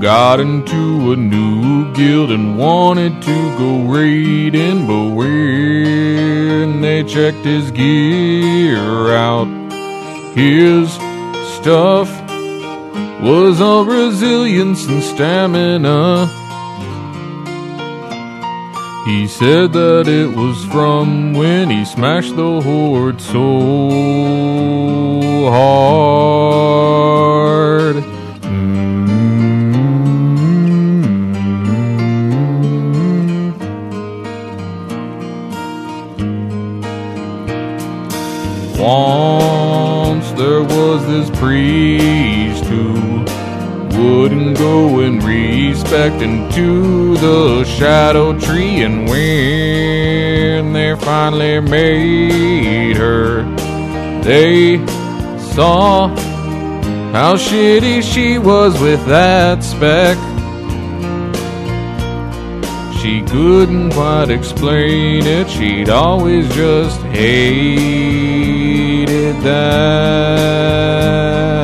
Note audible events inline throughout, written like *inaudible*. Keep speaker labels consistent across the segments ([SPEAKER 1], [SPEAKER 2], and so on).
[SPEAKER 1] got into a new guild and wanted to go raiding, but when they checked his gear out, his stuff was all resilience and stamina. He said that it was from when he smashed the horde so hard. Mm. Mm-hmm. Once there was this priest who wouldn't go in respect into the shadow tree and when they finally made her they saw how shitty she was with that spec she couldn't quite explain it she'd always just hated that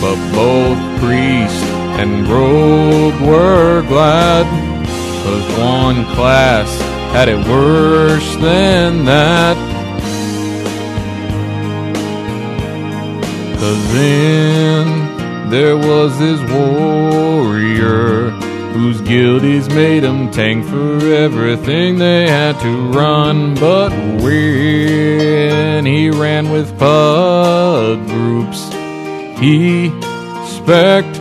[SPEAKER 1] But both priest and rogue were glad, 'cause one class had it worse than that. 'Cause then there was this warrior whose guilties made him tank for everything they had to run. But when he ran with pug groups, he specked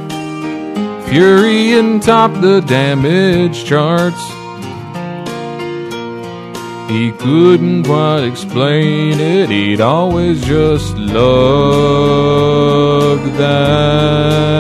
[SPEAKER 1] Fury and topped the damage charts. He couldn't quite explain it, he'd always just loved that.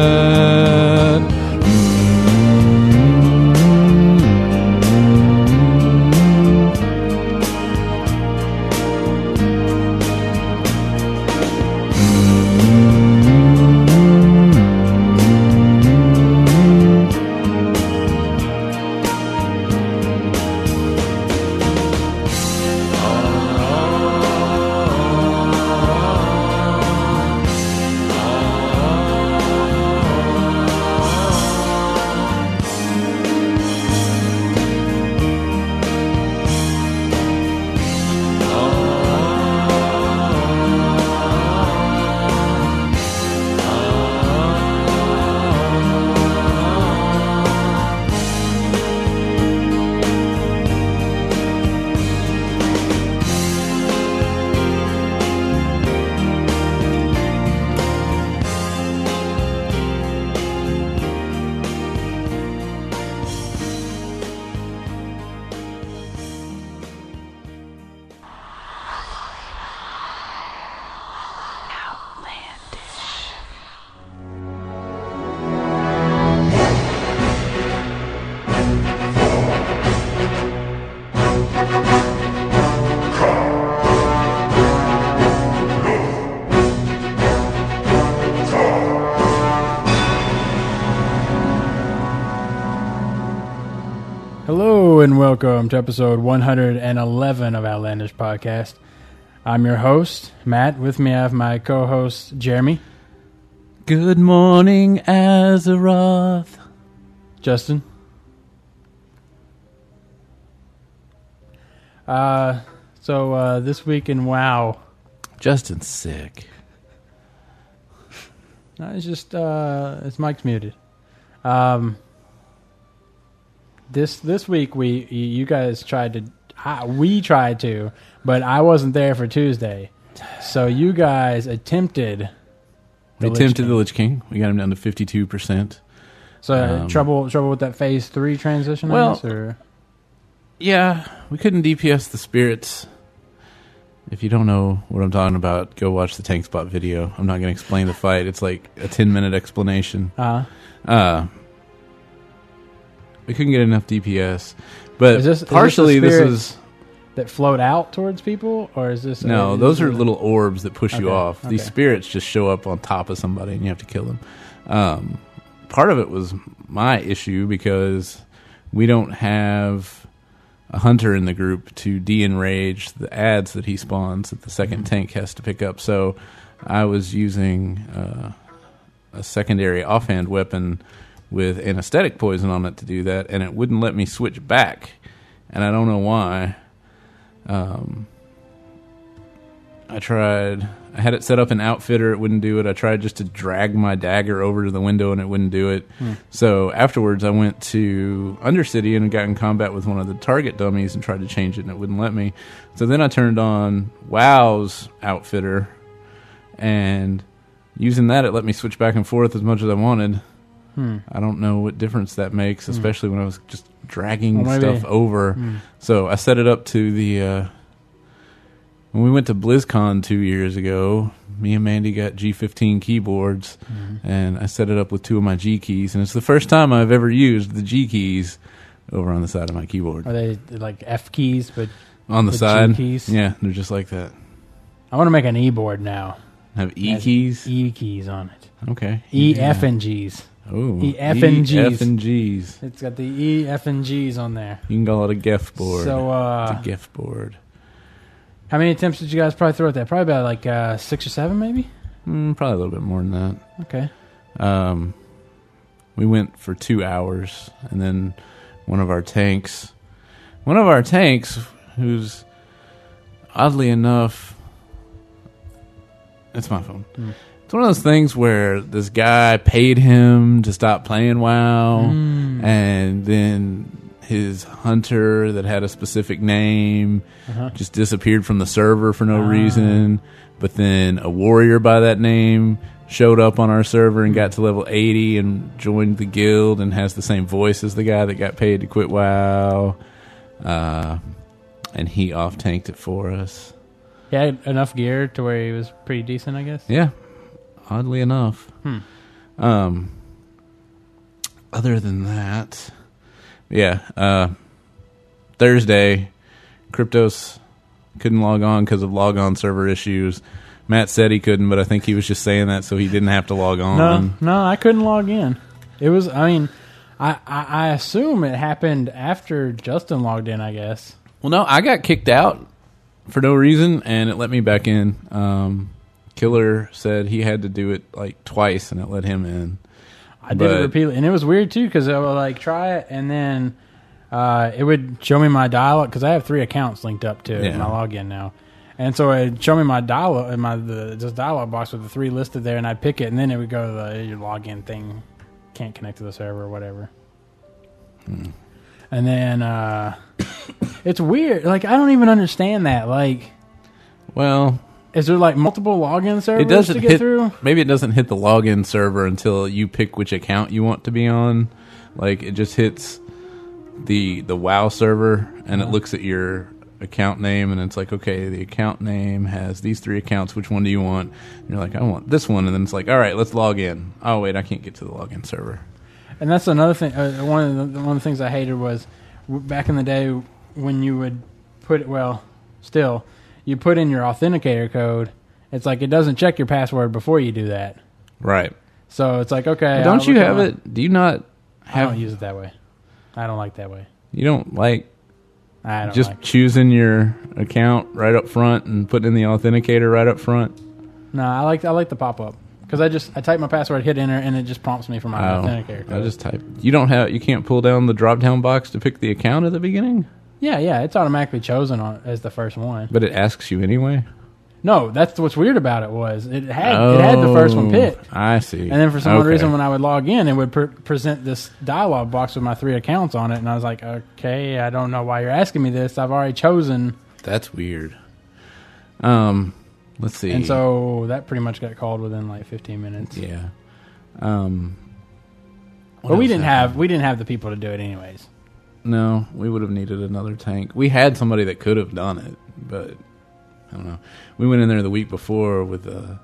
[SPEAKER 2] Hello and welcome to episode 111 of Outlandish Podcast. I'm your host, Matt. With me, I have my co host, Jeremy,
[SPEAKER 3] Good morning, Azeroth.
[SPEAKER 2] Justin. Uh, so, uh, this week in WoW,
[SPEAKER 3] Justin's sick.
[SPEAKER 2] no, it's just, uh, it's Mike's muted. Um, this this week we you you guys tried to I, we tried to but I wasn't there for Tuesday so you guys attempted
[SPEAKER 3] We
[SPEAKER 2] The Lich
[SPEAKER 3] attempted
[SPEAKER 2] King.
[SPEAKER 3] the Lich King. We got him down to fifty-two percent.
[SPEAKER 2] So uh,
[SPEAKER 3] Um,
[SPEAKER 2] trouble trouble with that phase three transition.
[SPEAKER 3] Well-
[SPEAKER 2] I guess, or
[SPEAKER 3] Yeah, we couldn't DPS the spirits. If you don't know what I'm talking about, go watch the tank spot video. I'm not going to explain the fight. It's like a ten-minute explanation.
[SPEAKER 2] uh,
[SPEAKER 3] Uh, we couldn't get enough DPS, but
[SPEAKER 2] Is this- is this the
[SPEAKER 3] partially this,
[SPEAKER 2] spirits-
[SPEAKER 3] is
[SPEAKER 2] that float out towards people, or is this?
[SPEAKER 1] No,
[SPEAKER 2] is
[SPEAKER 1] those
[SPEAKER 2] this
[SPEAKER 1] are
[SPEAKER 2] a-
[SPEAKER 1] little orbs that push you
[SPEAKER 2] Okay,
[SPEAKER 1] off. These
[SPEAKER 2] okay.
[SPEAKER 1] spirits just show up on top of somebody and you have to kill them. Um, part of it was my issue because we don't have a hunter in the group to de enrage the ads that he spawns that the 2nd
[SPEAKER 2] Mm-hmm.
[SPEAKER 1] tank has to pick up. So I was using uh, a secondary offhand weapon with anesthetic poison on it to do that, and it wouldn't let me switch back. And I don't know why. Um, I tried. I had it set up in Outfitter. It wouldn't do it. I tried just to drag my dagger over to the window, and it wouldn't do it. So afterwards, I went to Undercity and got in combat with one of the target dummies and tried to change it, and it wouldn't let me. So then I turned on WoW's Outfitter, and using that, it let me switch back and forth as much as I wanted.
[SPEAKER 2] Hmm.
[SPEAKER 1] I don't know what difference that makes, especially when I was just dragging
[SPEAKER 2] Well, maybe-
[SPEAKER 1] stuff over.
[SPEAKER 2] Hmm.
[SPEAKER 1] So I set it up to the. Uh, when we went to BlizzCon two years ago, me and Mandy got G15 keyboards,
[SPEAKER 2] Hmm.
[SPEAKER 1] and I set it up with two of my G keys, and it's the first time I've ever used the G keys over on the side of my keyboard.
[SPEAKER 2] Are they like F keys? But
[SPEAKER 1] on the,
[SPEAKER 2] Uh, the G
[SPEAKER 1] side,
[SPEAKER 2] keys?
[SPEAKER 1] yeah, they're just like that.
[SPEAKER 2] I want to make an E board now.
[SPEAKER 1] I have E
[SPEAKER 2] Has
[SPEAKER 1] keys.
[SPEAKER 2] E keys on it.
[SPEAKER 1] okay.
[SPEAKER 2] E
[SPEAKER 1] Yeah.
[SPEAKER 2] F and G's.
[SPEAKER 1] Oh,
[SPEAKER 2] E, F, and
[SPEAKER 1] E, F
[SPEAKER 2] Gs.
[SPEAKER 1] and G's.
[SPEAKER 2] It's got the E F and G's on there.
[SPEAKER 1] You can call it a GEF board.
[SPEAKER 2] So uh,
[SPEAKER 1] it's a GEF board.
[SPEAKER 2] how many attempts did you guys probably throw at that? Probably about like uh, six or seven, maybe.
[SPEAKER 1] Mm, probably a little bit more than that.
[SPEAKER 2] Okay.
[SPEAKER 1] Um, we went for two hours, and then one of our tanks, one of our tanks, who's oddly enough, it's my phone.
[SPEAKER 2] Mm.
[SPEAKER 1] It's one of those things where this guy paid him to stop playing WoW, Oh.
[SPEAKER 2] Mm.
[SPEAKER 1] and then his hunter that had a specific name
[SPEAKER 2] Uh-huh.
[SPEAKER 1] just disappeared from the server for no
[SPEAKER 2] Ah.
[SPEAKER 1] reason. But then a warrior by that name showed up on our server and got to level 80 and joined the guild and has the same voice as the guy that got paid to quit WoW. Uh, and he off tanked it for us.
[SPEAKER 2] He had enough gear to where he was pretty decent, I guess.
[SPEAKER 1] Yeah, oddly enough.
[SPEAKER 2] Hmm.
[SPEAKER 1] Um, other than that, yeah. Uh, Thursday, Cryptos couldn't log on because of log on server issues. Matt said he couldn't, but I think he was just saying that so he didn't have to log
[SPEAKER 2] No,
[SPEAKER 1] on.
[SPEAKER 2] no, I couldn't log in. It was, I mean, I, I, I assume it happened after Justin logged in. I guess.
[SPEAKER 1] Well, no, I got kicked out for no reason, and it let me back in. Um, Killer said he had to do it like twice, and it let him in.
[SPEAKER 2] I did it
[SPEAKER 1] But-
[SPEAKER 2] repeatedly, and it was weird too because I would like try it, and then uh, it would show me my dialogue because I have three accounts linked up to
[SPEAKER 1] Yeah.
[SPEAKER 2] my login now, and so it would show me my dialogue and my the just dialogue box with the three listed there, and I'd pick it, and then it would go to the your login thing can't connect to the server or whatever,
[SPEAKER 1] Hmm.
[SPEAKER 2] and then uh, *coughs* it's weird. Like I don't even understand that. Like,
[SPEAKER 1] Well,
[SPEAKER 2] is there like multiple login servers
[SPEAKER 1] it doesn't
[SPEAKER 2] to get
[SPEAKER 1] hit
[SPEAKER 2] through?
[SPEAKER 1] maybe it doesn't hit the login server until you pick which account you want to be on like it just hits the the wow server and
[SPEAKER 2] Mm-hmm.
[SPEAKER 1] it looks at your account name and it's like okay the account name has these three accounts which one do you want and you're like i want this one and then it's like all right let's log in oh wait i can't get to the login server
[SPEAKER 2] And that's another thing. Uh, one of the one of the things I hated was w- back in the day when you would put well, still, you put in your authenticator code. It's like it doesn't check your password before you do that.
[SPEAKER 1] right
[SPEAKER 2] So it's like okay, I'll
[SPEAKER 1] don't you
[SPEAKER 2] look at
[SPEAKER 1] have
[SPEAKER 2] my-
[SPEAKER 1] it do you not
[SPEAKER 2] I
[SPEAKER 1] have
[SPEAKER 2] don't use it that way. I don't like that way.
[SPEAKER 1] you don't like
[SPEAKER 2] I don't
[SPEAKER 1] just
[SPEAKER 2] like.
[SPEAKER 1] choosing your account right up front and putting in the authenticator right up front
[SPEAKER 2] No, I like I like the pop up because I just I type my password, hit enter, and it just prompts me for my
[SPEAKER 1] Oh,
[SPEAKER 2] authenticator
[SPEAKER 1] I
[SPEAKER 2] code.
[SPEAKER 1] just type. You don't have. You can't pull down the drop down box to pick the account at the beginning,
[SPEAKER 2] yeah, yeah, it's automatically chosen on, as the first one.
[SPEAKER 1] but it asks you anyway.
[SPEAKER 2] No, that's what's weird about it was it had it had the first one
[SPEAKER 1] Oh,
[SPEAKER 2] picked.
[SPEAKER 1] I see.
[SPEAKER 2] And then for some odd
[SPEAKER 1] Okay.
[SPEAKER 2] reason, when I would log in, it would pre- present this dialog box with my three accounts on it, and I was like, "Okay, I don't know why you're asking me this. I've already chosen."
[SPEAKER 1] that's weird. Um, let's see.
[SPEAKER 2] And so that pretty much got called within like 15 minutes.
[SPEAKER 1] yeah. Um, what
[SPEAKER 2] but we
[SPEAKER 1] else
[SPEAKER 2] didn't
[SPEAKER 1] happened?
[SPEAKER 2] have we didn't have the people to do it anyways.
[SPEAKER 1] No, we would have needed another tank. We had somebody that could have done it, but I don't know. We went in there the week before with a,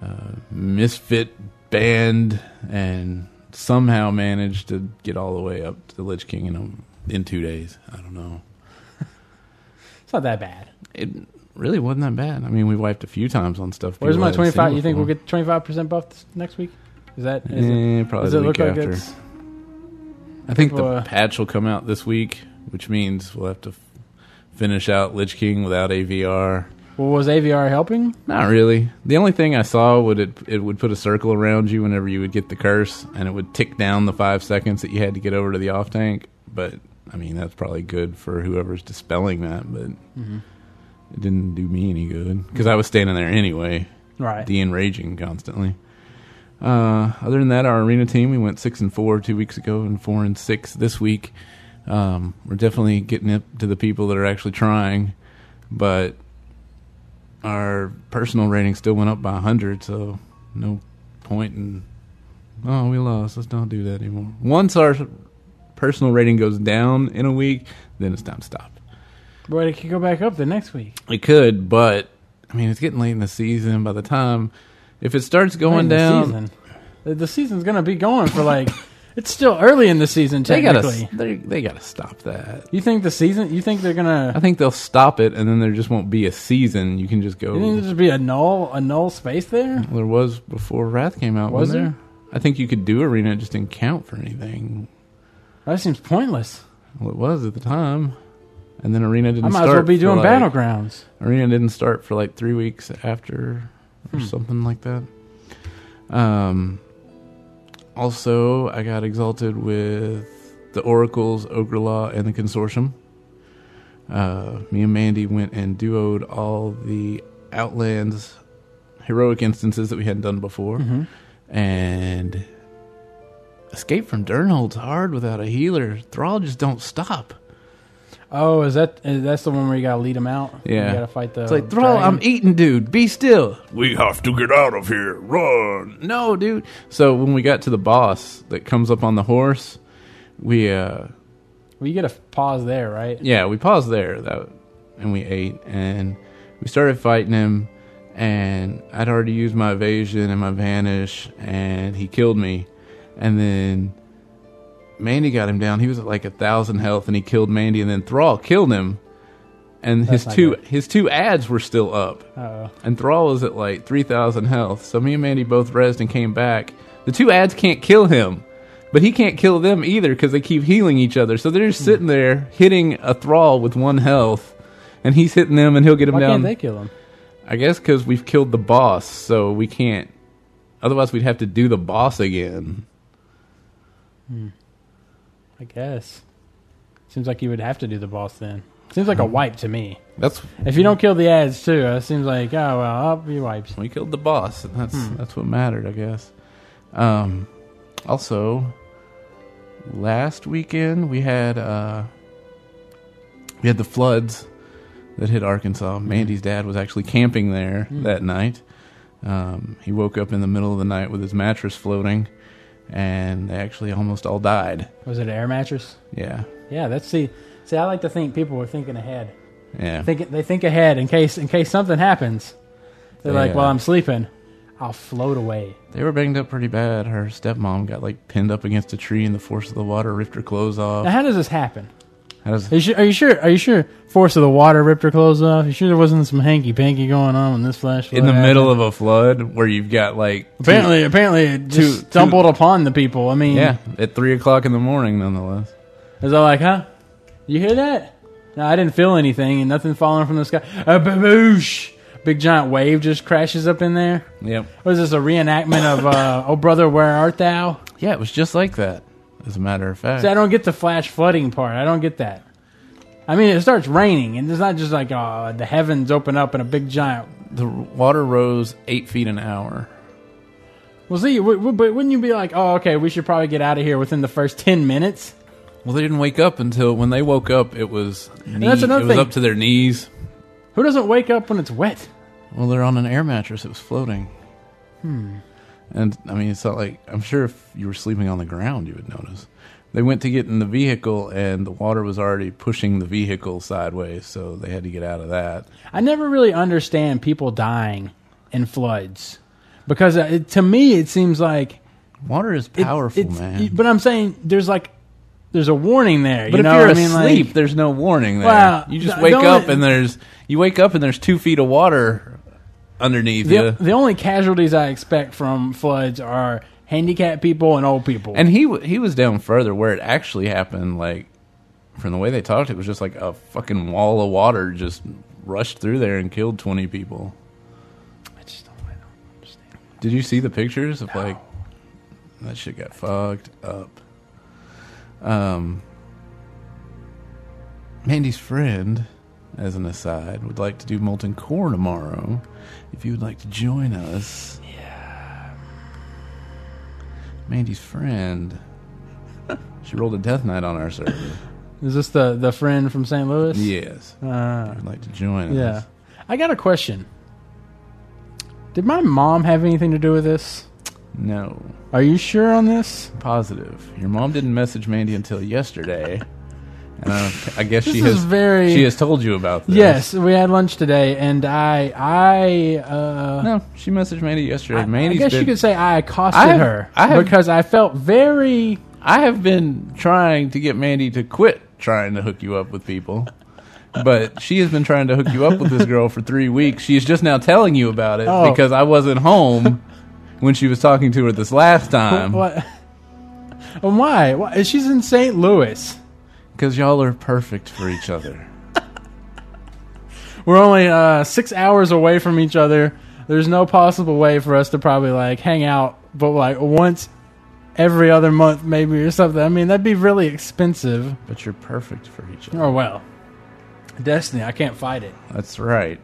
[SPEAKER 1] a misfit band and somehow managed to get all the way up to Lich King in, a, in two days. I don't know.
[SPEAKER 2] not that bad.
[SPEAKER 1] It really wasn't that bad. I mean, we wiped a few times on stuff.
[SPEAKER 2] Where's
[SPEAKER 1] people
[SPEAKER 2] my
[SPEAKER 1] hadn't seen
[SPEAKER 2] twenty five? You think
[SPEAKER 1] before.
[SPEAKER 2] we'll get twenty five percent buff this, next week? Is that is it,
[SPEAKER 1] Eh, probably
[SPEAKER 2] does
[SPEAKER 1] the
[SPEAKER 2] it
[SPEAKER 1] week
[SPEAKER 2] look like
[SPEAKER 1] after.
[SPEAKER 2] it's
[SPEAKER 1] I think
[SPEAKER 2] people,
[SPEAKER 1] the
[SPEAKER 2] uh,
[SPEAKER 1] patch will come out this week, which means we'll have to f- finish out Lich King without AVR.
[SPEAKER 2] well was AVR helping?
[SPEAKER 1] Not really. The only thing I saw would it it would put a circle around you whenever you would get the curse, and it would tick down the five seconds that you had to get over to the off tank. But I mean, that's probably good for whoever's dispelling that, but
[SPEAKER 2] Mm-hmm.
[SPEAKER 1] it didn't do me any good because I was standing there anyway,
[SPEAKER 2] Right.
[SPEAKER 1] de enraging constantly. Uh, other than that, our arena team we went six and four two weeks ago, and four and six this week. Um, we're definitely getting it to the people that are actually trying, but our personal rating still went up by 100, so no point in, oh, we lost. Let's not do that anymore. Once our personal rating goes down in a week, then it's time to stop.
[SPEAKER 2] But it could go back up the next week.
[SPEAKER 1] It could, but I mean, it's getting late in the season. By the time, if it starts going
[SPEAKER 2] Late in
[SPEAKER 1] down,
[SPEAKER 2] The, season. The- the season's gonna be going for like *laughs* it's still early in the season
[SPEAKER 1] they gotta
[SPEAKER 2] technically.
[SPEAKER 1] they, they gotta stop that.
[SPEAKER 2] you think the season? You think they're
[SPEAKER 1] I
[SPEAKER 2] gonna?
[SPEAKER 1] think they'll stop it, and then there just won't be a season. You can just
[SPEAKER 2] You think
[SPEAKER 1] go.
[SPEAKER 2] there'll just be a null a null space there?
[SPEAKER 1] There was before Wrath came out,
[SPEAKER 2] Was
[SPEAKER 1] wasn't
[SPEAKER 2] there?
[SPEAKER 1] there? I think you could do arena, it just didn't count for anything.
[SPEAKER 2] That seems pointless.
[SPEAKER 1] Well, it was at the time, and then arena didn't.
[SPEAKER 2] I might as
[SPEAKER 1] start
[SPEAKER 2] well be
[SPEAKER 1] for,
[SPEAKER 2] doing
[SPEAKER 1] like-
[SPEAKER 2] battlegrounds.
[SPEAKER 1] Arena didn't start for like three weeks after, or something like that. Um. Also, I got exalted with the Oracles, Ogre Law, and the Consortium. Uh, me and Mandy went and duoed all the Outlands heroic instances that we hadn't done before,
[SPEAKER 2] Mhm.
[SPEAKER 1] and escape from Durnhold's hard without a healer. Thrall just don't stop.
[SPEAKER 2] Oh, is that is that's the one where you gotta lead them out?
[SPEAKER 1] Yeah.
[SPEAKER 2] you gotta fight the.
[SPEAKER 1] It's like, Thrall,
[SPEAKER 2] dragon?
[SPEAKER 1] I'm eating, dude. Be still.
[SPEAKER 4] We have to get out of here. Run.
[SPEAKER 1] No, dude. So when we got to the boss that comes up on the horse, we uh
[SPEAKER 2] Well, you get a pause there, right?
[SPEAKER 1] yeah, we paused there that and we ate and we started fighting him and I'd already used my evasion and my vanish and he killed me. And then Mandy got him down. He was at like a thousand health and he killed Mandy and then Thrall killed him. And
[SPEAKER 2] That's
[SPEAKER 1] his
[SPEAKER 2] not
[SPEAKER 1] two
[SPEAKER 2] good.
[SPEAKER 1] his two ads were still up.
[SPEAKER 2] Oh,
[SPEAKER 1] and Thrall is at like 3,000 health. So me and Mandy both resed and came back. The two ads can't kill him, but he can't kill them either because they keep healing each other. So they're just
[SPEAKER 2] Hmm.
[SPEAKER 1] sitting there hitting a Thrall with one health, and he's hitting them, and he'll get him
[SPEAKER 2] why
[SPEAKER 1] down.
[SPEAKER 2] can't they kill him?
[SPEAKER 1] I guess because we've killed the boss, so we can't. Otherwise, we'd have to do the boss again.
[SPEAKER 2] I guess. Seems like you would have to do the boss then. Seems
[SPEAKER 1] Uh-huh.
[SPEAKER 2] like a wipe to me.
[SPEAKER 1] That's
[SPEAKER 2] If you don't kill the ads too, it seems like oh well, I'll be wiped.
[SPEAKER 1] we killed the boss, and that's that's what mattered, I guess. Um, also, last weekend we had uh, we had the floods that hit Arkansas. Mandy's dad was actually camping there that night. Um, he woke up in the middle of the night with his mattress floating, and they actually almost all died.
[SPEAKER 2] Was it an air mattress?
[SPEAKER 1] Yeah,
[SPEAKER 2] Yeah, that's see. See, I like to think people were thinking ahead.
[SPEAKER 1] yeah.
[SPEAKER 2] Think they think ahead in case in case something happens. They're like,
[SPEAKER 1] Yeah.
[SPEAKER 2] well, I'm sleeping. I'll float away.
[SPEAKER 1] They were banged up pretty bad. Her stepmom got like pinned up against a tree, and the force of the water ripped her clothes
[SPEAKER 2] Now,
[SPEAKER 1] off.
[SPEAKER 2] how does this happen?
[SPEAKER 1] How does
[SPEAKER 2] Are you, sure, are you sure? Are you sure? Force of the water ripped her clothes off. You sure there wasn't some hanky panky going on when this flash?
[SPEAKER 1] in the middle of a flood where you've got like
[SPEAKER 2] Apparently, apparently, it just
[SPEAKER 1] Two-
[SPEAKER 2] stumbled upon the people. I mean,
[SPEAKER 1] yeah at three o'clock in the morning nonetheless
[SPEAKER 2] is I like, huh? You hear that? No, I didn't feel anything, and nothing falling from the sky. A baboosh! Big giant wave just crashes up in there.
[SPEAKER 1] yep
[SPEAKER 2] Was this a reenactment of uh, "Oh brother, where art thou"?
[SPEAKER 1] yeah it was just like that as a matter of fact
[SPEAKER 2] See, I don't get the flash flooding part. I don't get that. I mean, it starts raining, and it's not just like uh, the heavens open up and a big giant
[SPEAKER 1] the water rose eight feet an hour
[SPEAKER 2] Well, see, w- w- but wouldn't you be like, oh, okay, we should probably get out of here within the first 10 minutes?
[SPEAKER 1] well they didn't wake up until when they woke up it was knee,
[SPEAKER 2] that's another
[SPEAKER 1] it was
[SPEAKER 2] thing.
[SPEAKER 1] up to their knees
[SPEAKER 2] Who doesn't wake up when it's wet?
[SPEAKER 1] well they're on an air mattress it was floating hmm and I mean it's not like I'm sure if you were sleeping on the ground you would notice they went to get in the vehicle and the water was already pushing the vehicle sideways so they had to get out of that
[SPEAKER 2] I never really understand people dying in floods because uh, it, to me, it seems like.
[SPEAKER 1] water is
[SPEAKER 2] it-
[SPEAKER 1] powerful
[SPEAKER 2] it's-
[SPEAKER 1] man
[SPEAKER 2] But I'm saying there's like there's a warning there.
[SPEAKER 1] But
[SPEAKER 2] you
[SPEAKER 1] if
[SPEAKER 2] know
[SPEAKER 1] you're
[SPEAKER 2] what I mean? Like,
[SPEAKER 1] asleep, there's no warning there.
[SPEAKER 2] Well,
[SPEAKER 1] you just
[SPEAKER 2] the-
[SPEAKER 1] wake
[SPEAKER 2] the only-
[SPEAKER 1] up and there's you wake up and there's two feet of water underneath
[SPEAKER 2] the,
[SPEAKER 1] you.
[SPEAKER 2] the only casualties I expect from floods are handicapped people and old people.
[SPEAKER 1] And he wa- he was down further where it actually happened. Like from the way they talked, it was just like a fucking wall of water just rushed through there and killed twenty people.
[SPEAKER 2] I just don't, I don't understand.
[SPEAKER 1] Did you see the pictures of like that shit got fucked up? Um, Mandy's friend, as an aside, would like to do molten core tomorrow. If you would like to join us, yeah. Mandy's friend, she rolled a death knight on our
[SPEAKER 2] *laughs*
[SPEAKER 1] server.
[SPEAKER 2] Is this the the friend from St. Louis?
[SPEAKER 1] yes,
[SPEAKER 2] Uh,
[SPEAKER 1] would like to join
[SPEAKER 2] yeah.
[SPEAKER 1] us.
[SPEAKER 2] I got a question. Did my mom have anything to do with this?
[SPEAKER 1] No,
[SPEAKER 2] Are you sure on this?
[SPEAKER 1] positive. Your mom didn't message Mandy until
[SPEAKER 2] *laughs*
[SPEAKER 1] yesterday. And I, I guess
[SPEAKER 2] This
[SPEAKER 1] she
[SPEAKER 2] is
[SPEAKER 1] has
[SPEAKER 2] very
[SPEAKER 1] She has told you about this.
[SPEAKER 2] Yes, we had lunch today, and I, I, uh,
[SPEAKER 1] No, she messaged Mandy yesterday.
[SPEAKER 2] I-
[SPEAKER 1] Mandy's
[SPEAKER 2] I guess
[SPEAKER 1] been,
[SPEAKER 2] you could say I accosted
[SPEAKER 1] I have-
[SPEAKER 2] her
[SPEAKER 1] I have-
[SPEAKER 2] because I felt very.
[SPEAKER 1] I have been trying to get Mandy to quit trying to hook you up with people. But she has been trying to hook you up with this girl for three weeks. She's just now telling you about it
[SPEAKER 2] Oh.
[SPEAKER 1] because I wasn't home when she was talking to her this last time.
[SPEAKER 2] what? *laughs* And why? why? She's in St. Louis.
[SPEAKER 1] Because y'all are perfect for each other.
[SPEAKER 2] We're only uh, six hours away from each other. There's no possible way for us to probably like hang out, but like once every other month, maybe or something. I mean, that'd be really expensive.
[SPEAKER 1] But you're perfect for each other.
[SPEAKER 2] Oh well, destiny. I can't fight it.
[SPEAKER 1] That's right.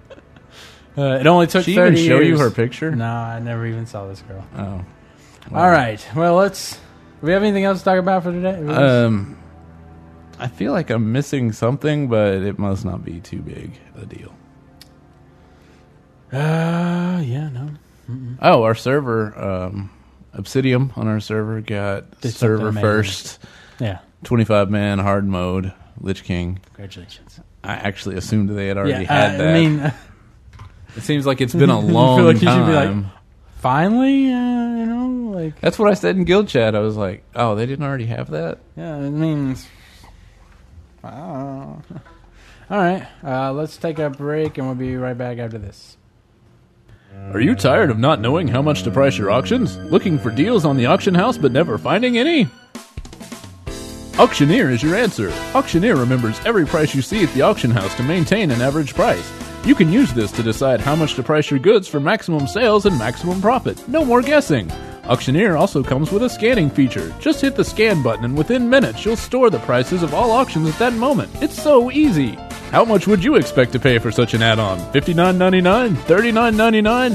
[SPEAKER 2] Uh, it only took.
[SPEAKER 1] She
[SPEAKER 2] 30
[SPEAKER 1] even show you
[SPEAKER 2] years.
[SPEAKER 1] her picture?
[SPEAKER 2] Nah, I never even saw this girl.
[SPEAKER 1] Oh.
[SPEAKER 2] All right. Well, let's. Do we have anything else to talk about for today?
[SPEAKER 1] Um, I feel like I'm missing something, but it must not be too big a deal.
[SPEAKER 2] Uh, yeah, no.
[SPEAKER 1] Oh, our server, um, Obsidium on our server got
[SPEAKER 2] Did something
[SPEAKER 1] server
[SPEAKER 2] amazing.
[SPEAKER 1] first,
[SPEAKER 2] Yeah.
[SPEAKER 1] 25 man hard mode, Lich King.
[SPEAKER 2] Congratulations.
[SPEAKER 1] I actually assumed they had
[SPEAKER 2] Yeah,
[SPEAKER 1] already had
[SPEAKER 2] I,
[SPEAKER 1] that.
[SPEAKER 2] I mean, *laughs*
[SPEAKER 1] it seems like it's been a
[SPEAKER 2] You feel
[SPEAKER 1] long
[SPEAKER 2] like you should be like-
[SPEAKER 1] time.
[SPEAKER 2] finally, uh, you know, like,
[SPEAKER 1] That's what I said in guild chat. I was like, "Oh, they didn't already have that."
[SPEAKER 2] yeah, it means. Wow. *laughs* All right. Uh, let's take a break and we'll be right back after this.
[SPEAKER 4] Are you tired of not knowing how much to price your auctions? Looking for deals on the auction house but never finding any? Auctioneer is your answer. Auctioneer remembers every price you see at the auction house to maintain an average price. You can use this to decide how much to price your goods for maximum sales and maximum profit. No more guessing. Auctioneer also comes with a scanning feature. Just hit the scan button and within minutes you'll store the prices of all auctions at that moment. It's so easy. How much would you expect to pay for such an add-on? $59.99, $39.99,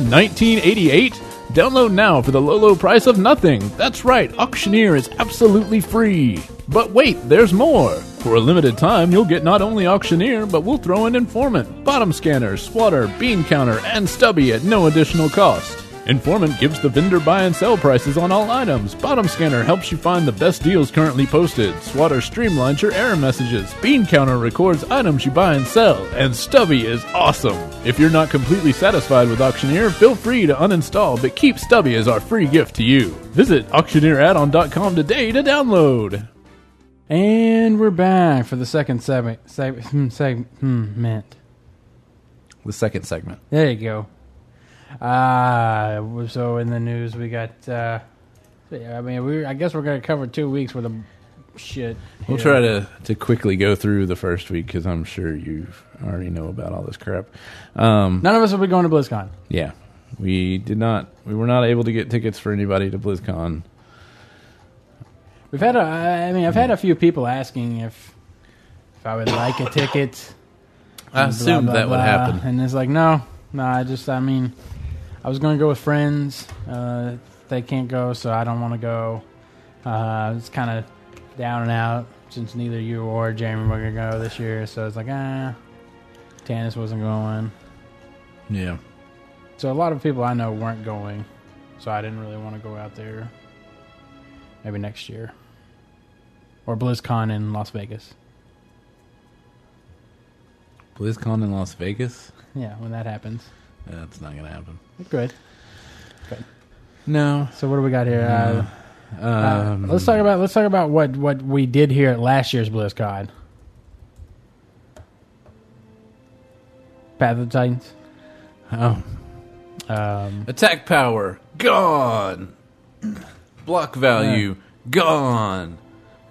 [SPEAKER 4] $19.88? Download now for the low, low price of nothing. That's right, Auctioneer is absolutely free. But wait, there's more. For a limited time, you'll get not only Auctioneer, but we'll throw in Informant, Bottom Scanner, Swatter, Bean Counter, and Stubby at no additional cost. Informant gives the vendor buy and sell prices on all items. Bottom Scanner helps you find the best deals currently posted. Swatter streamlines your error messages. Bean Counter records items you buy and sell. And Stubby is awesome. If you're not completely satisfied with Auctioneer, feel free to uninstall, but keep Stubby as our free gift to you. Visit auctioneeraddon.com today to download.
[SPEAKER 2] And we're back for the second segment. Segment. Hmm, segment hmm, meant.
[SPEAKER 1] The second segment.
[SPEAKER 2] There you go. Ah, so in the news we got. Uh, yeah, I mean, we. I guess we're gonna cover two weeks worth of shit.
[SPEAKER 1] We'll
[SPEAKER 2] here.
[SPEAKER 1] try to, to quickly go through the first week because I'm sure you already know about all this crap. Um,
[SPEAKER 2] None of us will be going to BlizzCon.
[SPEAKER 1] Yeah, we did not. We were not able to get tickets for anybody to BlizzCon.
[SPEAKER 2] We've had a. I mean, I've had a few people asking if if I would like a ticket.
[SPEAKER 1] I
[SPEAKER 2] and blah, blah, blah. and it's like, no, no. I just, I mean, I was going to go with friends. Uh, they can't go, so I don't want to go. Uh, it's kind of down and out since neither you or Jeremy were gonna go this year. So it's like, ah, Tannis wasn't going.
[SPEAKER 1] Yeah,
[SPEAKER 2] So a lot of people I know weren't going. So I didn't really want to go out there. Maybe next year. Or BlizzCon in Las Vegas.
[SPEAKER 1] BlizzCon in Las Vegas.
[SPEAKER 2] Yeah, when that happens.
[SPEAKER 1] That's not gonna happen.
[SPEAKER 2] Good.
[SPEAKER 1] No,
[SPEAKER 2] So what do we got here? Uh,
[SPEAKER 1] Um,
[SPEAKER 2] let's talk about let's talk about what what we did here at last year's BlizzCon. Path of the Titans.
[SPEAKER 1] oh.
[SPEAKER 2] Um,
[SPEAKER 1] Attack power gone. *clears throat* Block value gone.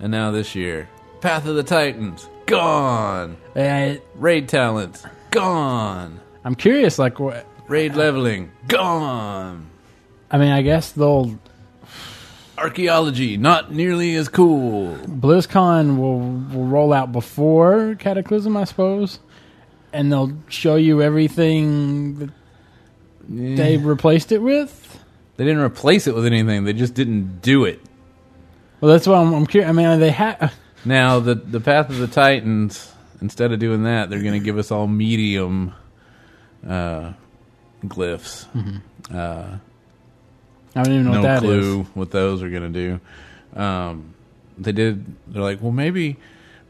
[SPEAKER 1] And now this year, Path of the Titans gone.
[SPEAKER 2] and
[SPEAKER 1] Raid talents gone.
[SPEAKER 2] I'm curious, like what
[SPEAKER 1] Raid leveling gone.
[SPEAKER 2] I mean, I guess they'll
[SPEAKER 1] Archaeology not nearly as cool.
[SPEAKER 2] BlizzCon will, will roll out before Cataclysm, I suppose, and they'll show you everything that they replaced it with.
[SPEAKER 1] They didn't replace it with anything. They just didn't do it.
[SPEAKER 2] Well, that's why I'm, I'm curious. I mean, they have
[SPEAKER 1] Now the the Path of the Titans. Instead of doing that, they're going to give us all medium uh, glyphs.
[SPEAKER 2] I don't even know
[SPEAKER 1] no
[SPEAKER 2] what that is.
[SPEAKER 1] clue what those are going to do. Um, they did. They're like, well, maybe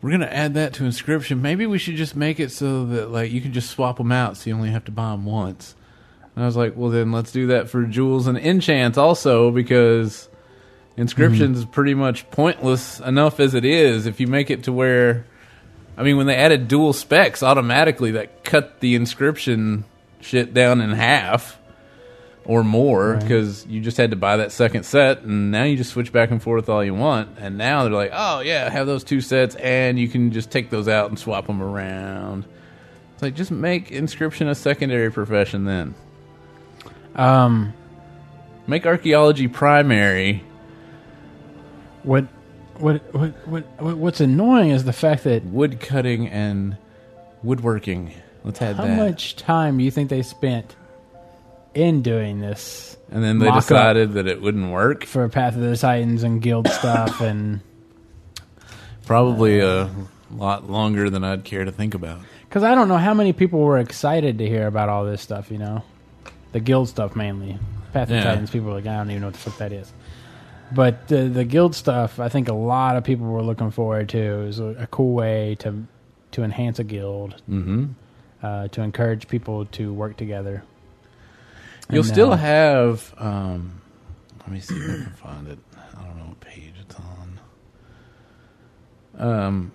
[SPEAKER 1] we're going to add that to inscription. Maybe we should just make it so that like you can just swap them out, so you only have to buy them once. And I was like, well, then let's do that for jewels and enchants also because inscriptions
[SPEAKER 2] Mm-hmm.
[SPEAKER 1] is pretty much pointless enough as it is. If you make it to where, I mean, when they added dual specs automatically, that cut the inscription shit down in half or more because you just had to buy that second set and now you just switch back and forth all you want and now they're like oh yeah have those two sets and you can just take those out and swap them around it's like just make inscription a secondary profession then
[SPEAKER 2] Um,
[SPEAKER 1] make archaeology primary
[SPEAKER 2] what, what, what, what, what, what's annoying is the fact that
[SPEAKER 1] wood cutting and woodworking let's add
[SPEAKER 2] how
[SPEAKER 1] that
[SPEAKER 2] much time do you think they spent in doing this
[SPEAKER 1] and then they
[SPEAKER 2] mock-up?
[SPEAKER 1] decided that it wouldn't work
[SPEAKER 2] for Path of the Titans
[SPEAKER 1] *coughs*
[SPEAKER 2] and Guild stuff and.
[SPEAKER 1] probably a lot longer than i'd care to think about
[SPEAKER 2] Because I don't know how many people were excited to hear about all this stuff, you know? The guild stuff mainly. Path of
[SPEAKER 1] Yeah.
[SPEAKER 2] Titans, people were like, I don't even know what the fuck that is. But the, the guild stuff, I think a lot of people were looking forward to. It was a, a cool way to to enhance a guild,
[SPEAKER 1] mm-hmm
[SPEAKER 2] uh, to encourage people to work together.
[SPEAKER 1] You'll
[SPEAKER 2] And,
[SPEAKER 1] still
[SPEAKER 2] uh,
[SPEAKER 1] have. Um, let me see if I can find it. I don't know what page it's on. Um,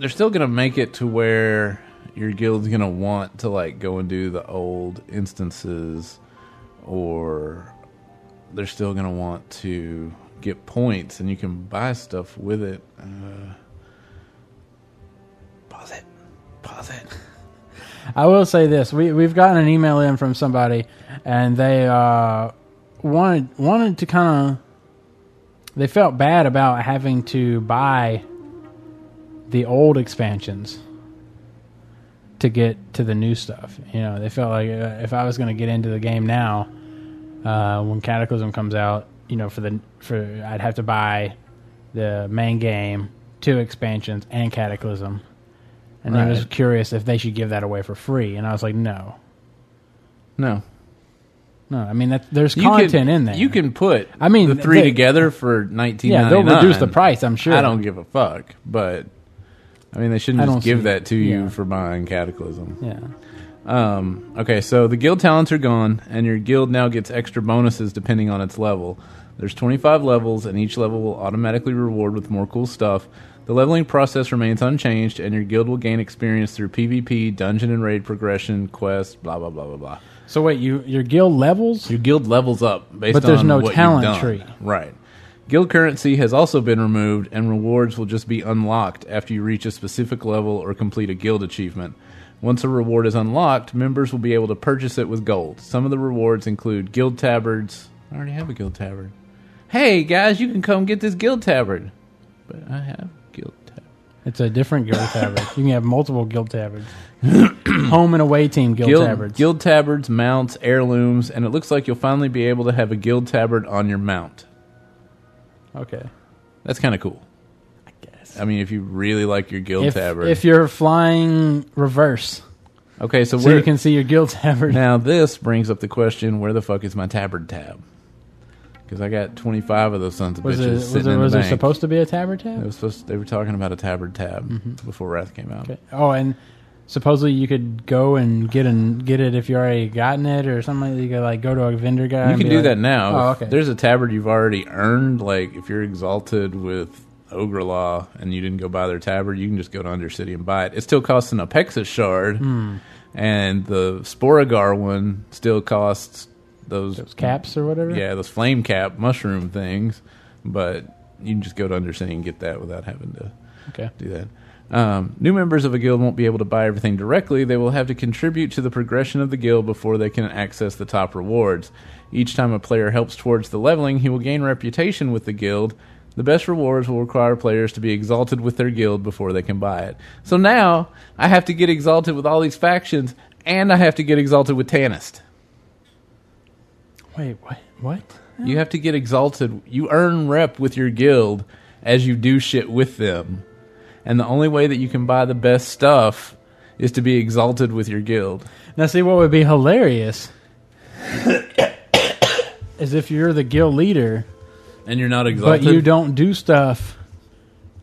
[SPEAKER 1] they're still gonna make it to where your guild's gonna want to like go and do the old instances, or they're still gonna want to get points, and you can buy stuff with it. Uh, pause it. Pause it.
[SPEAKER 2] I will say this: we we've gotten an email in from somebody, and they uh, wanted wanted to kind of. They felt bad about having to buy the old expansions to get to the new stuff. You know, they felt like uh, if I was going to get into the game now, uh, when Cataclysm comes out, you know, for the for I'd have to buy the main game, two expansions, and Cataclysm. And I was
[SPEAKER 1] Right.
[SPEAKER 2] curious if they should give that away for free, and I was like, no,
[SPEAKER 1] No,
[SPEAKER 2] no. I mean, that there's
[SPEAKER 1] You
[SPEAKER 2] content
[SPEAKER 1] can,
[SPEAKER 2] in there.
[SPEAKER 1] You can put
[SPEAKER 2] I mean,
[SPEAKER 1] the three
[SPEAKER 2] they-
[SPEAKER 1] together for nineteen.
[SPEAKER 2] yeah, they'll reduce the price. I'm sure.
[SPEAKER 1] I don't give a fuck, but I mean, they shouldn't
[SPEAKER 2] I
[SPEAKER 1] just
[SPEAKER 2] don't
[SPEAKER 1] give
[SPEAKER 2] see-
[SPEAKER 1] that to you
[SPEAKER 2] yeah.
[SPEAKER 1] for buying Cataclysm.
[SPEAKER 2] Yeah,
[SPEAKER 1] Um, okay, so the guild talents are gone, and your guild now gets extra bonuses depending on its level. There's 25 levels, and each level will automatically reward with more cool stuff. The leveling process remains unchanged, and your guild will gain experience through PvP, dungeon and raid progression, quests, blah blah blah blah blah.
[SPEAKER 2] So wait, you your guild levels?
[SPEAKER 1] Your guild levels up based
[SPEAKER 2] But there's
[SPEAKER 1] on
[SPEAKER 2] no
[SPEAKER 1] what you've
[SPEAKER 2] talent
[SPEAKER 1] done.
[SPEAKER 2] tree.
[SPEAKER 1] Right. Guild currency has also been removed, and rewards will just be unlocked after you reach a specific level or complete a guild achievement. Once a reward is unlocked, members will be able to purchase it with gold. Some of the rewards include guild tabards. I already have a guild tabard. Hey guys, you can come get this guild tabard. But I have guild tabard.
[SPEAKER 2] It's a different
[SPEAKER 1] *laughs*
[SPEAKER 2] guild tabard. You can have multiple guild tabards. *clears throat* Home and away team guild,
[SPEAKER 1] guild
[SPEAKER 2] tabards.
[SPEAKER 1] guild tabards, mounts, heirlooms, and it looks like you'll finally be able to have a guild tabard on your mount.
[SPEAKER 2] Okay.
[SPEAKER 1] That's kind of cool. I mean, if you really like your guild
[SPEAKER 2] If,
[SPEAKER 1] tabard,
[SPEAKER 2] if you're flying reverse,
[SPEAKER 1] okay. So,
[SPEAKER 2] so
[SPEAKER 1] where
[SPEAKER 2] you can see your guild *laughs* tabard.
[SPEAKER 1] now this brings up the question: Where the fuck is my tabard tab? Because I got twenty five of those sons of
[SPEAKER 2] was
[SPEAKER 1] bitches
[SPEAKER 2] it was
[SPEAKER 1] sitting
[SPEAKER 2] it
[SPEAKER 1] in
[SPEAKER 2] was
[SPEAKER 1] the
[SPEAKER 2] there
[SPEAKER 1] bank.
[SPEAKER 2] supposed to be a tabard
[SPEAKER 1] It
[SPEAKER 2] tab? Mm-hmm.
[SPEAKER 1] was supposed. they were talking about a tabard tab before Wrath came out.
[SPEAKER 2] Okay. Oh, and supposedly you could go and get and get it if you already gotten it or something. like that. You could like go to a vendor guy.
[SPEAKER 1] You
[SPEAKER 2] and
[SPEAKER 1] can
[SPEAKER 2] be
[SPEAKER 1] do
[SPEAKER 2] like-
[SPEAKER 1] that now.
[SPEAKER 2] Oh,
[SPEAKER 1] If
[SPEAKER 2] okay.
[SPEAKER 1] There's a tabard you've already earned. Like if you're exalted with Ogre Law and you didn't go buy their tabard, you can just go to Undercity and buy it. It still costs an Apexus shard,
[SPEAKER 2] Hmm.
[SPEAKER 1] and the Sporagar one still costs those,
[SPEAKER 2] Those caps or whatever.
[SPEAKER 1] Yeah, those flame cap mushroom things, but you can just go to Undercity and get that without having to
[SPEAKER 2] Okay.
[SPEAKER 1] do that. Um, new members of a guild won't be able to buy everything directly. They will have to contribute to the progression of the guild before they can access the top rewards. Each time a player helps towards the leveling, he will gain reputation with the guild. The best rewards will require players to be exalted with their guild before they can buy it. So now I have to get exalted with all these factions, and I have to get exalted with Tanist.
[SPEAKER 2] Wait. What? What?
[SPEAKER 1] You have to get exalted. You earn rep with your guild as you do shit with them. And the only way that you can buy the best stuff is to be exalted with your guild.
[SPEAKER 2] Now, see what would be hilarious is if you're the guild leader,
[SPEAKER 1] And you're not
[SPEAKER 2] but
[SPEAKER 1] exalted.
[SPEAKER 2] you don't do stuff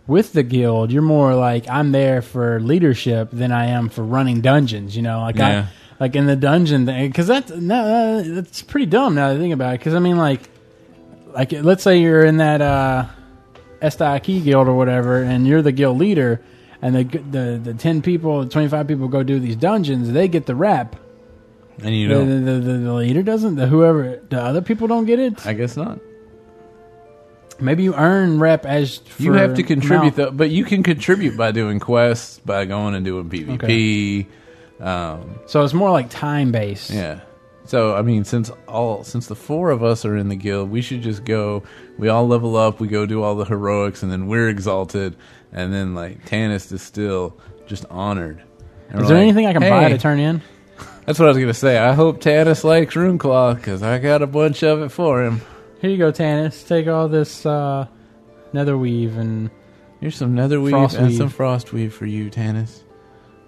[SPEAKER 2] with the guild. You're more like I'm there for leadership than I am for running dungeons. You know, like
[SPEAKER 1] Yeah.
[SPEAKER 2] I like in the dungeon thing because that's no, uh, that's pretty dumb now that I think about it. Because I mean, like, like let's say you're in that uh, Estaiki guild or whatever, and you're the guild leader. And the, the the ten people, twenty five people go do these dungeons. They get the rep,
[SPEAKER 1] And you
[SPEAKER 2] the,
[SPEAKER 1] don't.
[SPEAKER 2] the, the, the leader doesn't. The whoever the other people don't get it.
[SPEAKER 1] I guess not.
[SPEAKER 2] Maybe you earn rep as for
[SPEAKER 1] You have to
[SPEAKER 2] amount.
[SPEAKER 1] contribute, though. But you can contribute by doing quests, by going and doing PvP. Um,
[SPEAKER 2] So it's more like time based.
[SPEAKER 1] yeah. So I mean, since all since the four of us are in the guild, we should just go. We all level up. We go do all the heroics, and then we're exalted. And then like Tanist is still just honored. And
[SPEAKER 2] Is
[SPEAKER 1] we're
[SPEAKER 2] there
[SPEAKER 1] like,
[SPEAKER 2] anything I can buy
[SPEAKER 1] "Hey."
[SPEAKER 2] to turn in?
[SPEAKER 1] That's what I was gonna say. I hope Tannis likes Runeclaw because I got a bunch of it for him.
[SPEAKER 2] Here you go, Tannis. Take all this uh, nether weave and
[SPEAKER 1] Here's some netherweave
[SPEAKER 2] Frost
[SPEAKER 1] and
[SPEAKER 2] weave.
[SPEAKER 1] some frostweave for you, Tannis.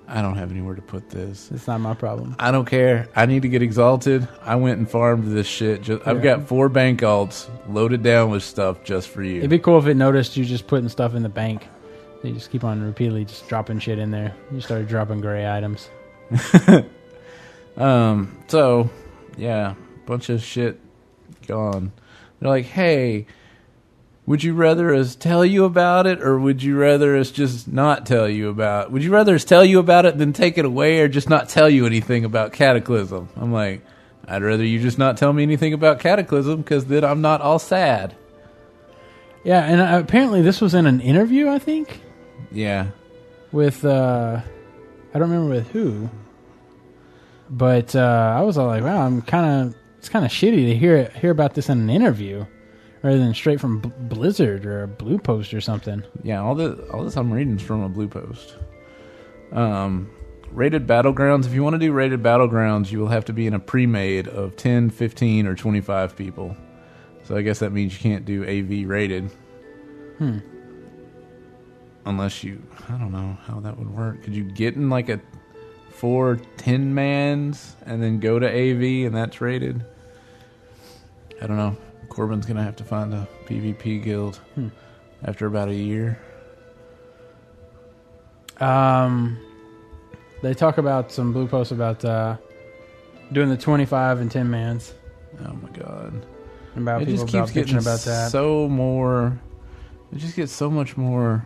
[SPEAKER 1] I don't have anywhere to put this.
[SPEAKER 2] it's not my problem.
[SPEAKER 1] I don't care. I need to get exalted. I went and farmed this shit. Just, I've
[SPEAKER 2] Yeah.
[SPEAKER 1] got four bank alts loaded down with stuff just for you.
[SPEAKER 2] It'd be cool if it noticed you just putting stuff in the bank. You just keep on repeatedly just dropping shit in there. You started dropping gray items.
[SPEAKER 1] Um, so yeah, bunch of shit gone. They're like, hey, would you rather us tell you about it, or would you rather us just not tell you about? Would you rather us tell you about it than take it away, or just not tell you anything about Cataclysm? I'm like, I'd rather you just not tell me anything about Cataclysm because then I'm not all sad.
[SPEAKER 2] Yeah, and uh, apparently this was in an interview, I think,
[SPEAKER 1] Yeah,
[SPEAKER 2] with uh, I don't remember with who, but uh, I was all like, wow, I'm kind of it's kind of shitty to hear it, hear about this in an interview rather than straight from B- Blizzard or Blue Post or something.
[SPEAKER 1] yeah. All the all this I'm reading is from a blue post. Um, rated battlegrounds. If you want to do rated battlegrounds, you will have to be in a pre-made of 10, 15, or 25 people. So I guess that means you can't do AV rated. Hmm. Unless you, I don't know how that would work. Could you get in like a four 10 mans and then go to AV and that's rated? I don't know. Corbin's gonna have to find a PvP guild after about a year.
[SPEAKER 2] Um, they talk about some blue posts about uh, doing the twenty-five and ten mans.
[SPEAKER 1] Oh my god.
[SPEAKER 2] and About
[SPEAKER 1] it
[SPEAKER 2] people
[SPEAKER 1] just
[SPEAKER 2] about
[SPEAKER 1] keeps
[SPEAKER 2] bitching
[SPEAKER 1] getting
[SPEAKER 2] about that.
[SPEAKER 1] so more. It just gets so much more.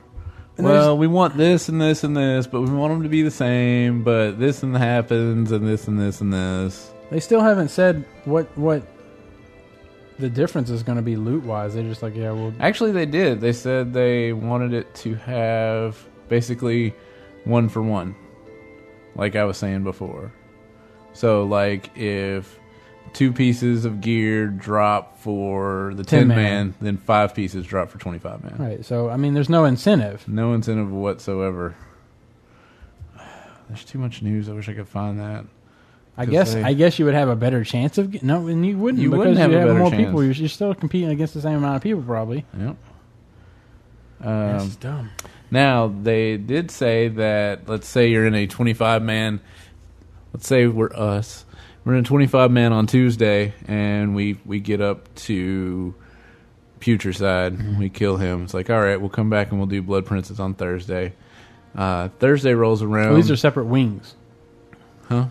[SPEAKER 2] And there's-
[SPEAKER 1] well, we want this and this and this, but we want them to be the same. But this and happens, and this and this and this.
[SPEAKER 2] they still haven't said what what the difference is going to be loot wise. They're just like, yeah, well,
[SPEAKER 1] Actually, they did. They said they wanted it to have basically one for one, like I was saying before. So, like if two pieces of gear drop for the 10
[SPEAKER 2] 10
[SPEAKER 1] man,
[SPEAKER 2] man.
[SPEAKER 1] then five pieces drop for 25 man.
[SPEAKER 2] right. So I mean, there's no incentive.
[SPEAKER 1] No incentive whatsoever. *sighs* There's too much news. I wish I could find that.
[SPEAKER 2] I
[SPEAKER 1] 'Cause
[SPEAKER 2] guess
[SPEAKER 1] they-
[SPEAKER 2] I guess you would have a better chance of get, no, and you wouldn't
[SPEAKER 1] You
[SPEAKER 2] because
[SPEAKER 1] wouldn't have
[SPEAKER 2] you
[SPEAKER 1] a
[SPEAKER 2] have
[SPEAKER 1] better
[SPEAKER 2] more
[SPEAKER 1] chance.
[SPEAKER 2] people. You're, you're still competing against the same amount of people, probably.
[SPEAKER 1] Yep.
[SPEAKER 2] That's
[SPEAKER 1] Um,
[SPEAKER 2] dumb.
[SPEAKER 1] now they did say that. Let's say you're in a 25 man. Let's say we're us. We're in a 25 man on Tuesday, and we we get up to
[SPEAKER 2] Mm-hmm.
[SPEAKER 1] Putreside. We kill him. It's like all right, we'll come back and we'll do Blood Princess on Thursday. Uh, Thursday rolls around.
[SPEAKER 2] Well, these are separate wings.
[SPEAKER 1] Huh?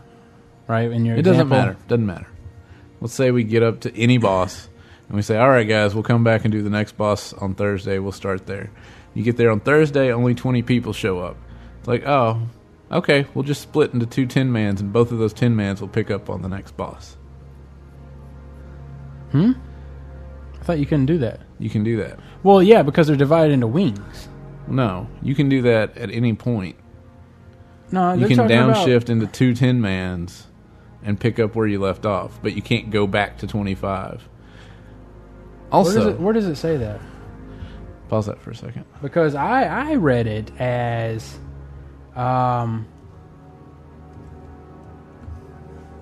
[SPEAKER 2] Right? In your
[SPEAKER 1] It doesn't
[SPEAKER 2] example.
[SPEAKER 1] matter. Doesn't matter. Let's say we get up to any boss and we say, "All right, guys, we'll come back and do the next boss on Thursday. We'll start there." You get there on Thursday, only twenty people show up. It's like, oh, okay, we'll just split into two ten mans, and both of those ten mans will pick up on the next boss.
[SPEAKER 2] I thought you couldn't do that.
[SPEAKER 1] You can do that.
[SPEAKER 2] Well, yeah, because they're divided into wings.
[SPEAKER 1] No, you can do that at any point.
[SPEAKER 2] No,
[SPEAKER 1] You
[SPEAKER 2] they're
[SPEAKER 1] can
[SPEAKER 2] talking
[SPEAKER 1] downshift into two ten mans and pick up where you left off, but you can't go back to twenty five.
[SPEAKER 2] About, where, does it,
[SPEAKER 1] Also,
[SPEAKER 2] where does it say that?
[SPEAKER 1] pause that for a second.
[SPEAKER 2] Because I I read it as, um,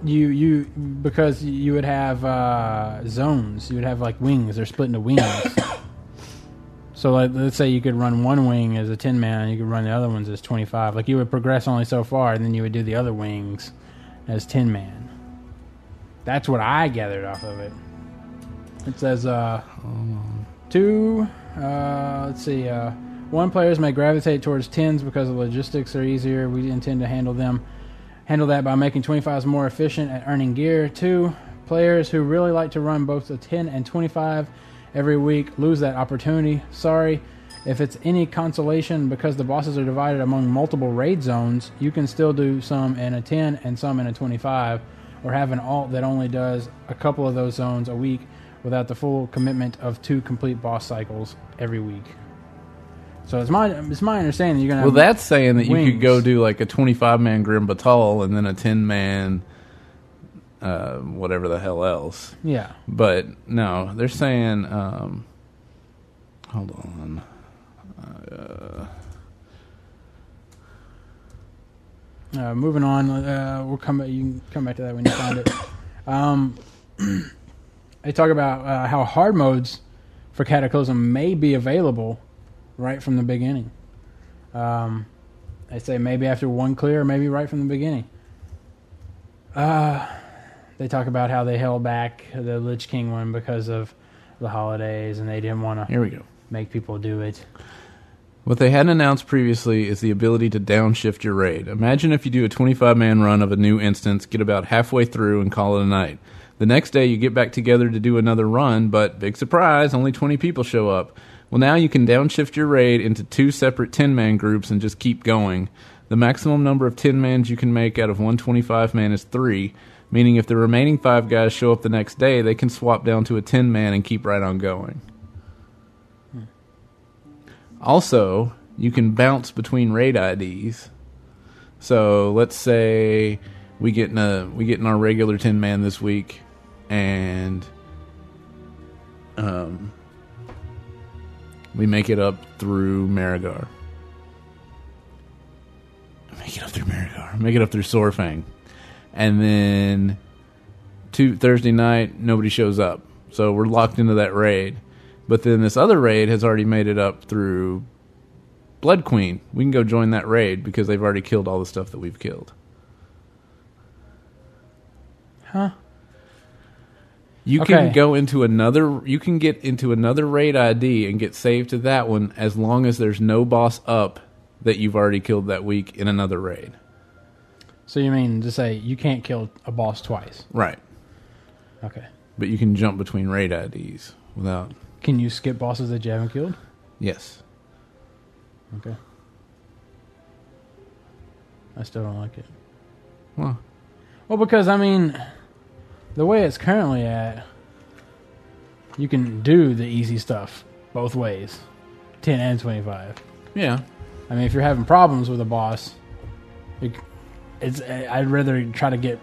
[SPEAKER 2] you you because you would have uh, zones. You would have like wings. They're split into wings. so like let's say you could run one wing as a ten man, and you could run the other ones as twenty five. Like you would progress only so far, and then you would do the other wings as ten man. That's what I gathered off of it. It says uh. Two, uh, let's see, uh, one players may gravitate towards tens because the logistics are easier. We intend to handle them, handle that by making 25s more efficient at earning gear. Two, players who really like to run both a 10 and 25 every week lose that opportunity. Sorry. If it's any consolation, because the bosses are divided among multiple raid zones, you can still do some in a 10 and some in a 25, or have an alt that only does a couple of those zones a week without the full commitment of two complete boss cycles every week. So it's my it's my understanding you're gonna
[SPEAKER 1] Well,
[SPEAKER 2] have
[SPEAKER 1] that's saying that you could go
[SPEAKER 2] wings.
[SPEAKER 1] do like a 25 man Grim Batal and then a 10 man uh, whatever the hell else.
[SPEAKER 2] yeah
[SPEAKER 1] But no, they're saying, um, hold on.
[SPEAKER 2] Uh, moving on, uh, we'll come. You can come back to that when you find it. Um, *clears throat* they talk about uh, how hard modes for Cataclysm may be available right from the beginning. Um, they say maybe after one clear, maybe right from the beginning. Uh, they talk about how they held back the Lich King one because of the holidays, and they didn't want to
[SPEAKER 1] Here we go.
[SPEAKER 2] make people do it.
[SPEAKER 1] What they hadn't announced previously is the ability to downshift your raid. Imagine if you do a 25 man run of a new instance, get about halfway through, and call it a night. The next day, you get back together to do another run, but big surprise, only 20 people show up. Well, now you can downshift your raid into two separate 10 man groups and just keep going. The maximum number of 10 mans you can make out of 125 man is three, meaning if the remaining five guys show up the next day, they can swap down to a 10 man and keep right on going. Also, you can bounce between raid IDs. So let's say we get in a we get in our regular ten man this week, and um, we make it up through Marigar. Make it up through Marigar. Make it up through Sorfang, and then two Thursday night nobody shows up, so we're locked into that raid. But then this other raid has already made it up through Blood Queen. We can go join that raid because they've already killed all the stuff that we've killed.
[SPEAKER 2] Huh?
[SPEAKER 1] You
[SPEAKER 2] Okay.
[SPEAKER 1] can go into another. You can get into another raid ID and get saved to that one as long as there's no boss up that you've already killed that week in another raid.
[SPEAKER 2] So you mean to say you can't kill a boss twice?
[SPEAKER 1] Right.
[SPEAKER 2] Okay.
[SPEAKER 1] But you can jump between raid IDs without.
[SPEAKER 2] Can you skip bosses that you haven't killed?
[SPEAKER 1] Yes.
[SPEAKER 2] Okay. I still don't like it.
[SPEAKER 1] Well,
[SPEAKER 2] Well, because I mean, the way it's currently at, you can do the easy stuff both ways, ten and twenty-five.
[SPEAKER 1] yeah.
[SPEAKER 2] I mean, if you're having problems with a boss, it, it's I'd rather try to get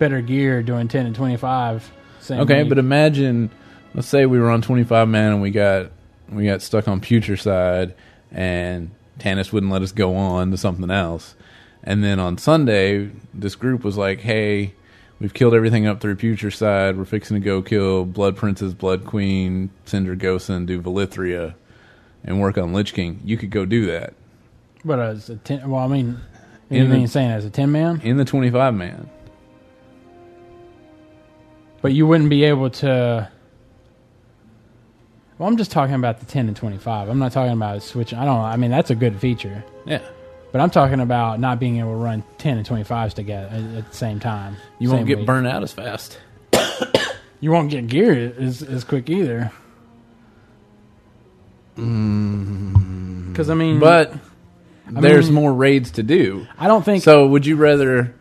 [SPEAKER 2] better gear doing ten and twenty-five. Same
[SPEAKER 1] Okay,
[SPEAKER 2] week.
[SPEAKER 1] but imagine, let's say we were on twenty five man and we got we got stuck on Future Side, and Tannis wouldn't let us go on to something else, and then on Sunday this group was like, "Hey, we've killed everything up through Future Side. We're fixing to go kill Blood Princess, Blood Queen, Cinder Gosen, do Valithria, and work on Lich King. You could go do that
[SPEAKER 2] but as a ten, well, I mean, you
[SPEAKER 1] In the-
[SPEAKER 2] mean saying as a ten man?
[SPEAKER 1] in the twenty five man.
[SPEAKER 2] But you wouldn't be able to. Well, I'm just talking about the 10 and 25. I'm not talking about switching. I don't. I mean, that's a good feature.
[SPEAKER 1] Yeah,
[SPEAKER 2] But I'm talking about not being able to run 10 and 25s together at, uh, at the same time.
[SPEAKER 1] You won't
[SPEAKER 2] same
[SPEAKER 1] get
[SPEAKER 2] week.
[SPEAKER 1] burned out as fast.
[SPEAKER 2] You won't get gear as, as quick either. Because, I mean,
[SPEAKER 1] Mm. But there's
[SPEAKER 2] mean-
[SPEAKER 1] more raids to do.
[SPEAKER 2] I don't think.
[SPEAKER 1] So would you rather,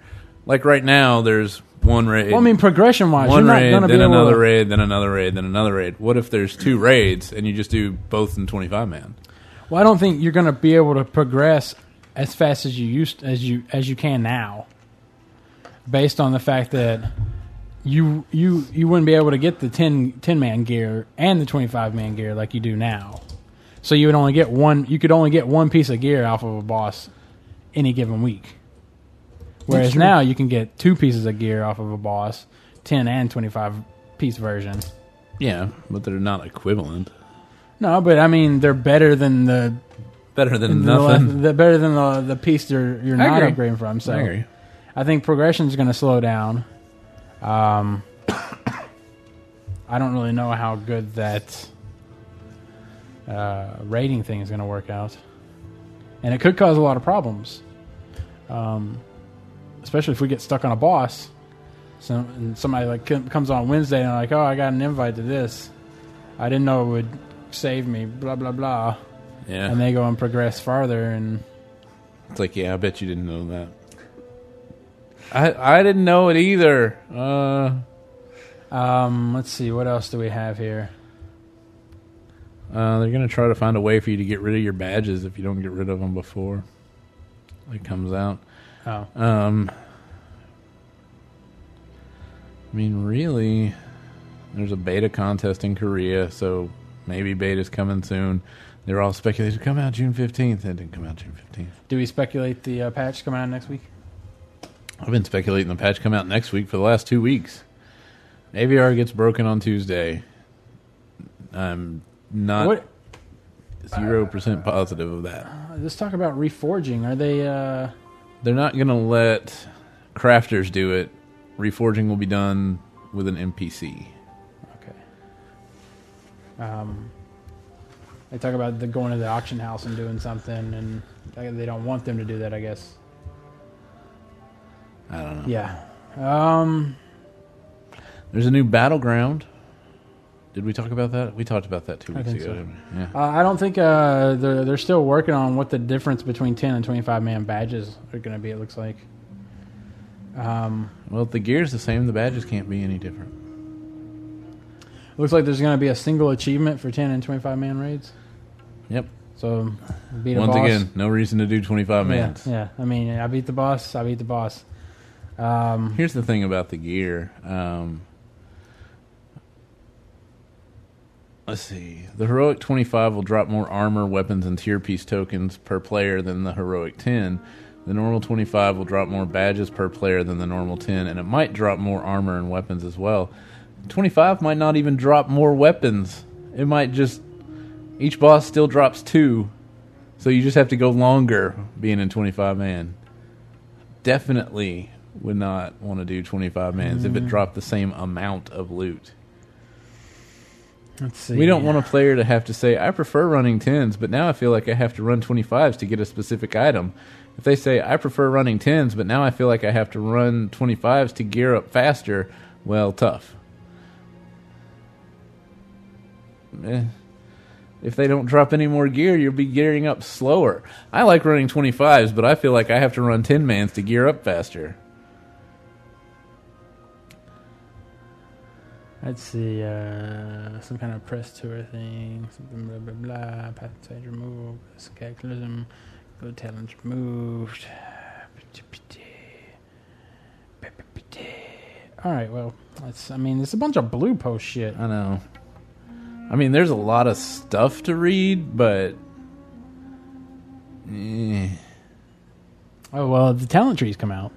[SPEAKER 1] like right now, there's one raid,
[SPEAKER 2] well, I mean, progression wise, you're
[SPEAKER 1] one
[SPEAKER 2] not
[SPEAKER 1] raid,
[SPEAKER 2] going to
[SPEAKER 1] then
[SPEAKER 2] be able
[SPEAKER 1] another
[SPEAKER 2] to.
[SPEAKER 1] raid, then another raid, then another raid. What if there's two raids and you just do both in 25 man?
[SPEAKER 2] Well, I don't think you're going to be able to progress as fast as you used as you as you can now, based on the fact that you you you wouldn't be able to get the 10, 10 man gear and the twenty five man gear like you do now. So you would only get one. You could only get one piece of gear off of a boss any given week. Whereas
[SPEAKER 1] true.
[SPEAKER 2] now you can get two pieces of gear off of a boss, ten and twenty five piece version.
[SPEAKER 1] Yeah, but they're not equivalent.
[SPEAKER 2] No, but I mean they're better than the
[SPEAKER 1] Better than
[SPEAKER 2] the le-
[SPEAKER 1] nothing.
[SPEAKER 2] the better than the the piece you're you're
[SPEAKER 1] I
[SPEAKER 2] not
[SPEAKER 1] agree.
[SPEAKER 2] upgrading from. So
[SPEAKER 1] I agree.
[SPEAKER 2] I think progression is going to slow down. Um, *coughs* I don't really know how good that uh, rating thing is going to work out, and it could cause a lot of problems. Um, especially if we get stuck on a boss, so and somebody like com- comes on Wednesday and like, oh, I got an invite to this. I didn't know it would save me. Blah blah blah,
[SPEAKER 1] Yeah,
[SPEAKER 2] and they go and progress farther and.
[SPEAKER 1] it's like yeah, I bet you didn't know that. I I didn't know it either. Uh,
[SPEAKER 2] Um, let's see, what else do we have here?
[SPEAKER 1] Uh, they're gonna try to find a way for you to get rid of your badges if you don't get rid of them before it comes out.
[SPEAKER 2] Oh,
[SPEAKER 1] Um, I mean, really, there's a beta contest in Korea, so maybe beta's coming soon. They're all speculating to come out June fifteenth. That didn't come out June fifteenth.
[SPEAKER 2] do we speculate the uh, patch coming out next week?
[SPEAKER 1] I've been speculating the patch come out next week for the last two weeks. AVR gets broken on Tuesday. I'm not
[SPEAKER 2] what?
[SPEAKER 1] zero percent positive of that.
[SPEAKER 2] uh, Let's talk about reforging. Are they? Uh,
[SPEAKER 1] They're not going to let crafters do it. Reforging will be done with an NPC.
[SPEAKER 2] okay. Um, they talk about the going to the auction house and doing something, and I- they don't want them to do that. I guess.
[SPEAKER 1] I don't know.
[SPEAKER 2] Yeah. Um,
[SPEAKER 1] There's a new battleground. Did we talk about that? We talked about that two
[SPEAKER 2] I
[SPEAKER 1] weeks
[SPEAKER 2] think
[SPEAKER 1] ago.
[SPEAKER 2] so.
[SPEAKER 1] didn't we? Yeah.
[SPEAKER 2] uh, I don't think uh, they're they're still working on what the difference between ten and twenty five man badges are going to be. It looks like. Um,
[SPEAKER 1] Well, if the gear's the same, the badges can't be any different.
[SPEAKER 2] looks like there's going to be a single achievement for ten and twenty five man raids.
[SPEAKER 1] Yep.
[SPEAKER 2] So beat a
[SPEAKER 1] Once
[SPEAKER 2] boss.
[SPEAKER 1] again, no reason to do 25 mans.
[SPEAKER 2] Yeah, yeah. I mean, I beat the boss. I beat the boss. Um,
[SPEAKER 1] Here's the thing about the gear. Um, let's see. The heroic 25 will drop more armor, weapons, and tier piece tokens per player than the heroic 10. The normal 25 will drop more badges per player than the normal 10, and it might drop more armor and weapons as well. 25 might not even drop more weapons. It might just. Each boss still drops two, so you just have to go longer being in 25 man definitely would not want to do 25 mans if it dropped the same amount of loot.
[SPEAKER 2] let's see.
[SPEAKER 1] We don't want a player to have to say, I prefer running 10s, but now I feel like I have to run 25s to get a specific item. If they say, I prefer running 10s, but now I feel like I have to run 25s to gear up faster, well, tough. Eh. If they don't drop any more gear, you'll be gearing up slower. I like running 25s, but I feel like I have to run 10 mans to gear up faster.
[SPEAKER 2] Let's see. Uh, some kind of press tour thing. Something blah blah blah. Path stage removed. This cataclysm. Go talent removed. All right. Well, that's. I mean, it's a bunch of blue post shit.
[SPEAKER 1] I know. I mean, there's a lot of stuff to read, but eh,
[SPEAKER 2] Oh well, the talent trees come out.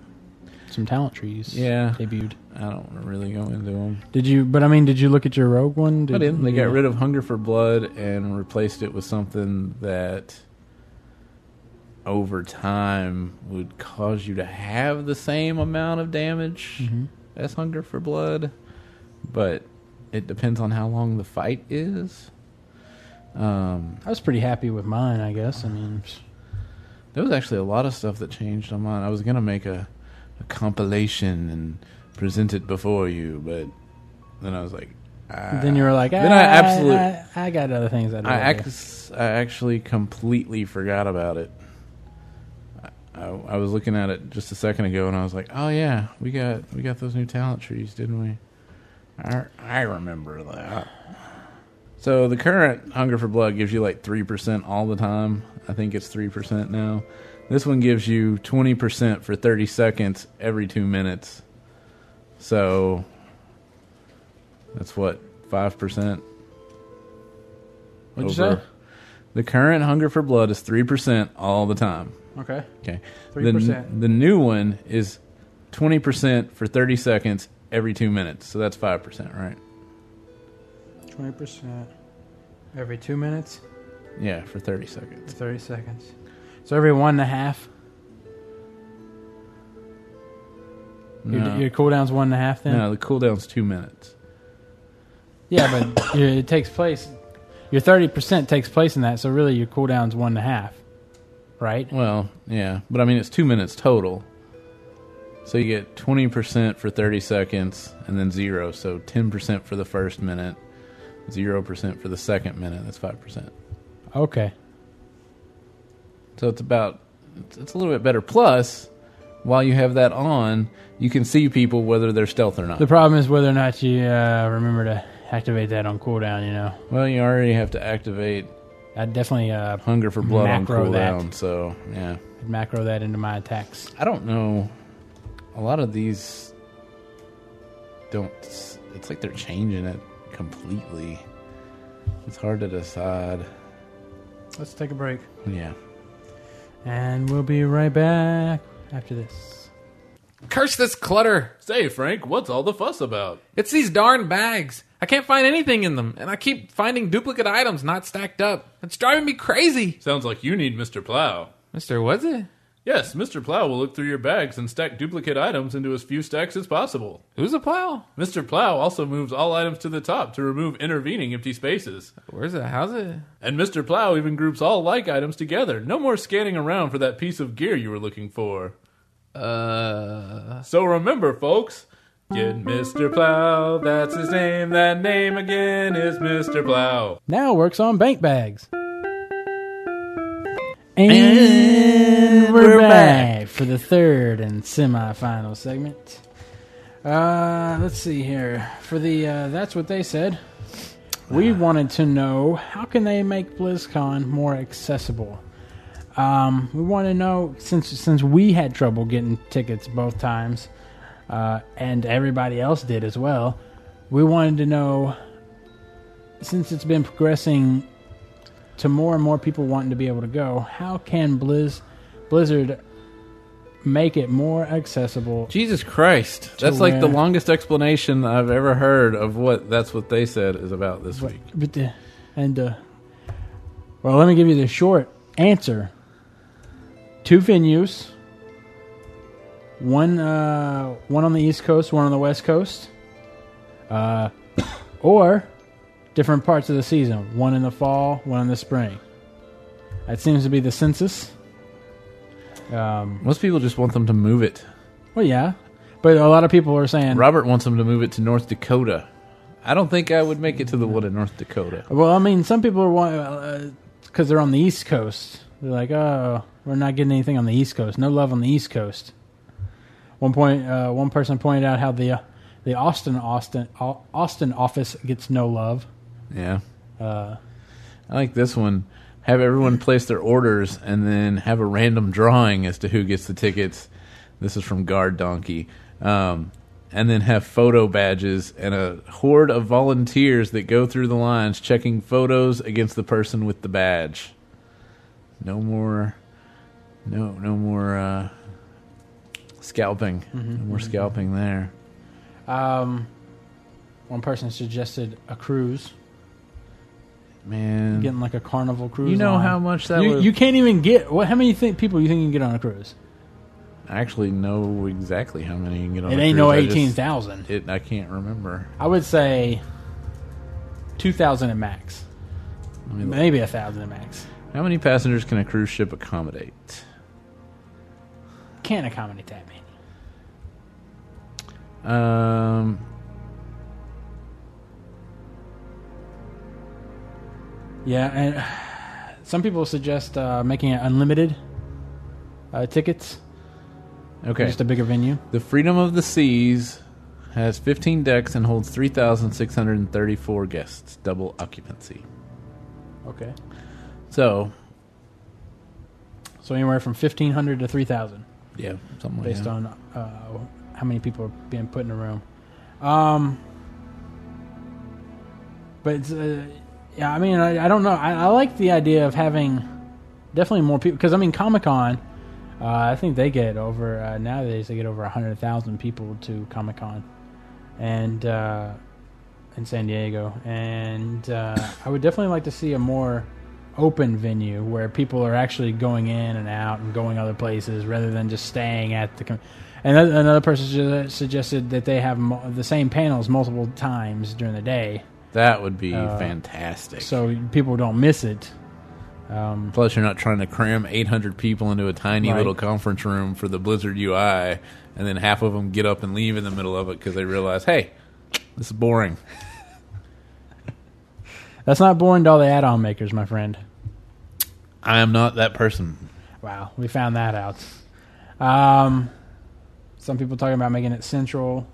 [SPEAKER 2] Some talent trees.
[SPEAKER 1] Yeah.
[SPEAKER 2] Debuted.
[SPEAKER 1] I don't want to really go into them.
[SPEAKER 2] Did you? But I mean, did you look at your rogue one? Did
[SPEAKER 1] I didn't. They
[SPEAKER 2] you-
[SPEAKER 1] got rid of Hunger for Blood and replaced it with something that over time would cause you to have the same amount of damage as Hunger for Blood, but it depends on how long the fight is. Um,
[SPEAKER 2] I was pretty happy with mine. I guess. I mean.
[SPEAKER 1] There There was actually a lot of stuff that changed on mine. I was gonna make a, a compilation and present it before you, but then I was like, ah.
[SPEAKER 2] then you were like,
[SPEAKER 1] Then I
[SPEAKER 2] "Ah,
[SPEAKER 1] absolute-
[SPEAKER 2] I, I got other things I do.
[SPEAKER 1] I, ac- I actually completely forgot about it. I, I, I was looking at it just a second ago, and I was like, "Oh yeah, we got we got those new talent trees, didn't we?" I, I remember that. So the current Hunger for Blood gives you like three percent all the time. I think it's three percent now. This one gives you twenty percent for thirty seconds every two minutes. So that's what five percent.
[SPEAKER 2] What'd you say?
[SPEAKER 1] The current Hunger for Blood is three percent all the time.
[SPEAKER 2] Okay.
[SPEAKER 1] Okay.
[SPEAKER 2] 3%.
[SPEAKER 1] The, the new one is 20% for 30 seconds every two minutes. So that's 5%, right?
[SPEAKER 2] Twenty percent every two minutes,
[SPEAKER 1] Yeah, for 30 seconds.
[SPEAKER 2] thirty seconds. So every one and a half.
[SPEAKER 1] No,
[SPEAKER 2] Your, your cooldown's one and a half. Then
[SPEAKER 1] no the cooldown's two minutes.
[SPEAKER 2] yeah, but your- it takes place. Your thirty percent takes place in that, so really your cooldown's one and a half, right?
[SPEAKER 1] Well, yeah. But I mean, it's two minutes total. So you get 20% for 30 seconds and then zero. So 10% for the first minute, 0% for the second minute. That's 5%.
[SPEAKER 2] Okay.
[SPEAKER 1] So it's about it's, it's a little bit better. Plus, while you have that on, you can see people whether they're stealth or not.
[SPEAKER 2] The problem is whether or not you uh, remember to activate that on cooldown. You know,
[SPEAKER 1] Well, you already have to activate
[SPEAKER 2] I definitely uh,
[SPEAKER 1] Hunger for Blood
[SPEAKER 2] Macro
[SPEAKER 1] on
[SPEAKER 2] that.
[SPEAKER 1] cooldown, so yeah.
[SPEAKER 2] macro that into my attacks.
[SPEAKER 1] I don't know. A lot of these don't. It's like they're changing it completely. It's hard to decide.
[SPEAKER 2] Let's take a break.
[SPEAKER 1] Yeah.
[SPEAKER 2] And we'll be right back after this.
[SPEAKER 5] Curse this clutter.
[SPEAKER 4] Say, Frank, what's all the fuss about?
[SPEAKER 5] It's these darn bags. I can't find anything in them, and I keep finding duplicate items not stacked up. It's driving me crazy.
[SPEAKER 4] Sounds like you need Mr. Plow.
[SPEAKER 5] Mister, was it?
[SPEAKER 4] Yes, Mr. Plow will look through your bags and stack duplicate items into as few stacks as possible.
[SPEAKER 5] Who's a plow?
[SPEAKER 4] Mr. Plow also moves all items to the top to remove intervening empty spaces.
[SPEAKER 5] Where's it? How's it?
[SPEAKER 4] And Mr. Plow even groups all like items together. No more scanning around for that piece of gear you were looking for.
[SPEAKER 5] Uh.
[SPEAKER 4] So remember, folks, get Mr. Plow. That's his name. That name again is Mr. Plow.
[SPEAKER 2] Now works on bank bags. And we're back for the third and semi-final segment. Uh, let's see here. For the uh, that's what they said. We wanted to know how can they make BlizzCon more accessible. Um, we want to know since since we had trouble getting tickets both times, uh, and everybody else did as well. We wanted to know since it's been progressing to more and more people wanting to be able to go, how can Blizz Blizzard make it more accessible?
[SPEAKER 1] Jesus Christ, that's like
[SPEAKER 2] where-
[SPEAKER 1] the longest explanation I've ever heard of what that's what they said is about this week.
[SPEAKER 2] But the, and uh, well, let me give you the short answer: two venues, one uh, one on the East Coast, one on the West Coast, uh, *coughs* or different parts of the season: one in the fall, one in the spring. That seems to be the census. Um,
[SPEAKER 1] Most people just want them to move it.
[SPEAKER 2] well, yeah, but a lot of people are saying.
[SPEAKER 1] Robert wants them to move it to North Dakota. I don't think I would make it to the one in North Dakota.
[SPEAKER 2] Well, I mean, some people are because they're on the East Coast. They're like, oh, we're not getting anything on the East Coast. No love on the East Coast. One point, uh, one person pointed out how the uh, the Austin Austin Au- Austin office gets no love.
[SPEAKER 1] Yeah.
[SPEAKER 2] Uh,
[SPEAKER 1] I like this one. Have everyone place their orders and then have a random drawing as to who gets the tickets. This is from Guard Donkey. Um, and then have photo badges and a horde of volunteers that go through the lines checking photos against the person with the badge. No more, no, no more uh, scalping.
[SPEAKER 2] Mm-hmm.
[SPEAKER 1] no more scalping there.
[SPEAKER 2] um, one person suggested a cruise,
[SPEAKER 1] Man,
[SPEAKER 2] getting like a carnival cruise.
[SPEAKER 1] you know
[SPEAKER 2] line.
[SPEAKER 1] how much that
[SPEAKER 2] you,
[SPEAKER 1] would.
[SPEAKER 2] you can't even get what? How many think people you think you can get on a cruise?
[SPEAKER 1] I actually know exactly how many you can get on.
[SPEAKER 2] It
[SPEAKER 1] a
[SPEAKER 2] ain't
[SPEAKER 1] cruise.
[SPEAKER 2] no
[SPEAKER 1] I just-
[SPEAKER 2] eighteen thousand.
[SPEAKER 1] It, I can't remember.
[SPEAKER 2] I would say two thousand at max,
[SPEAKER 1] Let me look.
[SPEAKER 2] maybe a thousand at max.
[SPEAKER 1] How many passengers can a cruise ship accommodate?
[SPEAKER 2] can't accommodate that many.
[SPEAKER 1] Um,
[SPEAKER 2] Yeah, and some people suggest uh, making it unlimited uh, tickets,
[SPEAKER 1] okay.
[SPEAKER 2] just a bigger venue.
[SPEAKER 1] The Freedom of the Seas has 15 decks and holds 3,634 guests, double occupancy.
[SPEAKER 2] Okay.
[SPEAKER 1] So,
[SPEAKER 2] So anywhere from fifteen hundred to three thousand,
[SPEAKER 1] yeah, something
[SPEAKER 2] based
[SPEAKER 1] like
[SPEAKER 2] on uh, how many people are being put in a room. Um, but it's, uh, yeah, I mean, I, I don't know. I, I like the idea of having definitely more people because I mean, Comic Con. Uh, I think they get over uh, nowadays. They get over hundred thousand people to Comic Con, and uh, in San Diego. And uh, I would definitely like to see a more open venue where people are actually going in and out and going other places rather than just staying at the. Com- and th- another person su- suggested that they have mo- the same panels multiple times during the day,
[SPEAKER 1] that. That would be
[SPEAKER 2] uh,
[SPEAKER 1] fantastic.
[SPEAKER 2] so people don't miss it. Um,
[SPEAKER 1] Plus, you're not trying to cram 800 people into a tiny
[SPEAKER 2] Right.
[SPEAKER 1] little conference room for the Blizzard UI, and then half of them get up and leave in the middle of it because they realize, hey, this is boring.
[SPEAKER 2] that's not boring to all the add-on makers, my friend.
[SPEAKER 1] I am not that person.
[SPEAKER 2] Wow, we found that out. Um, some people talking about making it central.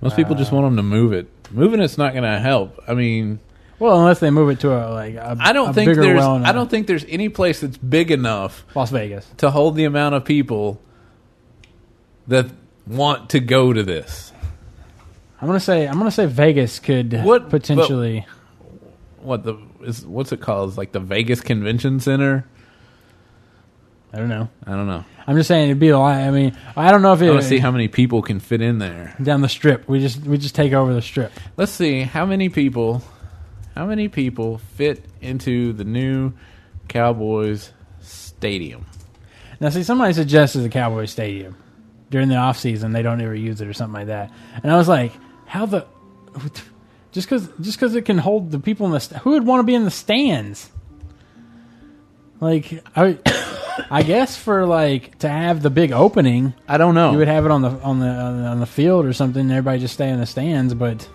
[SPEAKER 1] Most people just want them to move it. Moving it's not going to help. I mean,
[SPEAKER 2] Well, unless they move it to a like a,
[SPEAKER 1] I don't
[SPEAKER 2] a
[SPEAKER 1] think
[SPEAKER 2] bigger
[SPEAKER 1] there's
[SPEAKER 2] well in,
[SPEAKER 1] I
[SPEAKER 2] uh,
[SPEAKER 1] don't think there's any place that's big enough
[SPEAKER 2] Las Vegas.
[SPEAKER 1] to hold the amount of people that want to go to this.
[SPEAKER 2] I'm gonna say I'm gonna say Vegas could
[SPEAKER 1] What-
[SPEAKER 2] potentially.
[SPEAKER 1] What the is what's it called? It's like the Vegas Convention Center.
[SPEAKER 2] I don't know.
[SPEAKER 1] I don't know.
[SPEAKER 2] I'm just saying it'd be a lot. I mean, I don't know if
[SPEAKER 1] I want to see
[SPEAKER 2] it
[SPEAKER 1] how many people can fit in there.
[SPEAKER 2] down the strip. We just we just take over the strip.
[SPEAKER 1] Let's see how many people how many people fit into the new Cowboys stadium.
[SPEAKER 2] Now, see, somebody suggested the Cowboy Stadium during the off season. They don't ever use it or something like that. And I was like, how the just because just because it can hold the people in the st- who would want to be in the stands. Like I, *coughs* I guess for like to have the big opening,
[SPEAKER 1] I don't know.
[SPEAKER 2] you would have it on the on the on the, on the field or something. And everybody just stay in the stands, but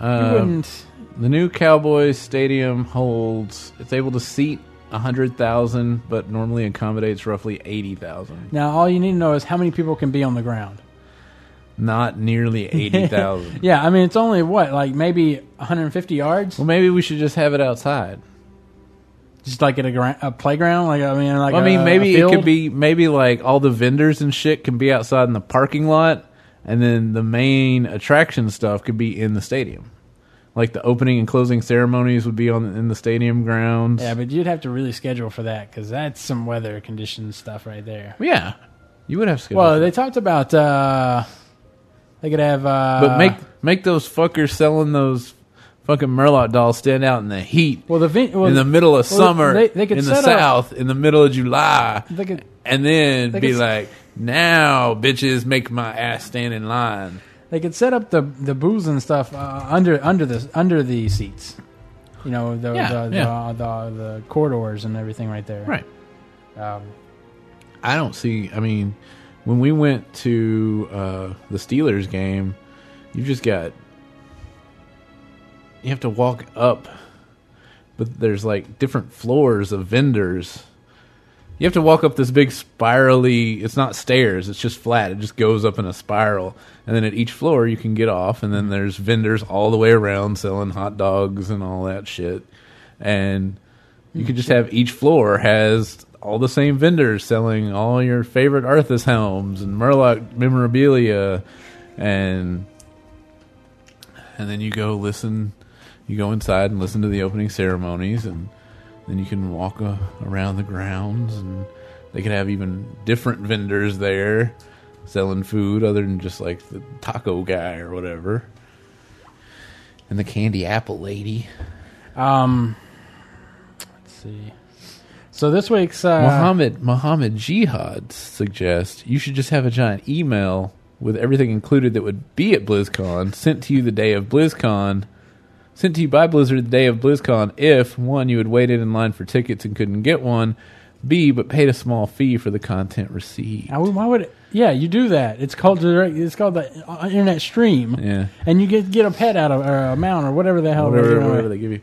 [SPEAKER 2] you
[SPEAKER 1] Um,
[SPEAKER 2] wouldn't.
[SPEAKER 1] The new Cowboys Stadium holds it's able to seat hundred thousand, but normally accommodates roughly eighty thousand.
[SPEAKER 2] Now all you need to know is how many people can be on the ground.
[SPEAKER 1] Not
[SPEAKER 2] *laughs*
[SPEAKER 1] nearly eighty thousand.
[SPEAKER 2] Yeah, I mean it's only what like maybe 150 yards,
[SPEAKER 1] well, maybe we should just have it outside.
[SPEAKER 2] just like at a, gra- a playground. Like Uh, I mean, like
[SPEAKER 1] I mean,
[SPEAKER 2] a-
[SPEAKER 1] maybe
[SPEAKER 2] a
[SPEAKER 1] it could
[SPEAKER 2] field.
[SPEAKER 1] be maybe like all the vendors and shit can be outside in the parking lot, and then the main attraction stuff could be in the stadium. Like the opening and closing ceremonies would be on in the stadium grounds.
[SPEAKER 2] Yeah, but you'd have to really schedule for that because that's some weather conditions stuff right there.
[SPEAKER 1] yeah. You would have scheduled.
[SPEAKER 2] Well, they talked about uh they could have. uh
[SPEAKER 1] But make make those fuckers selling those fucking Murloc dolls stand out in the heat
[SPEAKER 2] well the vin- well,
[SPEAKER 1] in the middle of
[SPEAKER 2] well,
[SPEAKER 1] summer
[SPEAKER 2] they- they could
[SPEAKER 1] in the
[SPEAKER 2] set up-
[SPEAKER 1] south in the middle of July,
[SPEAKER 2] They could
[SPEAKER 1] and then
[SPEAKER 2] they
[SPEAKER 1] be
[SPEAKER 2] could s-
[SPEAKER 1] like, "Now, bitches, make my ass stand in line."
[SPEAKER 2] they could set up the the booze and stuff uh, under under the under the seats. You know the
[SPEAKER 1] Yeah,
[SPEAKER 2] the,
[SPEAKER 1] yeah.
[SPEAKER 2] The, the the corridors and everything right there.
[SPEAKER 1] Right.
[SPEAKER 2] Um,
[SPEAKER 1] I don't see. I mean, when we went to uh, the Steelers game, you've just got you have to walk up, but there's like different floors of vendors. You have to walk up this big spirally. It's not stairs. It's just flat. It just goes up in a spiral, and then at each floor you can get off, and then there's vendors all the way around selling hot dogs and all that shit, and you could just have each floor has all the same vendors selling all your favorite Arthas helms and Murloc memorabilia, and and then you go listen, you go inside and listen to the opening ceremonies, and then you can walk uh, around the grounds, and they could have even different vendors there selling food other than just like the taco guy or whatever, and the candy apple lady.
[SPEAKER 2] um, let's see. So this week's uh,
[SPEAKER 1] Muhammad Muhammad Jihad suggests you should just have a giant email with everything included that would be at BlizzCon sent to you the day of BlizzCon, sent to you by Blizzard the day of BlizzCon. If one, you had waited in line for tickets and couldn't get one. B, but paid a small fee for the content received.
[SPEAKER 2] I would- why would? It, yeah, you do that. It's called direct. It's called the uh, internet stream.
[SPEAKER 1] Yeah.
[SPEAKER 2] and you get get a pet out of or a mount or whatever the hell.
[SPEAKER 1] whatever,
[SPEAKER 2] they're doing.
[SPEAKER 1] whatever they give you.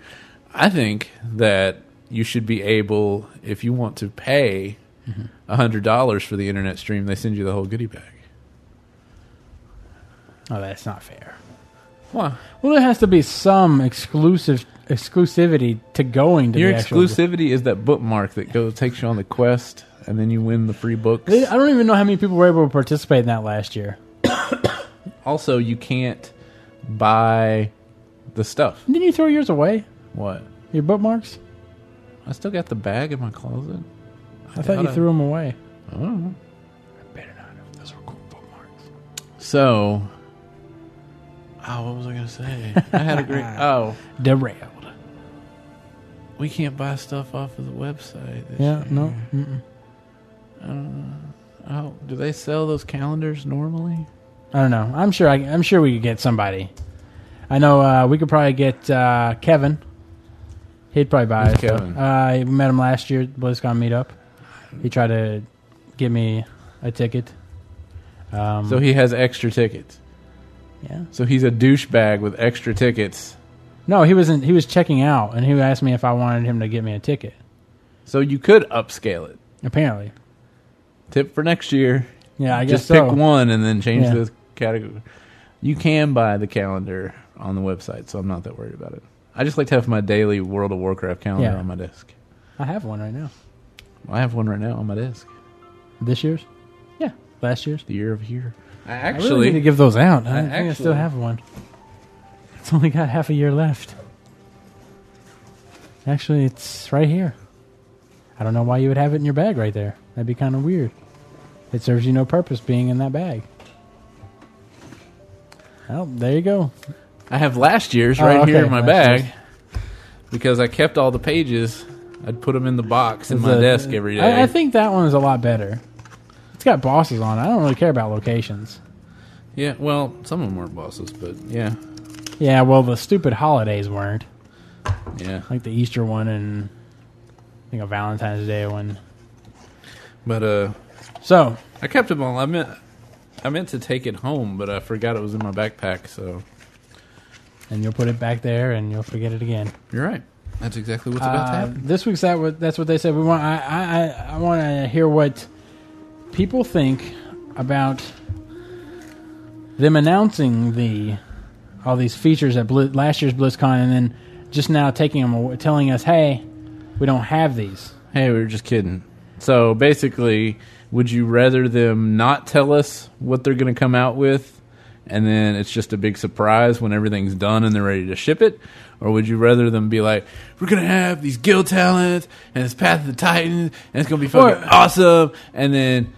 [SPEAKER 1] I think that you should be able, if you want to pay a hundred dollars for the internet stream, they send you the whole goodie bag.
[SPEAKER 2] Oh, that's not fair.
[SPEAKER 1] Why?
[SPEAKER 2] Well, there has to be some exclusive exclusivity to going to
[SPEAKER 1] Your
[SPEAKER 2] the actual-
[SPEAKER 1] exclusivity is that bookmark that goes takes you on the quest, and then you win the free books.
[SPEAKER 2] They- uh, I don't even know how many people were able to participate in that last year.
[SPEAKER 1] Also, you can't buy the stuff.
[SPEAKER 2] Didn't you throw yours away?
[SPEAKER 1] What?
[SPEAKER 2] Your bookmarks?
[SPEAKER 1] I still got the bag in my closet.
[SPEAKER 2] I thought you
[SPEAKER 1] I-
[SPEAKER 2] threw them away.
[SPEAKER 1] Oh.
[SPEAKER 2] Better not have. Those were cool bookmarks.
[SPEAKER 1] So. Oh, what was I going to say? I had a
[SPEAKER 2] *laughs*
[SPEAKER 1] great. Oh,
[SPEAKER 2] Derailed.
[SPEAKER 1] we can't buy stuff off of the website. this
[SPEAKER 2] Yeah.
[SPEAKER 1] year.
[SPEAKER 2] No. Mm-mm.
[SPEAKER 1] Oh, do they sell those calendars normally?
[SPEAKER 2] I don't know. I'm sure. I, I'm sure we could get somebody. I know uh, we could probably get uh, Kevin. He'd probably buy
[SPEAKER 1] Who's
[SPEAKER 2] it. though.
[SPEAKER 1] Kevin?
[SPEAKER 2] Uh, I met him last year at BlizzCon meetup. He tried to give me a ticket. Um,
[SPEAKER 1] So he has extra tickets.
[SPEAKER 2] yeah.
[SPEAKER 1] So he's a douchebag with extra tickets.
[SPEAKER 2] No, he wasn't. He was checking out, and he asked me if I wanted him to get me a ticket.
[SPEAKER 1] So you could upscale it.
[SPEAKER 2] Apparently,
[SPEAKER 1] Tip for next year.
[SPEAKER 2] yeah. I guess
[SPEAKER 1] Just
[SPEAKER 2] so.
[SPEAKER 1] pick one and then change
[SPEAKER 2] Yeah.
[SPEAKER 1] the category. You can buy the calendar on the website, so I'm not that worried about it. I just like to have my daily World of Warcraft calendar
[SPEAKER 2] Yeah.
[SPEAKER 1] on my desk.
[SPEAKER 2] I have one right now.
[SPEAKER 1] I have one right now on my desk.
[SPEAKER 2] This year's? Yeah, last year's.
[SPEAKER 1] The year of here. I
[SPEAKER 2] I really
[SPEAKER 1] actually
[SPEAKER 2] need to give those out. I,
[SPEAKER 1] I
[SPEAKER 2] think I still
[SPEAKER 1] actually-
[SPEAKER 2] have one. It's only got half a year left. Actually, it's right here. I don't know why you would have it in your bag right there. That'd be kind of weird. It serves you no purpose being in that bag. Well, there you go.
[SPEAKER 1] I have last year's
[SPEAKER 2] Oh,
[SPEAKER 1] right here
[SPEAKER 2] okay.
[SPEAKER 1] in my
[SPEAKER 2] Last
[SPEAKER 1] bag
[SPEAKER 2] year's.
[SPEAKER 1] because I kept all the pages. I'd put them in the box in
[SPEAKER 2] It's
[SPEAKER 1] my
[SPEAKER 2] a-
[SPEAKER 1] desk every day.
[SPEAKER 2] I, I think that one is a lot better. It's got bosses on it. I don't really care about locations.
[SPEAKER 1] yeah, well, some of them weren't bosses, but yeah,
[SPEAKER 2] Yeah, well, the stupid holidays weren't.
[SPEAKER 1] yeah.
[SPEAKER 2] like the Easter one and I think a Valentine's Day one.
[SPEAKER 1] But uh,
[SPEAKER 2] So
[SPEAKER 1] I kept them all. I meant I meant to take it home, but I forgot it was in my backpack. So
[SPEAKER 2] and you'll put it back there and you'll forget it again.
[SPEAKER 1] you're right. That's exactly what's about to
[SPEAKER 2] Uh,
[SPEAKER 1] happen.
[SPEAKER 2] this week's that what that's what they said. We want I I, I- I want to hear what people think about them announcing the all these features at Bli- last year's BlizzCon and then just now taking them aw- telling us hey we don't have these.
[SPEAKER 1] Hey, we were just kidding. So basically, would you rather them not tell us what they're going to come out with, and then it's just a big surprise when everything's done and they're ready to ship it, or would you rather them be like, "We're going to have these guild talents and it's Path of the Titans and it's going to be fucking
[SPEAKER 2] Or-
[SPEAKER 1] awesome," and then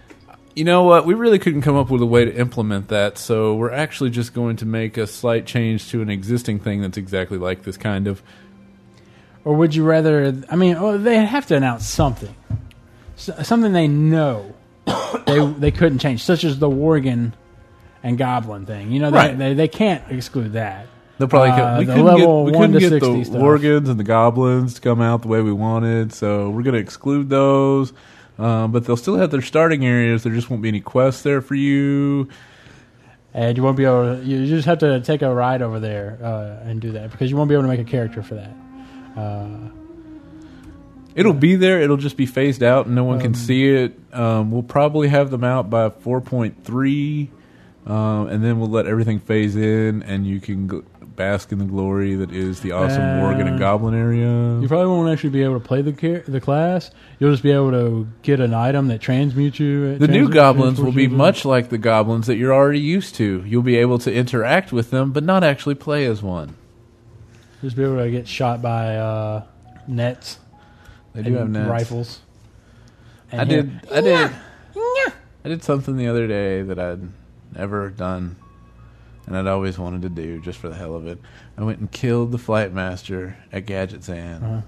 [SPEAKER 1] you know what? We really couldn't come up with a way to implement that, so we're actually just going to make a slight change to an existing thing that's exactly like this kind of.
[SPEAKER 2] Or would you rather? I mean, oh, they have to announce something, S- something they know *coughs* they they couldn't change, such as the Worgen and Goblin thing. You know, they
[SPEAKER 1] Right.
[SPEAKER 2] they, they can't exclude that.
[SPEAKER 1] They'll probably
[SPEAKER 2] Uh,
[SPEAKER 1] co- we
[SPEAKER 2] the
[SPEAKER 1] couldn't get,
[SPEAKER 2] level
[SPEAKER 1] we
[SPEAKER 2] 1
[SPEAKER 1] couldn't
[SPEAKER 2] to
[SPEAKER 1] get
[SPEAKER 2] 60
[SPEAKER 1] the
[SPEAKER 2] stuff.
[SPEAKER 1] Worgans and the goblins to come out the way we wanted, so we're going to exclude those. Um, but they'll still have their starting areas. There just won't be any quests there for you.
[SPEAKER 2] And you won't be able. To, you just have to take a ride over there uh, and do that because you won't be able to make a character for that.
[SPEAKER 1] It'll be there. It'll just be phased out, and no one can see it. Um, we'll probably have them out by four point three, um, and then we'll let everything phase in, and you can g- bask in the glory that is the awesome
[SPEAKER 2] Uh,
[SPEAKER 1] Worgan and Goblin area.
[SPEAKER 2] You probably won't actually be able to play the char- the class. You'll just be able to get an item that transmutes you. uh,
[SPEAKER 1] The new
[SPEAKER 2] transmutes-
[SPEAKER 1] goblins will be
[SPEAKER 2] transports you.
[SPEAKER 1] much like the goblins that you're already used to. You'll be able to interact with them, but not actually play as one.
[SPEAKER 2] Just be able to get shot by uh, nets.
[SPEAKER 1] They do have
[SPEAKER 2] and
[SPEAKER 1] nets.
[SPEAKER 2] rifles. And
[SPEAKER 1] I
[SPEAKER 2] hit-
[SPEAKER 1] did. I did. I did something the other day that I'd never done, and I'd always wanted to do just for the hell of it. I went and killed the flight master at Gadget Zan.
[SPEAKER 2] Uh-huh.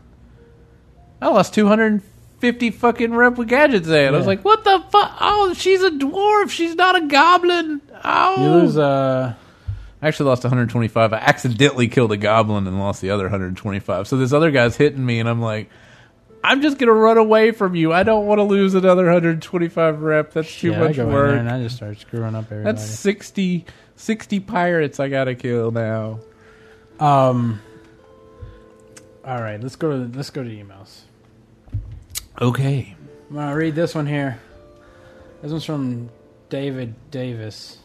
[SPEAKER 1] I lost two hundred and fifty fucking rep with Gadget Zan. I was
[SPEAKER 2] Yeah.
[SPEAKER 1] like, "What the fuck? Oh, she's a dwarf. She's not a goblin. Oh,
[SPEAKER 2] You lose. Uh,
[SPEAKER 1] I actually lost 125. I accidentally killed a goblin and lost the other 125. So this other guy's hitting me, and I'm like, I'm just gonna run away from you. I don't want to lose another 125 rep. That's too
[SPEAKER 2] Yeah, I
[SPEAKER 1] much
[SPEAKER 2] go in there
[SPEAKER 1] work.
[SPEAKER 2] and I just start screwing up everybody.
[SPEAKER 1] That's 60, 60 pirates I gotta kill now.
[SPEAKER 2] um. All right, let's go to let's go to emails.
[SPEAKER 1] Okay.
[SPEAKER 2] I'm gonna read this one here. This one's from David Davis.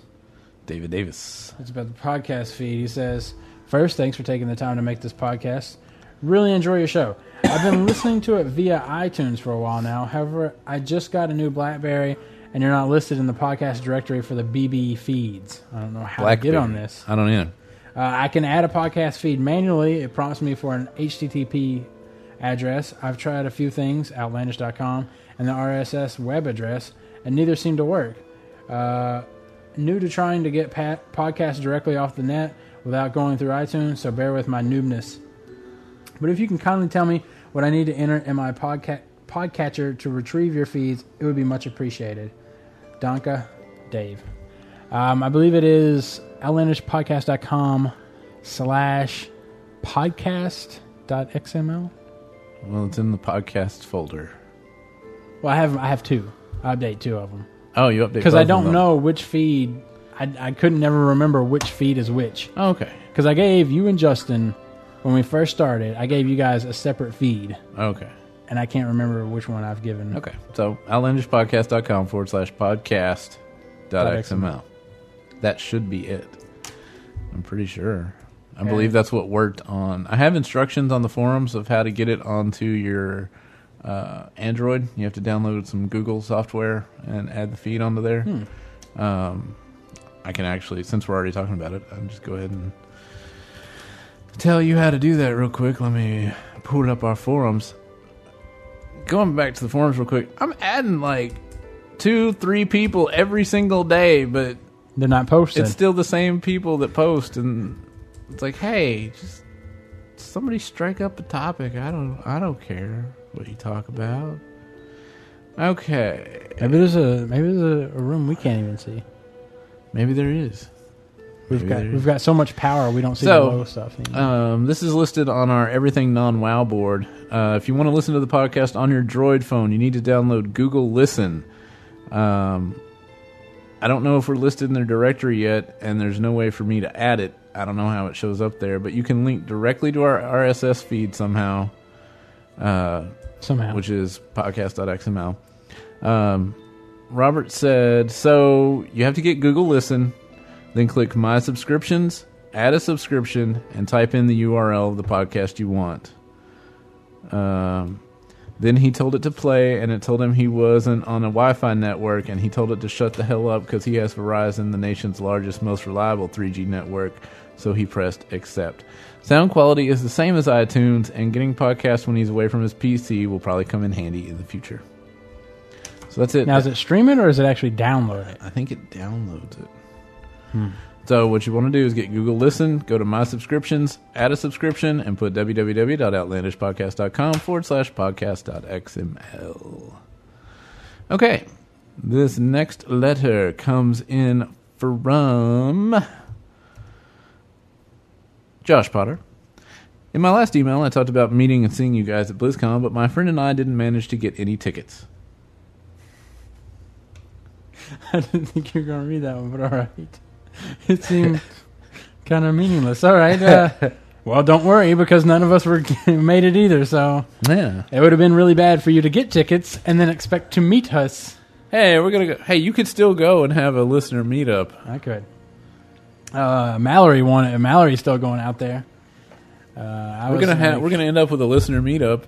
[SPEAKER 1] David Davis.
[SPEAKER 2] It's about the podcast feed. He says, First, thanks for taking the time to make this podcast. Really enjoy your show. I've been listening to it via iTunes for a while now. However, I just got a new Blackberry, and you're not listed in the podcast directory for the BB feeds. I don't know how to get on this.
[SPEAKER 1] I don't know.
[SPEAKER 2] Uh, I can add a podcast feed manually. It prompts me for an HTTP address. I've tried a few things, outlandish.com and the RSS web address, and neither seem to work. Uh, new to trying to get pa- podcasts directly off the net without going through iTunes, so bear with my noobness. But if you can kindly tell me what I need to enter in my podca- podcatcher to retrieve your feeds, it would be much appreciated. Donka, Dave. Um, I believe it is outlandishpodcast.com slash podcast.xml.
[SPEAKER 1] Well, it's in the podcast folder.
[SPEAKER 2] Well, I have I have two. I update two of them
[SPEAKER 1] Oh, you update
[SPEAKER 2] because I
[SPEAKER 1] both of
[SPEAKER 2] don't
[SPEAKER 1] them.
[SPEAKER 2] know which feed. I, I couldn't never remember which feed is which
[SPEAKER 1] Oh, okay.
[SPEAKER 2] because I gave you and Justin when we first started. I gave you guys a separate feed,
[SPEAKER 1] Okay.
[SPEAKER 2] and I can't remember which one I've given.
[SPEAKER 1] Okay. So outlandishpodcast.com forward slash podcast dot xml. That should be it. I'm pretty sure. I believe that's what worked on. I have instructions on the forums of how to get it onto your uh, Android. You have to download some Google software and add the feed onto there. Um, I can actually, since we're already talking about it, I'll just go ahead and tell you how to do that real quick. Let me pull up our forums going back to the forums real quick, I'm adding like two, three people every single day, but
[SPEAKER 2] They're not posted.
[SPEAKER 1] it's still the same people that post, and it's like, hey, just somebody strike up a topic. I don't, I don't care what you talk about. Okay,
[SPEAKER 2] maybe there's a maybe there's a, a room we can't even see.
[SPEAKER 1] maybe there is.
[SPEAKER 2] We've
[SPEAKER 1] Maybe
[SPEAKER 2] got
[SPEAKER 1] there
[SPEAKER 2] we've got so much power we don't see
[SPEAKER 1] So,
[SPEAKER 2] the low stuff. anymore.
[SPEAKER 1] Um, this is listed on our Everything Non WoW board. Uh, if you want to listen to the podcast on your Droid phone, you need to download Google Listen. Um, I don't know if we're listed in their directory yet, and there's no way for me to add it. I don't know how it shows up there, but you can link directly to our RSS feed somehow, uh,
[SPEAKER 2] Somehow,
[SPEAKER 1] which is podcast.xml. Um, Robert said, so you have to get Google Listen, then click My Subscriptions, add a subscription, and type in the URL of the podcast you want. Um, then he told it to play, and it told him he wasn't on a Wi Fi network, and he told it to shut the hell up because he has Verizon, the nation's largest, most reliable 3G network. So he pressed accept. Sound quality is the same as iTunes, and getting podcasts when he's away from his PC will probably come in handy in the future. So that's it.
[SPEAKER 2] now is it stream it or is it actually download it?
[SPEAKER 1] I think it downloads it. So what you want to do is get Google Listen, go to My Subscriptions, add a subscription, and put www.outlandishpodcast.com forward slash podcast.xml. Okay, this next letter comes in from Josh Potter. In my last email, I talked about meeting and seeing you guys at BlizzCon, but my friend and I didn't manage to get any tickets.
[SPEAKER 2] *laughs* I didn't think you were going to read that one, but all right. *laughs* It seemed kind of meaningless. All right.
[SPEAKER 1] *laughs*
[SPEAKER 2] Uh, well, don't worry because none of us were *laughs* made it either. So
[SPEAKER 1] Yeah.
[SPEAKER 2] it would have been really bad for you to get tickets and then expect to meet us.
[SPEAKER 1] Hey, we're gonna go. Hey, you could still go and have a listener meetup.
[SPEAKER 2] I could. Uh, Mallory wanted. Mallory's still going out there. Uh, I
[SPEAKER 1] We're
[SPEAKER 2] was
[SPEAKER 1] gonna have.
[SPEAKER 2] like-
[SPEAKER 1] We're gonna end up with a listener
[SPEAKER 2] *laughs*
[SPEAKER 1] meetup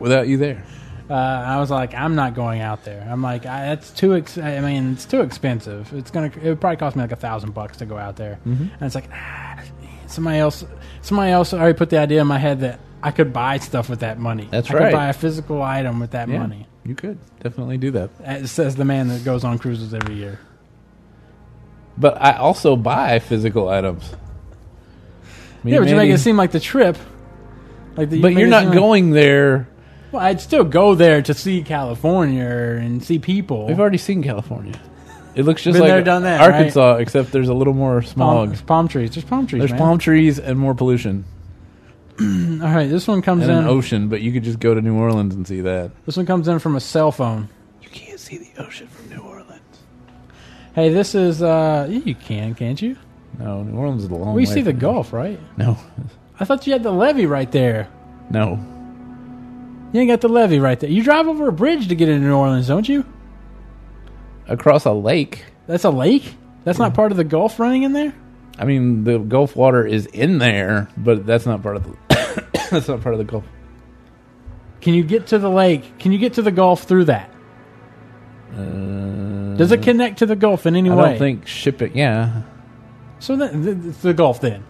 [SPEAKER 1] without you there.
[SPEAKER 2] Uh, I was like, I'm not going out there. I'm like, I, that's too. Ex- I mean, it's too expensive. It's gonna. It would probably cost me like a thousand bucks to go out there.
[SPEAKER 1] Mm-hmm.
[SPEAKER 2] And it's like, ah, somebody else. Somebody else already put the idea in my head that I could buy stuff with that money.
[SPEAKER 1] That's
[SPEAKER 2] I
[SPEAKER 1] right.
[SPEAKER 2] Could buy a physical item with that money.
[SPEAKER 1] you could definitely do that.
[SPEAKER 2] As says the man that goes on cruises every year.
[SPEAKER 1] But I also buy physical items. Me
[SPEAKER 2] yeah, but you make
[SPEAKER 1] Mandy-
[SPEAKER 2] it seem like the trip. Like the, you
[SPEAKER 1] But
[SPEAKER 2] make
[SPEAKER 1] you're
[SPEAKER 2] it
[SPEAKER 1] not
[SPEAKER 2] seem like-
[SPEAKER 1] going there.
[SPEAKER 2] well, I'd still go there to see California and see people.
[SPEAKER 1] We've already seen California. It looks just
[SPEAKER 2] Been
[SPEAKER 1] like
[SPEAKER 2] there, done that,
[SPEAKER 1] Arkansas, except there's a little more smog.
[SPEAKER 2] palm, palm trees. There's palm trees.
[SPEAKER 1] There's
[SPEAKER 2] man.
[SPEAKER 1] palm trees and more pollution.
[SPEAKER 2] All right, this one comes
[SPEAKER 1] and
[SPEAKER 2] in.
[SPEAKER 1] an ocean, but you could just go to New Orleans and see that.
[SPEAKER 2] This one comes in from a cell phone.
[SPEAKER 1] You can't see the ocean from New Orleans.
[SPEAKER 2] Hey, this is uh you can, can't you?
[SPEAKER 1] No, New Orleans is a long
[SPEAKER 2] We
[SPEAKER 1] way.
[SPEAKER 2] see the
[SPEAKER 1] from-
[SPEAKER 2] Gulf, right?
[SPEAKER 1] No,
[SPEAKER 2] I thought you had the levee right there.
[SPEAKER 1] no.
[SPEAKER 2] You ain't got the levee right there. You drive over a bridge to get into New Orleans, don't you?
[SPEAKER 1] Across a lake.
[SPEAKER 2] That's a lake? That's not part of the Gulf running in there?
[SPEAKER 1] I mean, the Gulf water is in there, but that's not part of the. *coughs* that's not part of the Gulf.
[SPEAKER 2] Can you get to the lake? Can you get to the Gulf through that? Does it connect to the Gulf in any
[SPEAKER 1] Uh, I
[SPEAKER 2] way?
[SPEAKER 1] don't think shipping. Yeah,
[SPEAKER 2] so. Then, th- it's the Gulf then.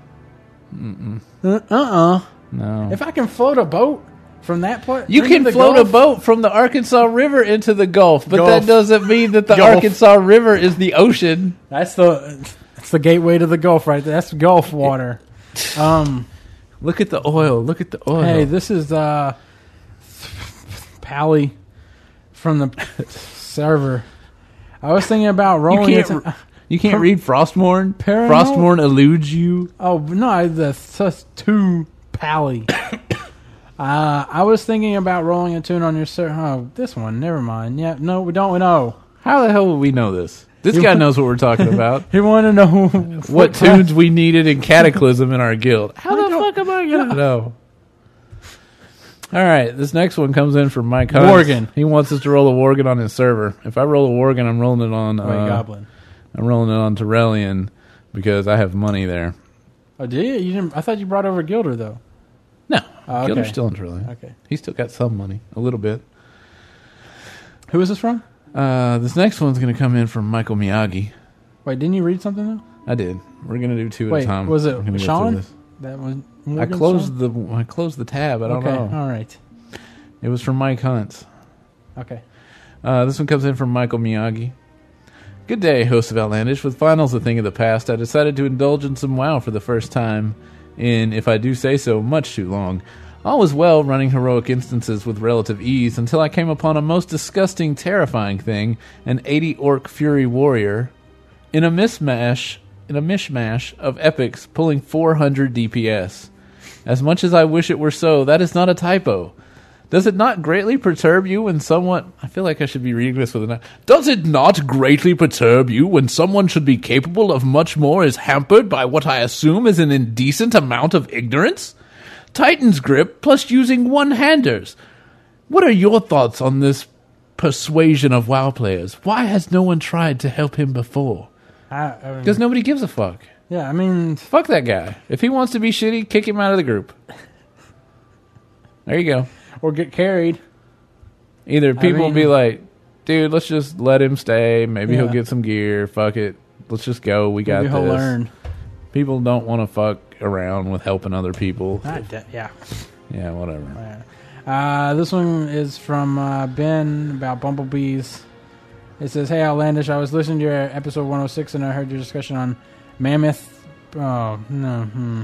[SPEAKER 2] Mm-mm. Uh uh.
[SPEAKER 1] no.
[SPEAKER 2] If I can float a boat from that part,
[SPEAKER 1] you
[SPEAKER 2] into
[SPEAKER 1] can
[SPEAKER 2] the
[SPEAKER 1] float
[SPEAKER 2] Gulf,
[SPEAKER 1] a boat from the Arkansas River into the Gulf, but
[SPEAKER 2] Gulf.
[SPEAKER 1] that doesn't mean that the
[SPEAKER 2] Gulf.
[SPEAKER 1] Arkansas River is the ocean.
[SPEAKER 2] That's the that's the gateway to the Gulf, right? there. That's Gulf water.
[SPEAKER 1] *laughs*
[SPEAKER 2] Um,
[SPEAKER 1] Look at the oil. Look at the oil.
[SPEAKER 2] hey, this is uh, Pally from the server. I was thinking about rolling.
[SPEAKER 1] can't
[SPEAKER 2] into-
[SPEAKER 1] r- you can't read Frostmourne.
[SPEAKER 2] Paranor-
[SPEAKER 1] Frostmourne eludes you.
[SPEAKER 2] oh no, that's just too
[SPEAKER 1] *coughs*
[SPEAKER 2] Pally. Uh, I was thinking about rolling a tune on your server. Oh, this one. Never mind. Yeah, no, we don't know.
[SPEAKER 1] How the hell will we know this? This *laughs* guy knows what we're talking about.
[SPEAKER 2] He wanted to know *laughs*
[SPEAKER 1] what tunes we needed in Cataclysm in our guild. How
[SPEAKER 2] I
[SPEAKER 1] the
[SPEAKER 2] don't-
[SPEAKER 1] fuck am I *laughs* gonna know? All right, this next one comes in from Mike Hunt.
[SPEAKER 2] Worgen.
[SPEAKER 1] He wants us to roll a Worgen on his server. If I roll a Worgen, I'm rolling it on.
[SPEAKER 2] Wait,
[SPEAKER 1] uh,
[SPEAKER 2] Goblin.
[SPEAKER 1] I'm rolling it on Torellian because I have money there.
[SPEAKER 2] Oh, did you? you didn't, I thought you brought over Gilder though.
[SPEAKER 1] No,
[SPEAKER 2] Oh,
[SPEAKER 1] Gilder's
[SPEAKER 2] okay.
[SPEAKER 1] still in Torellian.
[SPEAKER 2] Okay.
[SPEAKER 1] He's still got some money, a little bit.
[SPEAKER 2] Who is this from?
[SPEAKER 1] Uh, this next one's gonna come in from Michael Miyagi.
[SPEAKER 2] Wait, didn't you read something though?
[SPEAKER 1] I did. We're gonna do two at
[SPEAKER 2] Wait,
[SPEAKER 1] a time.
[SPEAKER 2] was it
[SPEAKER 1] We're gonna go through
[SPEAKER 2] Sean?
[SPEAKER 1] this.
[SPEAKER 2] That was
[SPEAKER 1] I
[SPEAKER 2] Morgan
[SPEAKER 1] closed
[SPEAKER 2] Sean?
[SPEAKER 1] the I closed the tab. I don't
[SPEAKER 2] okay,
[SPEAKER 1] know.
[SPEAKER 2] all right.
[SPEAKER 1] It was from Mike Hunt.
[SPEAKER 2] Okay.
[SPEAKER 1] Uh, this one comes in from Michael Miyagi. Good day, hosts of Outlandish. With finals a thing of the past, I decided to indulge in some WoW for the first time in, if I do say so, much too long. All was well running heroic instances with relative ease until I came upon a most disgusting, terrifying thing an 80 orc fury warrior in a mismash in a mishmash of epics pulling 400 DPS. As much as I wish it were so, that is not a typo. Does it not greatly perturb you when someone? I feel like I should be reading this with an. Does it not greatly perturb you when someone should be capable of much more is hampered by what I assume is an indecent amount of ignorance? Titan's grip plus using one-handers. What are your thoughts on this persuasion of WoW players? Why has no one tried to help him before?
[SPEAKER 2] I, I mean,
[SPEAKER 1] Because nobody gives a fuck.
[SPEAKER 2] yeah, I mean,
[SPEAKER 1] Fuck that guy. If he wants to be shitty, kick him out of the group. There you go.
[SPEAKER 2] or get carried.
[SPEAKER 1] Either people
[SPEAKER 2] mean-
[SPEAKER 1] be like, dude, let's just let him stay. Maybe
[SPEAKER 2] Yeah.
[SPEAKER 1] he'll get some gear. Fuck it. Let's just go. We got
[SPEAKER 2] Maybe he'll
[SPEAKER 1] this.
[SPEAKER 2] learn.
[SPEAKER 1] People don't want to fuck around with helping other people.
[SPEAKER 2] Not de- yeah.
[SPEAKER 1] Yeah, whatever.
[SPEAKER 2] Uh, this one is from uh, Ben about bumblebees. It says, "Hey, outlandish. I was listening to your episode 106, and I heard your discussion on mammoth. Oh no, hmm.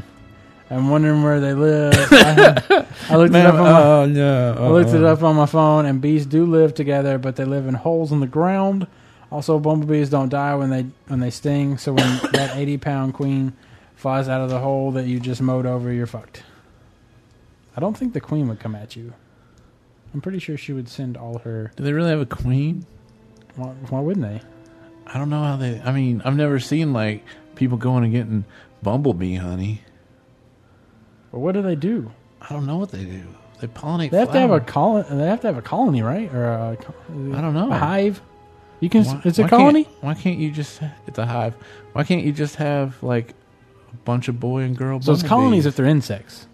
[SPEAKER 2] I'm wondering where they live. I, I looked it up on my
[SPEAKER 1] oh, no.
[SPEAKER 2] I looked it up on my phone, and bees do live together, but they live in holes in the ground. Also, bumblebees don't die when they when they sting. So when
[SPEAKER 1] *coughs*
[SPEAKER 2] that eighty pound queen flies out of the hole that you just mowed over, you're fucked. I don't think the queen would come at you. I'm pretty sure she would send all her.
[SPEAKER 1] Do they really have a queen?
[SPEAKER 2] Why, why wouldn't they?
[SPEAKER 1] I don't know how they. I mean, I've never seen like people going and getting bumblebee honey.
[SPEAKER 2] Or what do they do?
[SPEAKER 1] I don't know what they do. They pollinate.
[SPEAKER 2] They have to have a
[SPEAKER 1] flowers.
[SPEAKER 2] colony. They have to have a colony, right? Or a, co-
[SPEAKER 1] I don't know.
[SPEAKER 2] a hive. You can.
[SPEAKER 1] Why-
[SPEAKER 2] it's a
[SPEAKER 1] why can't-
[SPEAKER 2] colony.
[SPEAKER 1] Why can't you just? It's a hive. Why can't you just have like a bunch of boy and girl?
[SPEAKER 2] So it's
[SPEAKER 1] bumblebees?
[SPEAKER 2] colonies if they're insects.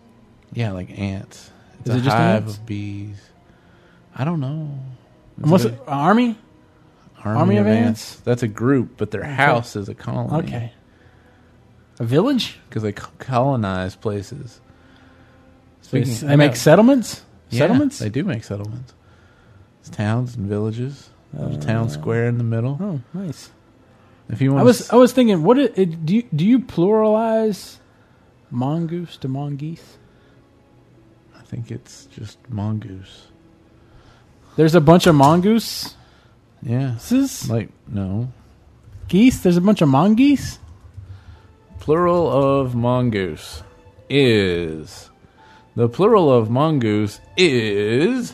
[SPEAKER 1] yeah, like ants. It's
[SPEAKER 2] Is
[SPEAKER 1] a
[SPEAKER 2] it just
[SPEAKER 1] hive
[SPEAKER 2] ants?
[SPEAKER 1] of bees. I don't know. It's
[SPEAKER 2] Unless
[SPEAKER 1] like
[SPEAKER 2] an army.
[SPEAKER 1] an army, of, ants? That's a group, but their house is a colony.
[SPEAKER 2] Okay. A village?
[SPEAKER 1] because they co- colonize places.
[SPEAKER 2] They,
[SPEAKER 1] Speaking-
[SPEAKER 2] they make
[SPEAKER 1] Yeah.
[SPEAKER 2] settlements?
[SPEAKER 1] Yeah,
[SPEAKER 2] settlements?
[SPEAKER 1] They do make settlements. It's towns and villages. There's a town square in the middle.
[SPEAKER 2] oh, nice.
[SPEAKER 1] If you want,
[SPEAKER 2] Uh, I was I was thinking, what it, it, do you do you pluralize mongoose to mongoose?
[SPEAKER 1] I think it's just mongoose.
[SPEAKER 2] There's a bunch of mongooses.
[SPEAKER 1] Yeah, like no,
[SPEAKER 2] Geese? There's a bunch of mongoose?
[SPEAKER 1] Plural of mongoose is The plural of mongoose is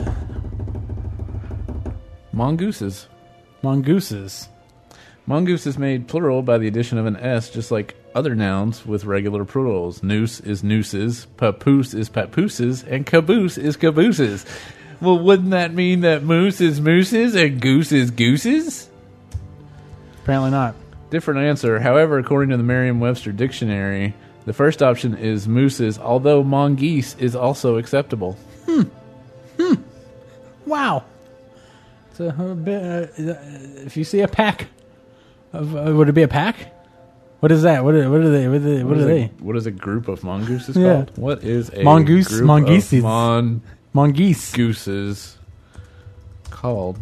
[SPEAKER 1] mongooses.
[SPEAKER 2] Mongooses.
[SPEAKER 1] Mongoose is made plural by the addition of an S, just like other nouns with regular plurals. Noose is nooses, papoose is papooses, and caboose is cabooses. Well, wouldn't that mean that moose is mooses and goose is gooses?
[SPEAKER 2] Apparently not.
[SPEAKER 1] Different answer. However, according to the Merriam Webster Dictionary, the first option is mooses, although mongoose is also acceptable.
[SPEAKER 2] Wow. It's a, a bit, uh, uh, if you see a pack, of, uh, would it be a pack? What is that? What are, what are they? What are they? What are
[SPEAKER 1] is a-
[SPEAKER 2] they?
[SPEAKER 1] what is a group of mongooses
[SPEAKER 2] Yeah.
[SPEAKER 1] called? What is a
[SPEAKER 2] Mongoose-
[SPEAKER 1] group of
[SPEAKER 2] mongooses.
[SPEAKER 1] mon-
[SPEAKER 2] Mongoose.
[SPEAKER 1] gooses called?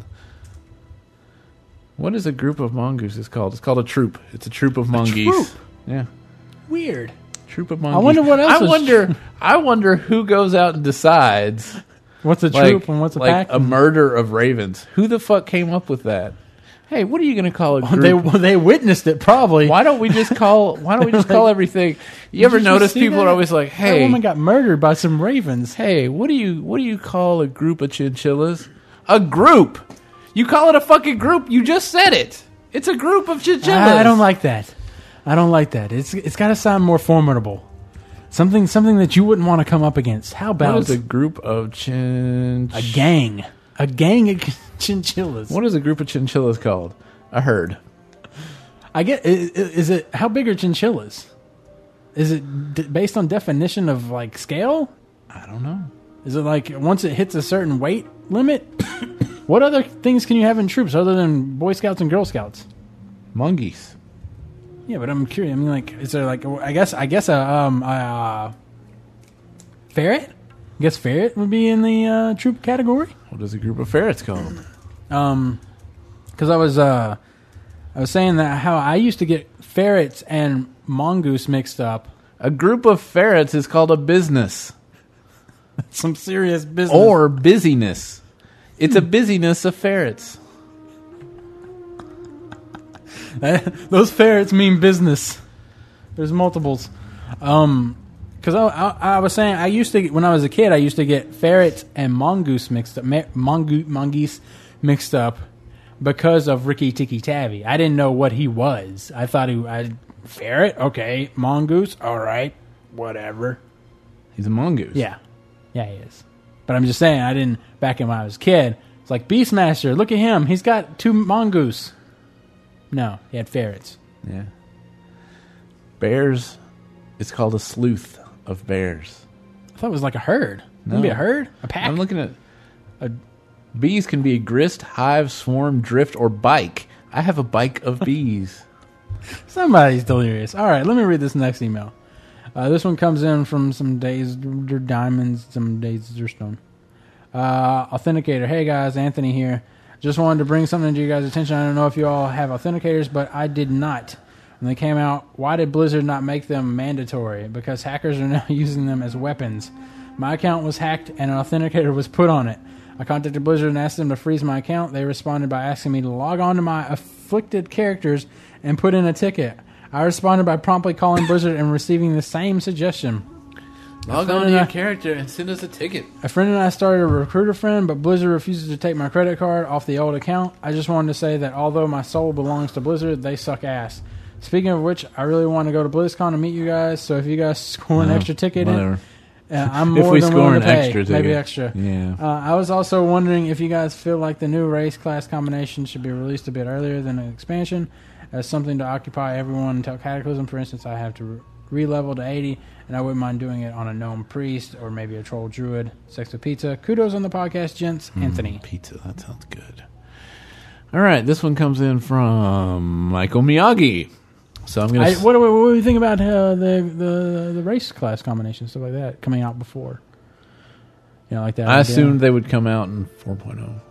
[SPEAKER 1] What is a group of mongooses called? It's called a troop. It's a troop of mongoose.
[SPEAKER 2] troop?
[SPEAKER 1] Yeah,
[SPEAKER 2] Weird.
[SPEAKER 1] troop of mongoose.
[SPEAKER 2] wonder what else
[SPEAKER 1] I
[SPEAKER 2] is-
[SPEAKER 1] wonder. I wonder who goes out and decides
[SPEAKER 2] What's a
[SPEAKER 1] like,
[SPEAKER 2] troop and what's a
[SPEAKER 1] like
[SPEAKER 2] pack?
[SPEAKER 1] a murder of ravens. Who the fuck came up with that? Hey, what are you going to call a group?
[SPEAKER 2] Oh, they they witnessed it probably.
[SPEAKER 1] why don't we just call? Why don't we just
[SPEAKER 2] *laughs* Like,
[SPEAKER 1] call everything? You ever
[SPEAKER 2] Did
[SPEAKER 1] notice
[SPEAKER 2] see
[SPEAKER 1] people
[SPEAKER 2] that?
[SPEAKER 1] are always like,
[SPEAKER 2] that
[SPEAKER 1] "Hey,
[SPEAKER 2] woman got murdered by some ravens.
[SPEAKER 1] Hey, what do you what do you call a group of chinchillas? A group. You call it a fucking group. You just said it. It's a group of chinchillas.
[SPEAKER 2] I, I don't like that. I don't like that. It's it's got to sound more formidable. Something something that you wouldn't want to come up against. How
[SPEAKER 1] What
[SPEAKER 2] about
[SPEAKER 1] is a
[SPEAKER 2] a,
[SPEAKER 1] group of chin?
[SPEAKER 2] gang? A gang of *laughs* chinchillas.
[SPEAKER 1] What is a group of chinchillas called? A herd.
[SPEAKER 2] I get i- i- is it how big are chinchillas? Is it d- based on definition of like scale?
[SPEAKER 1] I don't know.
[SPEAKER 2] Is it like once it hits a certain weight
[SPEAKER 1] *coughs*
[SPEAKER 2] limit? what other things can you have in troops other than Boy Scouts and Girl Scouts?
[SPEAKER 1] Mongoose.
[SPEAKER 2] Yeah, but I'm curious. I mean, like, is there like I guess I guess a um a ferret? I guess ferret would be in the uh, troop category.
[SPEAKER 1] What is a group of ferrets called?
[SPEAKER 2] Um, because I was uh I was saying that how I used to get ferrets and mongoose mixed up.
[SPEAKER 1] A group of ferrets is called a business
[SPEAKER 2] Some serious business.
[SPEAKER 1] or busyness. It's a busyness of ferrets.
[SPEAKER 2] *laughs* Those ferrets mean business. There's multiples. Um, because I, I, I was saying I used to get- when I was a kid I used to get ferrets and mongoose mixed up, ma- mongoose mongoose mixed up because of Ricky Tikki Tavi. I didn't know what he was. I thought he I ferret okay mongoose all right whatever
[SPEAKER 1] He's a mongoose.
[SPEAKER 2] yeah yeah he is. But I'm just saying I didn't back in when I was a kid. It's like Beastmaster. Look at him. He's got two mongoose. No, he had ferrets.
[SPEAKER 1] Yeah. Bears. It's called a sleuth of bears.
[SPEAKER 2] I thought it was like a herd. Wouldn't it be a
[SPEAKER 1] No.
[SPEAKER 2] herd? A pack?
[SPEAKER 1] I'm looking at bees can be a grist, hive, swarm, drift, or bike. I have a bike of
[SPEAKER 2] *laughs*
[SPEAKER 1] bees.
[SPEAKER 2] Somebody's delirious. All right, let me read this next email. Uh, this one comes in from some days they're diamonds, some days they're stone. Uh, authenticator. Hey guys, Anthony here. Just wanted to bring something to you guys' attention. I don't know if you all have authenticators, but I did not. When they came out, why did Blizzard not make them mandatory? Because hackers are *laughs* now using them as weapons. My account was hacked and an authenticator was put on it. I contacted Blizzard and asked them to freeze my account. They responded by asking me to log on to my afflicted characters and put in a ticket. I responded by promptly calling Blizzard and receiving the same suggestion.
[SPEAKER 1] Log
[SPEAKER 2] on to your
[SPEAKER 1] character and send us a ticket.
[SPEAKER 2] A friend and I started a recruiter friend, but Blizzard refuses to take my credit card off the old account. I just wanted to say that although my soul belongs to Blizzard, they suck ass. Speaking of which, I really want to go to BlizzCon and meet you guys. So if you guys *laughs* score an extra ticket, in, uh,
[SPEAKER 1] Whatever.
[SPEAKER 2] I'm
[SPEAKER 1] If
[SPEAKER 2] more
[SPEAKER 1] we
[SPEAKER 2] than
[SPEAKER 1] score
[SPEAKER 2] willing
[SPEAKER 1] an
[SPEAKER 2] to pay.
[SPEAKER 1] extra ticket.
[SPEAKER 2] maybe extra.
[SPEAKER 1] Yeah.
[SPEAKER 2] Uh, I was also wondering if you guys feel like the new race class combination should be released a bit earlier than an expansion, as something to occupy everyone until Cataclysm. For instance, I have to re level to 80, and I wouldn't mind doing it on a gnome priest or maybe a troll druid. Sex with pizza. Kudos on the podcast, gents.
[SPEAKER 1] Hmm.
[SPEAKER 2] Anthony.
[SPEAKER 1] Pizza. That sounds good. All right. This one comes in from Michael Miyagi. So I'm
[SPEAKER 2] I,
[SPEAKER 1] going to.
[SPEAKER 2] what, do we- what do you think about uh, the, the the race class combination stuff like that coming out before? You know, like that.
[SPEAKER 1] I
[SPEAKER 2] idea.
[SPEAKER 1] assumed they would come out in 4.0.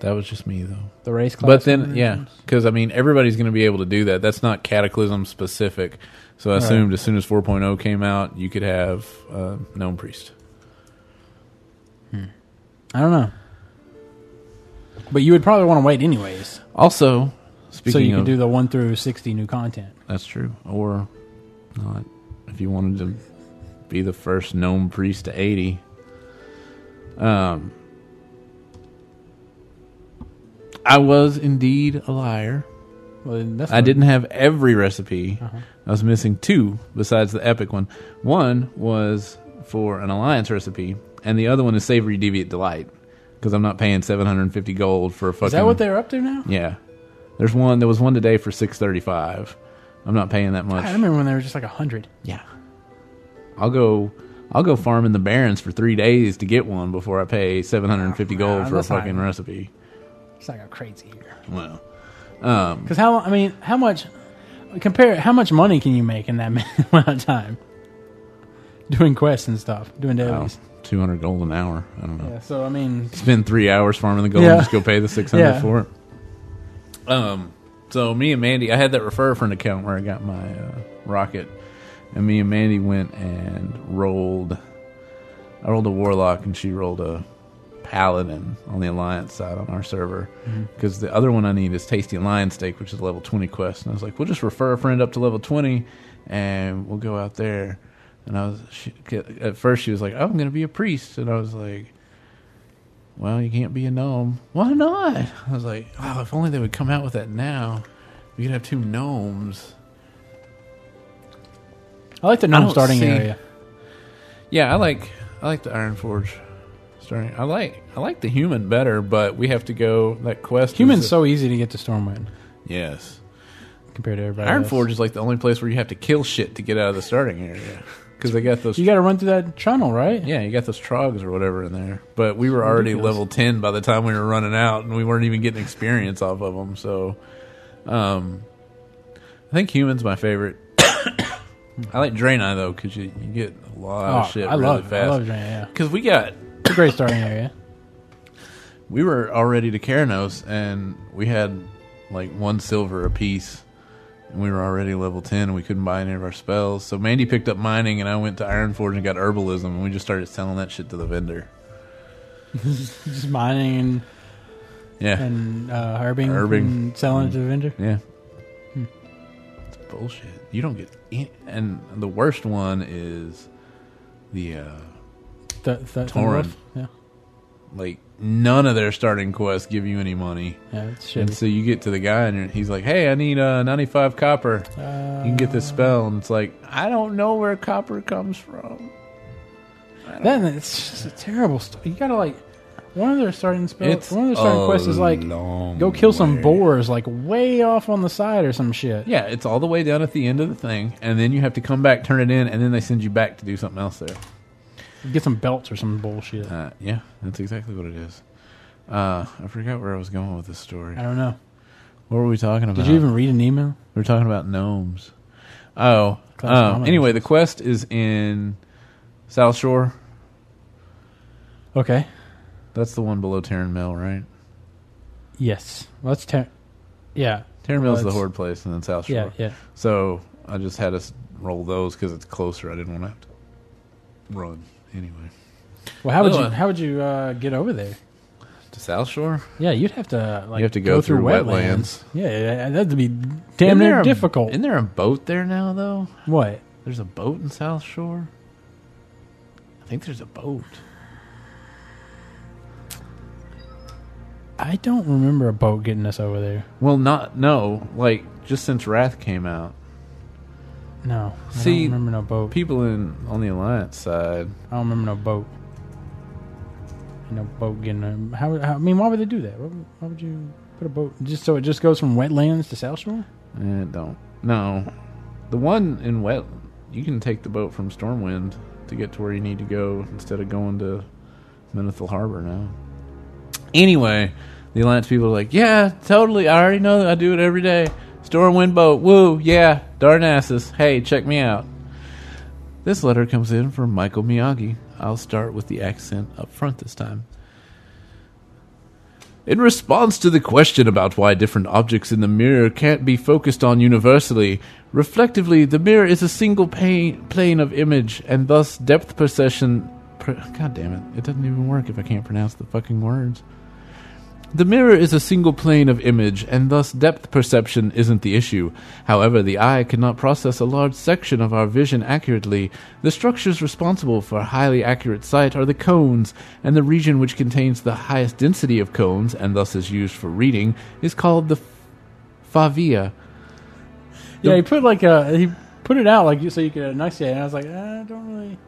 [SPEAKER 1] That was just me, though.
[SPEAKER 2] the race Hmm. class.
[SPEAKER 1] But then,
[SPEAKER 2] combinations.
[SPEAKER 1] yeah, because I mean, everybody's going to be able to do that. That's not Cataclysm specific. So I assumed as soon as 4.0 came out, you could have uh, Gnome Priest.
[SPEAKER 2] I don't know. But you would probably want to wait anyways,
[SPEAKER 1] Also, speaking
[SPEAKER 2] so you
[SPEAKER 1] of,
[SPEAKER 2] could do the one through sixty new content.
[SPEAKER 1] that's true, or not if you wanted to be the first gnome priest to Um, 80. Um, I was indeed a liar.
[SPEAKER 2] Well, that's
[SPEAKER 1] I didn't have every recipe.
[SPEAKER 2] Uh-huh.
[SPEAKER 1] I was missing two besides the epic one. One was for an alliance recipe, and the other one is savory deviant delight because I'm not paying 750 gold for a fucking.
[SPEAKER 2] Is that what they're up to now?
[SPEAKER 1] Yeah, there's one. There was one today for 635. I'm not paying that much.
[SPEAKER 2] I remember when they were just like a hundred.
[SPEAKER 1] Yeah. I'll go I'll go farm in the barrens for three days to get one before I pay seven hundred and fifty gold
[SPEAKER 2] Nah,
[SPEAKER 1] for a
[SPEAKER 2] that's not-
[SPEAKER 1] fucking recipe.
[SPEAKER 2] It's like a crazy year.
[SPEAKER 1] Well.
[SPEAKER 2] Because how? I mean, how much? Compare how much money can you make in that *laughs* amount of time? Doing quests and stuff, doing dailies.
[SPEAKER 1] Two hundred gold an hour. I don't know.
[SPEAKER 2] Yeah. So I mean,
[SPEAKER 1] Spend three hours farming the gold
[SPEAKER 2] Yeah.
[SPEAKER 1] and just go pay the six hundred
[SPEAKER 2] Yeah.
[SPEAKER 1] for it. Um so me and Mandy I had that refer friend account where I got my uh, rocket and me and Mandy went and rolled I rolled a warlock and she rolled a paladin on the alliance side on our server
[SPEAKER 2] Mm-hmm.
[SPEAKER 1] because the other one I need is tasty lion steak, which is a level twenty quest. And I was like, we'll just refer a friend up to level twenty, and we'll go out there. And I was she, at first she was like, "Oh, I'm going to be a priest, and I was like. Well, you can't be a gnome. Why not? I was like, oh, if only they would come out with that now. We could have two gnomes.
[SPEAKER 2] I like the
[SPEAKER 1] I
[SPEAKER 2] gnome
[SPEAKER 1] don't
[SPEAKER 2] starting
[SPEAKER 1] see-
[SPEAKER 2] area.
[SPEAKER 1] Yeah, I like I like the Iron Forge. Starting, I like I like the human better, but we have to go that quest. is
[SPEAKER 2] Human's
[SPEAKER 1] a-
[SPEAKER 2] so easy to get to Stormwind
[SPEAKER 1] yes.
[SPEAKER 2] compared to everybody.
[SPEAKER 1] Iron
[SPEAKER 2] else.
[SPEAKER 1] Forge is like the only place where you have to kill shit to get out of the starting area because they got those.
[SPEAKER 2] You got to run through that tunnel, right?
[SPEAKER 1] yeah, you got those trogs or whatever in there. But we were already
[SPEAKER 2] ridiculous.
[SPEAKER 1] level ten by the time we were running out, and we weren't even getting experience off of them. So, um, I think humans my favorite. *coughs* I like Draenei though because you, you get a lot
[SPEAKER 2] Oh,
[SPEAKER 1] of shit
[SPEAKER 2] I
[SPEAKER 1] really
[SPEAKER 2] love, I love
[SPEAKER 1] fast.
[SPEAKER 2] Draenei. Yeah,
[SPEAKER 1] Because we got
[SPEAKER 2] it's a great starting area.
[SPEAKER 1] we were already to Karanos and we had like one silver apiece and we were already level 10 and we couldn't buy any of our spells so mandy picked up mining and i went to iron forge and got herbalism and we just started selling that shit to the vendor
[SPEAKER 2] Just mining and
[SPEAKER 1] yeah
[SPEAKER 2] and uh, herbing,
[SPEAKER 1] Herbing.
[SPEAKER 2] and selling it to the vendor.
[SPEAKER 1] yeah
[SPEAKER 2] Hmm.
[SPEAKER 1] it's bullshit you don't get any- and the worst one is the uh
[SPEAKER 2] Th- th-
[SPEAKER 1] Torrent.
[SPEAKER 2] Thunderwolf? Yeah,
[SPEAKER 1] like none of their starting quests give you any money
[SPEAKER 2] yeah, it's
[SPEAKER 1] and
[SPEAKER 2] shitty.
[SPEAKER 1] so you get to the guy and he's like hey i need uh 95 copper
[SPEAKER 2] Uh,
[SPEAKER 1] You can get this spell, and it's like I don't know where copper comes from.
[SPEAKER 2] then it's just a terrible. St- you gotta like one of their starting spells.
[SPEAKER 1] It's
[SPEAKER 2] one of their starting
[SPEAKER 1] a
[SPEAKER 2] quests is like
[SPEAKER 1] long
[SPEAKER 2] go kill some
[SPEAKER 1] way.
[SPEAKER 2] boars like way off on the side or some shit.
[SPEAKER 1] Yeah, it's all the way down at the end of the thing, and then you have to come back, turn it in, and then they send you back to do something else there.
[SPEAKER 2] Get some belts or some bullshit.
[SPEAKER 1] Uh, yeah, that's exactly what it is. Uh, I forgot where I was going with this story.
[SPEAKER 2] I don't know.
[SPEAKER 1] What were we talking about?
[SPEAKER 2] Did you even read an email?
[SPEAKER 1] We were talking about gnomes. Oh,
[SPEAKER 2] Class
[SPEAKER 1] um,
[SPEAKER 2] nominations.
[SPEAKER 1] anyway, the quest is in South Shore.
[SPEAKER 2] Okay.
[SPEAKER 1] That's the one below Terran Mill, right?
[SPEAKER 2] Yes. Let's tear. Yeah.
[SPEAKER 1] Terran Mill's the
[SPEAKER 2] Well, it's-
[SPEAKER 1] horde place, and then South Shore.
[SPEAKER 2] Yeah. Yeah.
[SPEAKER 1] So I just had us roll those because it's closer. I didn't want to have to run anyway
[SPEAKER 2] Well, how would
[SPEAKER 1] Well,
[SPEAKER 2] you
[SPEAKER 1] uh,
[SPEAKER 2] how would you uh, get over there?
[SPEAKER 1] to South Shore.
[SPEAKER 2] Yeah, you'd have to like
[SPEAKER 1] You have to go through wetlands.
[SPEAKER 2] Yeah, Yeah, that'd be damn
[SPEAKER 1] Isn't
[SPEAKER 2] near
[SPEAKER 1] there a-
[SPEAKER 2] difficult.
[SPEAKER 1] Isn't there a boat there now though?
[SPEAKER 2] what?
[SPEAKER 1] There's a boat in South Shore. I think there's a boat.
[SPEAKER 2] I don't remember a boat getting us over there.
[SPEAKER 1] Well, not no. Like just since Wrath came out,
[SPEAKER 2] No, I
[SPEAKER 1] See,
[SPEAKER 2] don't remember no boat.
[SPEAKER 1] people in on the Alliance side.
[SPEAKER 2] I don't remember no boat. No boat getting. um, How, how? I mean, why would they do that? Why, would- why would you put a boat just so it just goes from wetlands to South Shore?
[SPEAKER 1] Eh, don't no. The one in Wet, you can take the boat from Stormwind to get to where you need to go instead of going to Minethil Harbor now. Anyway, the Alliance people are like, yeah, totally. I already know that. I do it every day. Stormwind boat. Woo. Yeah. Darnassus. Hey, check me out. This letter comes in from Michael Miyagi. I'll start with the accent up front this time. In response to the question about why different objects in the mirror can't be focused on universally, reflectively, the mirror is a single pane, plane of image, and thus depth perception. Per, God damn it! It doesn't even work if I can't pronounce the fucking words. The mirror is a single plane of image, and thus depth perception isn't the issue. However, the eye cannot process a large section of our vision accurately. The structures responsible for highly accurate sight are the cones, and the region which contains the highest density of cones, and thus is used for reading, is called the favia.
[SPEAKER 2] Yeah, he put like a he put it out like you so you could enunciate. And I was like, "Ah, I don't really.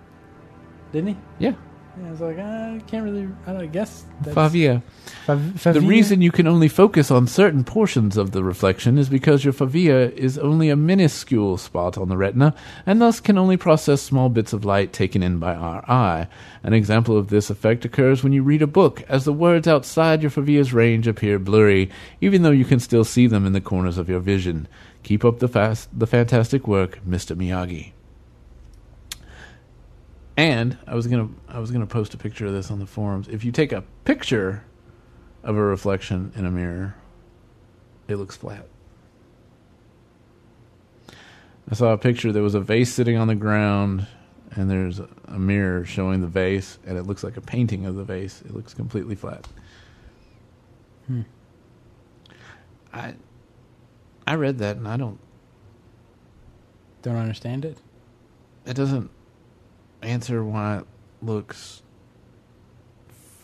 [SPEAKER 2] Didn't he?
[SPEAKER 1] Yeah,
[SPEAKER 2] And I was like, "Ah, I can't really. I don't guess. That's,
[SPEAKER 1] favia.
[SPEAKER 2] Fav-
[SPEAKER 1] The
[SPEAKER 2] favia?
[SPEAKER 1] reason you can only focus on certain portions of the reflection is because your fovea is only a minuscule spot on the retina and thus can only process small bits of light taken in by our eye. An example of this effect occurs when you read a book, as the words outside your fovea's range appear blurry, even though you can still see them in the corners of your vision. Keep up the fast, the fantastic work, Mr. Miyagi. And I was gonna I was gonna post a picture of this on the forums. If you take a picture of a reflection in a mirror, it looks flat. I saw a picture. There was a vase sitting on the ground, and there's a mirror showing the vase, and it looks like a painting of the vase. It looks completely flat.
[SPEAKER 2] Hmm.
[SPEAKER 1] I I read that, and I don't.
[SPEAKER 2] don't understand it.
[SPEAKER 1] It doesn't answer why it looks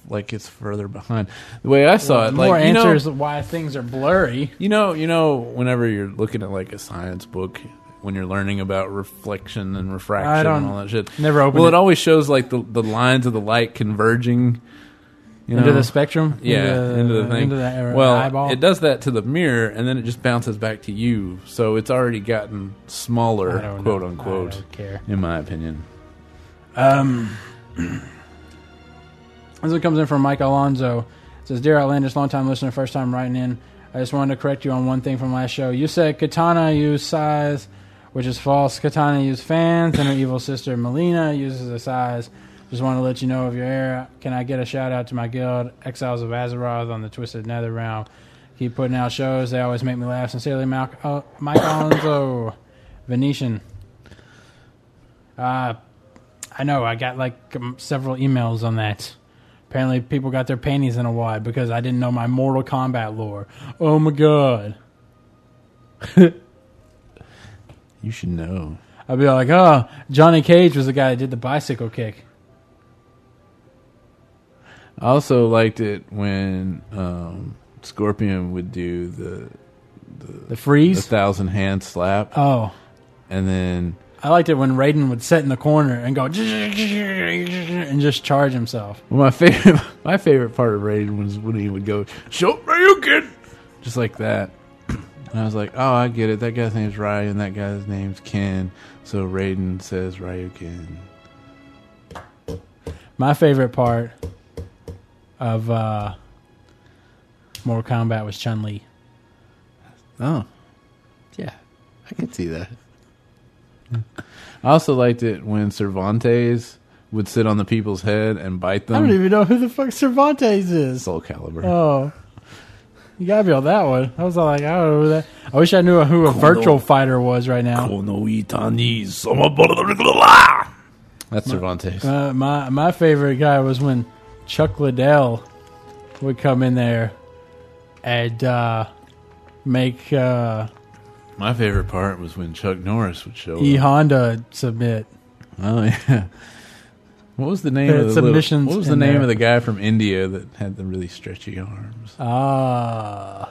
[SPEAKER 1] like it's further behind. The way I saw it, like
[SPEAKER 2] More
[SPEAKER 1] you know-
[SPEAKER 2] answers why things are blurry.
[SPEAKER 1] You know, you know, whenever you're looking at like a science book, when you're learning about reflection and
[SPEAKER 2] I
[SPEAKER 1] refraction
[SPEAKER 2] don't-
[SPEAKER 1] and all that shit,
[SPEAKER 2] never opened
[SPEAKER 1] Well, it,
[SPEAKER 2] it.
[SPEAKER 1] always shows like the the lines of the light converging. You
[SPEAKER 2] into
[SPEAKER 1] know?
[SPEAKER 2] the spectrum.
[SPEAKER 1] yeah,
[SPEAKER 2] into,
[SPEAKER 1] into, the thing.
[SPEAKER 2] Into the uh,
[SPEAKER 1] well,
[SPEAKER 2] eyeball.
[SPEAKER 1] it does that to the mirror, and then it just bounces back to you. So it's already gotten
[SPEAKER 2] I
[SPEAKER 1] smaller,
[SPEAKER 2] don't know.
[SPEAKER 1] quote unquote,
[SPEAKER 2] I don't care.
[SPEAKER 1] in my opinion.
[SPEAKER 2] Um, *clears throat* this one comes in from Mike Alonzo. It says, "Dear Outlanders, long-time listener, first-time writing in. I just wanted to correct you on one thing from last show. You said Katana used size, which is false. Katana used fans, and her evil sister Melina uses a size. Just want to let you know of your error. Can I get a shout out to my guild, Exiles of Azeroth, on the Twisted Nether Realm? Keep putting out shows. They always make me laugh. Sincerely, Mal- uh, Mike Alonzo, Venetian." Uh, I know. I got like um, several emails on that. Apparently, people got their panties in a wad because I didn't know my Mortal Kombat lore. Oh my god!
[SPEAKER 1] You should know.
[SPEAKER 2] I'd be like, oh, Johnny Cage was the guy that did the bicycle kick.
[SPEAKER 1] I also liked it when um, Scorpion would do the
[SPEAKER 2] The
[SPEAKER 1] the
[SPEAKER 2] freeze.
[SPEAKER 1] thousand hand slap,
[SPEAKER 2] oh,
[SPEAKER 1] and then.
[SPEAKER 2] I liked it when Raiden would sit in the corner and go and just charge himself.
[SPEAKER 1] Well, my favorite, *laughs* my favorite part of Raiden was when he would go, "Show me you can," just like that. *clears throat* And I was like, "Oh, I get it. That guy's name's Ryan. That guy's name's Ken." So Raiden says, "Ryuken."
[SPEAKER 2] My favorite part of uh, Mortal Kombat was Chun Li.
[SPEAKER 1] Oh, yeah, I could see that. *laughs* I also liked it when Cervantes would sit on the people's head and bite them.
[SPEAKER 2] even know who the fuck Cervantes is.
[SPEAKER 1] Soul Calibur.
[SPEAKER 2] Oh. You gotta be on that one. I was all like, I don't know that. I wish I knew who a virtual fighter was right
[SPEAKER 1] Oh,
[SPEAKER 2] now.
[SPEAKER 1] That's Cervantes.
[SPEAKER 2] Uh, my my favorite guy was when Chuck Liddell would come in there and uh, make uh,
[SPEAKER 1] My favorite part was when Chuck Norris would show
[SPEAKER 2] E
[SPEAKER 1] up.
[SPEAKER 2] Honda submit.
[SPEAKER 1] Oh *laughs* yeah. What was the name
[SPEAKER 2] They had
[SPEAKER 1] of the
[SPEAKER 2] submissions
[SPEAKER 1] little- What was the
[SPEAKER 2] in
[SPEAKER 1] name
[SPEAKER 2] there.
[SPEAKER 1] of the guy from India that had the really stretchy arms?
[SPEAKER 2] Uh,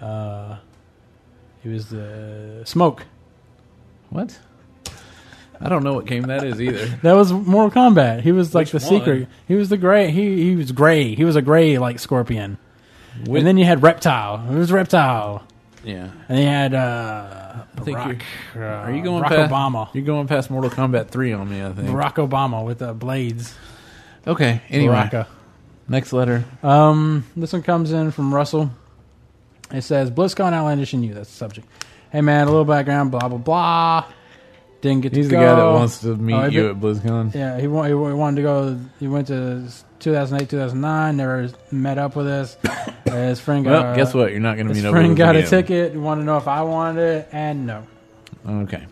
[SPEAKER 2] Ah. Uh, he was the smoke.
[SPEAKER 1] What? I don't know what game that is
[SPEAKER 2] *laughs*
[SPEAKER 1] either.
[SPEAKER 2] That was Mortal Kombat. He was like
[SPEAKER 1] Which
[SPEAKER 2] the
[SPEAKER 1] one?
[SPEAKER 2] secret. He was the gray. He he was gray. He was a gray like scorpion.
[SPEAKER 1] Which-
[SPEAKER 2] and then you had reptile. It was reptile.
[SPEAKER 1] Yeah.
[SPEAKER 2] And you had uh,
[SPEAKER 1] I think
[SPEAKER 2] Barack. uh,
[SPEAKER 1] Are you going
[SPEAKER 2] Barack
[SPEAKER 1] past
[SPEAKER 2] Obama?
[SPEAKER 1] You're going past Mortal Kombat 3 on me, I think.
[SPEAKER 2] Barack Obama with the blades.
[SPEAKER 1] okay, anyway.
[SPEAKER 2] Baraka.
[SPEAKER 1] Next letter.
[SPEAKER 2] Um, this one comes in from Russell. It says BlizzCon Outlandish and you. That's the subject. Hey man, a little background. Blah blah blah. Didn't get
[SPEAKER 1] He's
[SPEAKER 2] to
[SPEAKER 1] the
[SPEAKER 2] go.
[SPEAKER 1] guy that wants to meet
[SPEAKER 2] Oh, I
[SPEAKER 1] you
[SPEAKER 2] bet-
[SPEAKER 1] at BlizzCon.
[SPEAKER 2] Yeah, he, wa- he wa- he wanted to go. He went to 2008, 2009. Never met up with us. *coughs* Uh, his friend got.
[SPEAKER 1] Well,
[SPEAKER 2] a-
[SPEAKER 1] guess what? You're not going to
[SPEAKER 2] His
[SPEAKER 1] meet up
[SPEAKER 2] friend
[SPEAKER 1] with
[SPEAKER 2] got
[SPEAKER 1] him
[SPEAKER 2] a
[SPEAKER 1] again.
[SPEAKER 2] ticket. He wanted to know if I wanted it, and no.
[SPEAKER 1] Okay.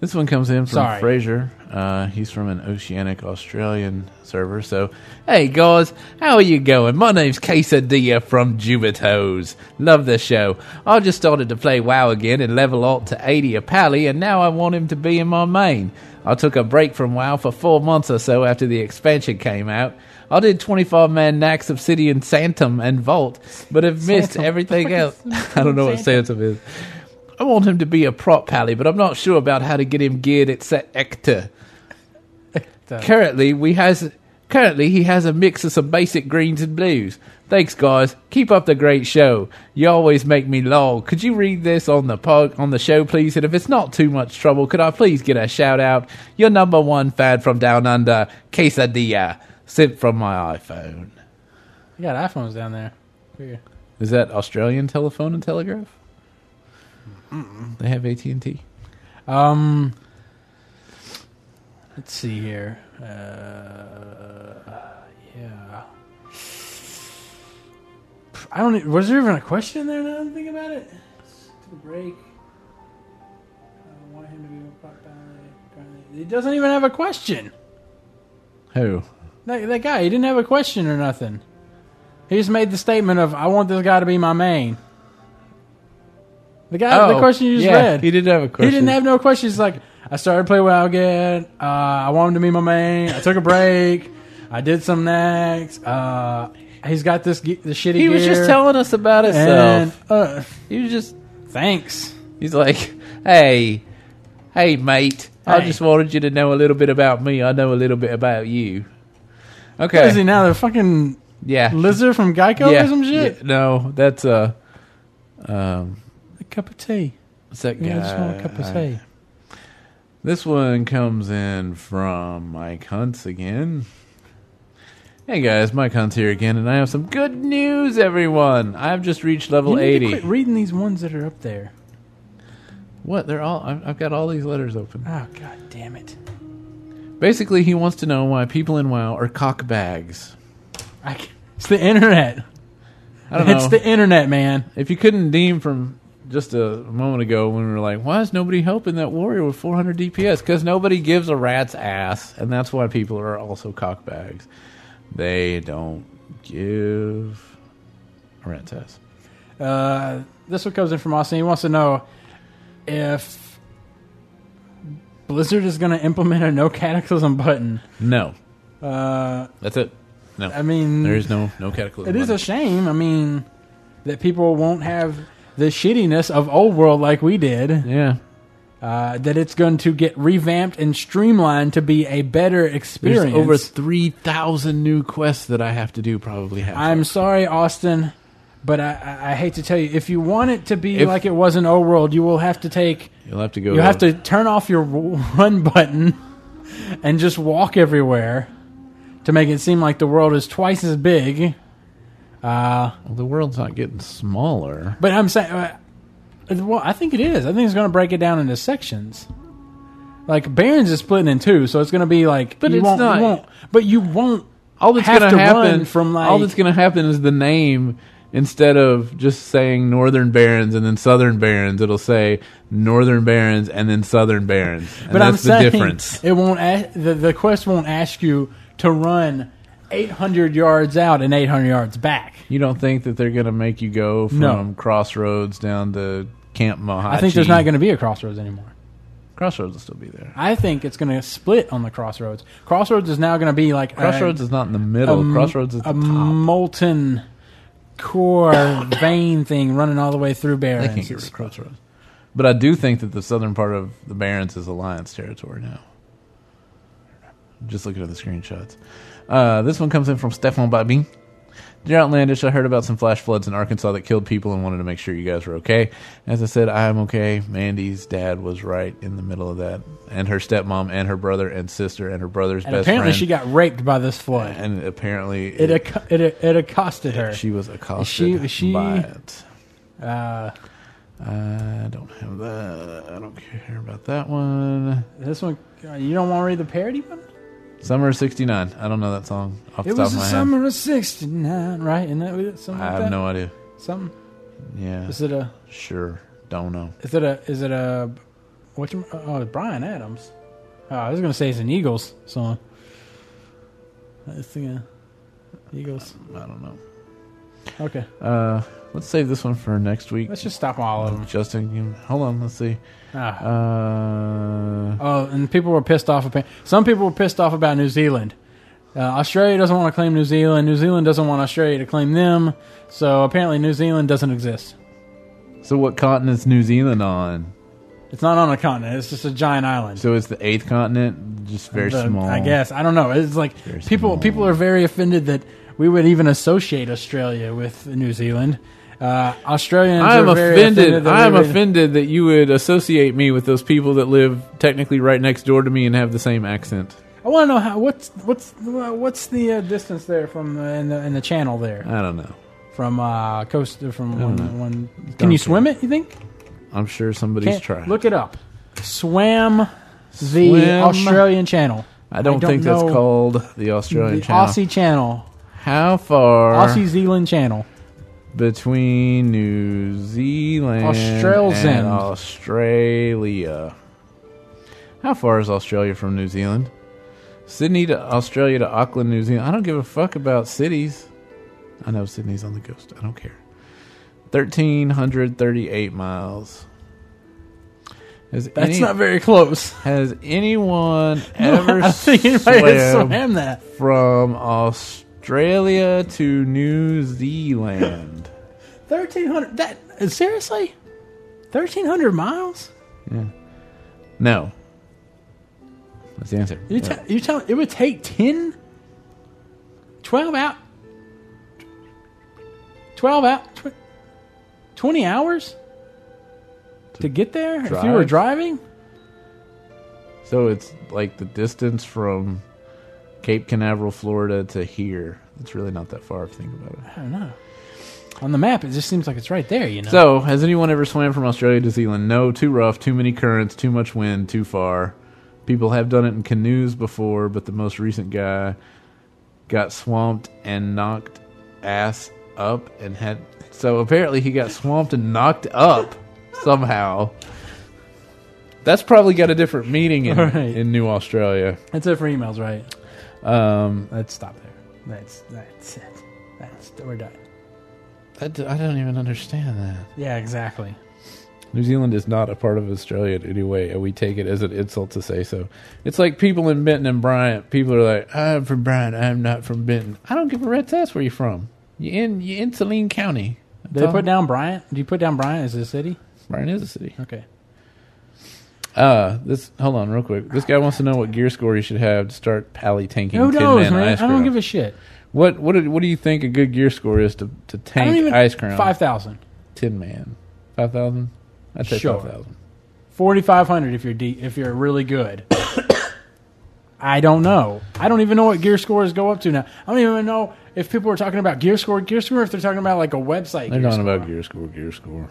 [SPEAKER 1] This one comes in from
[SPEAKER 2] Sorry.
[SPEAKER 1] Fraser. Uh, he's from an Oceanic Australian server. So, hey guys, how are you going? My name's Quesadilla from Jubitos. Love the show. I just started to play WoW again and level up to 80 a pally, and now I want him to be in my main. I took a break from WoW for four months or so after the expansion came out. I did 25 man Nax, Obsidian, Santum, and Vault, but have missed
[SPEAKER 2] Santum. *laughs*
[SPEAKER 1] everything else. *laughs* I don't know what
[SPEAKER 2] Santum?
[SPEAKER 1] Santum is. I want him to be a prop pally, but I'm not sure about how to get him geared at set actor. Currently, we has currently he has a mix of some basic greens and blues. Thanks, guys. Keep up the great show. You always make me lol. Could you read this on the pod, on the show, please? And if it's not too much trouble, could I please get a shout out? Your number one fan from down under, quesadilla, sent from my iPhone.
[SPEAKER 2] You got iPhones down there. Weird.
[SPEAKER 1] Is that Australian telephone and telegraph? They have AT and T.
[SPEAKER 2] Um, let's see here. Uh, yeah. I don't. e- Was there even a question there? Now that I think about it. To the break. I want him to be a prop ballet, apparently. He doesn't even have a question.
[SPEAKER 1] Who?
[SPEAKER 2] That, that guy, he didn't have a question or nothing. He just made the statement of, "I want this guy to be my main." The guy, the question you just
[SPEAKER 1] Oh, yeah,
[SPEAKER 2] read.
[SPEAKER 1] He didn't have a question.
[SPEAKER 2] Oh, He didn't have no questions. Like I started playing WoW again. Uh, I wanted to be my main. I took a break. I did some next. Uh, he's got this ge- the shitty.
[SPEAKER 1] He was just
[SPEAKER 2] gear,
[SPEAKER 1] telling us about
[SPEAKER 2] And,
[SPEAKER 1] himself.
[SPEAKER 2] uh,
[SPEAKER 1] he was just.
[SPEAKER 2] thanks.
[SPEAKER 1] He's like, hey, hey, mate. I
[SPEAKER 2] Hey.
[SPEAKER 1] just wanted you to know a little bit about me. I know a little bit about you. Okay.
[SPEAKER 2] What is he now? The fucking
[SPEAKER 1] Yeah.
[SPEAKER 2] lizard from Geico
[SPEAKER 1] yeah.
[SPEAKER 2] or some shit.
[SPEAKER 1] yeah. No, that's uh, um,
[SPEAKER 2] A cup of tea.
[SPEAKER 1] what's that
[SPEAKER 2] Yeah, I just want a
[SPEAKER 1] guy?
[SPEAKER 2] cup of tea.
[SPEAKER 1] This one comes in from Mike Hunts again. Hey guys, Mike Hunts here again, and I have some good news, everyone. I have just reached level
[SPEAKER 2] You need
[SPEAKER 1] eighty.
[SPEAKER 2] to quit reading these ones that are up there.
[SPEAKER 1] What? They're all. I've I've got all these letters open.
[SPEAKER 2] Oh god damn it!
[SPEAKER 1] Basically, he wants to know why people in WoW are cock bags.
[SPEAKER 2] I c it's the internet.
[SPEAKER 1] I don't
[SPEAKER 2] It's
[SPEAKER 1] know.
[SPEAKER 2] the internet, man.
[SPEAKER 1] if you couldn't deem from just a moment ago when we were like, why is nobody helping that warrior with 400 DPS? Because nobody gives a rat's ass, and that's why people are also cock bags. They don't give a rat's ass.
[SPEAKER 2] Uh, this one comes in from Austin. He wants to know if Blizzard is going to implement a no cataclysm button.
[SPEAKER 1] No,
[SPEAKER 2] Uh,
[SPEAKER 1] that's it. No,
[SPEAKER 2] I mean,
[SPEAKER 1] there is no no cataclysm.
[SPEAKER 2] it is a
[SPEAKER 1] button.
[SPEAKER 2] shame. I mean, that people won't have the shittiness of old world like we did.
[SPEAKER 1] yeah.
[SPEAKER 2] Uh, that it's going to get revamped and streamlined to be a better
[SPEAKER 1] There's
[SPEAKER 2] experience.
[SPEAKER 1] over 3,000 new quests that I have to do. Probably have.
[SPEAKER 2] I'm sorry, Austin, but I, I, I hate to tell you, if you want it to be
[SPEAKER 1] If-
[SPEAKER 2] like it was in old world, you will have to take
[SPEAKER 1] You'll have to go.
[SPEAKER 2] You have to turn off your *laughs* run button and just walk everywhere to make it seem like the world is twice as big. Uh,
[SPEAKER 1] Well, the world's not getting smaller.
[SPEAKER 2] but I'm saying, uh, well, I think it is. I think it's going to break it down into sections. Like Barons is splitting in two, so it's going to be like,
[SPEAKER 1] But
[SPEAKER 2] you
[SPEAKER 1] it's
[SPEAKER 2] won't,
[SPEAKER 1] not-
[SPEAKER 2] You won't, but you won't.
[SPEAKER 1] all that's
[SPEAKER 2] have
[SPEAKER 1] going
[SPEAKER 2] to
[SPEAKER 1] to happen
[SPEAKER 2] run from, like-
[SPEAKER 1] all that's going to happen is the name instead of just saying northern barons and then southern barons it'll say northern barons and then southern barons and
[SPEAKER 2] But
[SPEAKER 1] that's
[SPEAKER 2] I'm
[SPEAKER 1] the
[SPEAKER 2] saying
[SPEAKER 1] difference
[SPEAKER 2] it won't. A- the the quest won't ask you to run 800 yards out and 800 yards back.
[SPEAKER 1] *laughs* you don't think that they're going to make you go from
[SPEAKER 2] No.
[SPEAKER 1] crossroads down to camp Mahachi?
[SPEAKER 2] I think there's not going to be a crossroads anymore.
[SPEAKER 1] crossroads will still be there
[SPEAKER 2] I think it's going to split on the crossroads. Crossroads is now going to be like
[SPEAKER 1] crossroads
[SPEAKER 2] a,
[SPEAKER 1] is not in the middle
[SPEAKER 2] m-
[SPEAKER 1] crossroads is the
[SPEAKER 2] a
[SPEAKER 1] top
[SPEAKER 2] molten
[SPEAKER 1] *coughs*
[SPEAKER 2] core vein thing running all the way through
[SPEAKER 1] they can't
[SPEAKER 2] Barrens.
[SPEAKER 1] get rid of crossroads but i do think that the southern part of the barons is alliance territory now just looking at the screenshots. Uh, this one comes in from Stefan Babin. Dear Outlandish, I heard about some flash floods in Arkansas that killed people and wanted to make sure you guys were okay. As I said, I am okay. Mandy's dad was right in the middle of that, and her stepmom, and her brother, and sister, and her brother's
[SPEAKER 2] And
[SPEAKER 1] best
[SPEAKER 2] apparently,
[SPEAKER 1] friend.
[SPEAKER 2] she got raped by this flood.
[SPEAKER 1] and apparently,
[SPEAKER 2] It ac- it, it, it accosted her.
[SPEAKER 1] she was accosted
[SPEAKER 2] She- she-
[SPEAKER 1] by it.
[SPEAKER 2] Uh,
[SPEAKER 1] I don't have that. I don't care about that one.
[SPEAKER 2] this one, uh, you don't want to read the parody one?
[SPEAKER 1] Summer of '69. I don't know that song off the
[SPEAKER 2] It
[SPEAKER 1] top
[SPEAKER 2] was
[SPEAKER 1] of
[SPEAKER 2] the
[SPEAKER 1] my head.
[SPEAKER 2] summer of '69, right? Isn't that what it- something
[SPEAKER 1] I
[SPEAKER 2] like
[SPEAKER 1] have
[SPEAKER 2] that?
[SPEAKER 1] no idea.
[SPEAKER 2] Something.
[SPEAKER 1] Yeah,
[SPEAKER 2] Is it a?
[SPEAKER 1] sure. Don't know.
[SPEAKER 2] Is it a? Is it a? What's your, oh, it's Brian Adams. Oh, I was gonna say it's an Eagles song. I was thinking Eagles.
[SPEAKER 1] I don't know.
[SPEAKER 2] Okay,
[SPEAKER 1] Uh, let's save this one for next week.
[SPEAKER 2] let's just stop all of them.
[SPEAKER 1] Justin, you, hold on. Let's see.
[SPEAKER 2] Ah.
[SPEAKER 1] Uh,
[SPEAKER 2] Oh, and people were pissed off. appa- Some people were pissed off about New Zealand. Uh, Australia doesn't want to claim New Zealand. New Zealand doesn't want Australia to claim them. So apparently, New Zealand doesn't exist.
[SPEAKER 1] so what continent's New Zealand on?
[SPEAKER 2] It's not on a continent. It's just a giant island.
[SPEAKER 1] So it's the eighth continent, just very
[SPEAKER 2] The-
[SPEAKER 1] small.
[SPEAKER 2] I guess I don't know. It's like
[SPEAKER 1] Very
[SPEAKER 2] people
[SPEAKER 1] small.
[SPEAKER 2] people are very offended that we would even associate Australia with New Zealand. Uh, Australians
[SPEAKER 1] I'm
[SPEAKER 2] are very
[SPEAKER 1] offended.
[SPEAKER 2] that we
[SPEAKER 1] I'm
[SPEAKER 2] would-
[SPEAKER 1] offended that you would associate me with those people that live technically right next door to me and have the same accent.
[SPEAKER 2] I want to know how what's what's what's the uh, distance there from the, in the in the channel there.
[SPEAKER 1] I don't know.
[SPEAKER 2] from uh coast from
[SPEAKER 1] know.
[SPEAKER 2] one, one can you
[SPEAKER 1] care.
[SPEAKER 2] swim it you think
[SPEAKER 1] I'm sure somebody's
[SPEAKER 2] Can't-
[SPEAKER 1] tried.
[SPEAKER 2] look it up swam the
[SPEAKER 1] Swim.
[SPEAKER 2] australian channel
[SPEAKER 1] I don't,
[SPEAKER 2] I don't
[SPEAKER 1] think
[SPEAKER 2] know
[SPEAKER 1] that's called the Australian
[SPEAKER 2] the
[SPEAKER 1] Channel.
[SPEAKER 2] aussie channel
[SPEAKER 1] How far
[SPEAKER 2] aussie zealand channel
[SPEAKER 1] between New Zealand
[SPEAKER 2] Australzend.
[SPEAKER 1] and Australia? How far is Australia from New Zealand? Sydney to Australia to Auckland, New Zealand. I don't give a fuck about cities. I know Sydney's on the coast. I don't care. 1,338 miles. Has
[SPEAKER 2] that's
[SPEAKER 1] any-
[SPEAKER 2] not very close
[SPEAKER 1] Has
[SPEAKER 2] *laughs*
[SPEAKER 1] anyone ever
[SPEAKER 2] i think anybody has
[SPEAKER 1] swam
[SPEAKER 2] swam that
[SPEAKER 1] from Australia to New Zealand.
[SPEAKER 2] 1300 that seriously 1300 miles
[SPEAKER 1] No. That's the answer.
[SPEAKER 2] you, te- you tell it would take 10 12 out 12 out tw- 20 hours to get there if you were
[SPEAKER 1] drive?
[SPEAKER 2] driving
[SPEAKER 1] So it's like the distance from Cape Canaveral, Florida to here. It's really not that far if you think about it.
[SPEAKER 2] I don't know. On the map, it just seems like it's right there, you know.
[SPEAKER 1] So, has anyone ever swam from Australia to Zealand? No, too rough, too many currents, too much wind, too far. People have done it in canoes before, but the most recent guy got swamped and knocked ass up and had. So, apparently, he got swamped and knocked up somehow. That's probably got a different meaning *laughs* in,
[SPEAKER 2] Right.
[SPEAKER 1] in New Australia.
[SPEAKER 2] that's it for emails, right?
[SPEAKER 1] Um,
[SPEAKER 2] Let's stop there. That's that's it. That's we're done.
[SPEAKER 1] that, I don't even understand that.
[SPEAKER 2] Yeah, exactly.
[SPEAKER 1] New Zealand is not a part of Australia in any way, and we take it as an insult to say so. It's like people in Benton and Bryant. People are like, "I'm from Bryant. I'm not from Benton. I don't give a rat's ass where you're from. You in you in Saline County.
[SPEAKER 2] Did they put down Bryant? Do you put down Bryant as a city?
[SPEAKER 1] Bryant is a city.
[SPEAKER 2] Okay.
[SPEAKER 1] Uh, this hold on real quick. This guy wants to know what gear score you should have to start pally tanking.
[SPEAKER 2] Who
[SPEAKER 1] Tin
[SPEAKER 2] knows,
[SPEAKER 1] Man
[SPEAKER 2] man?
[SPEAKER 1] Ice
[SPEAKER 2] I don't
[SPEAKER 1] Crown.
[SPEAKER 2] give a shit.
[SPEAKER 1] what what do, what do you think a good gear score is to to
[SPEAKER 2] I don't
[SPEAKER 1] tank
[SPEAKER 2] even
[SPEAKER 1] Ice Crown?
[SPEAKER 2] five thousand.
[SPEAKER 1] Tin Man five thousand. I'd say
[SPEAKER 2] Sure.
[SPEAKER 1] five thousand.
[SPEAKER 2] Forty five hundred if you're de- if you're really good. *coughs* I don't know. I don't even know what gear scores go up to now. I don't even know if people are talking about gear score, gear score, if they're talking about like a website.
[SPEAKER 1] They're
[SPEAKER 2] gear
[SPEAKER 1] talking
[SPEAKER 2] score.
[SPEAKER 1] about gear score, gear score.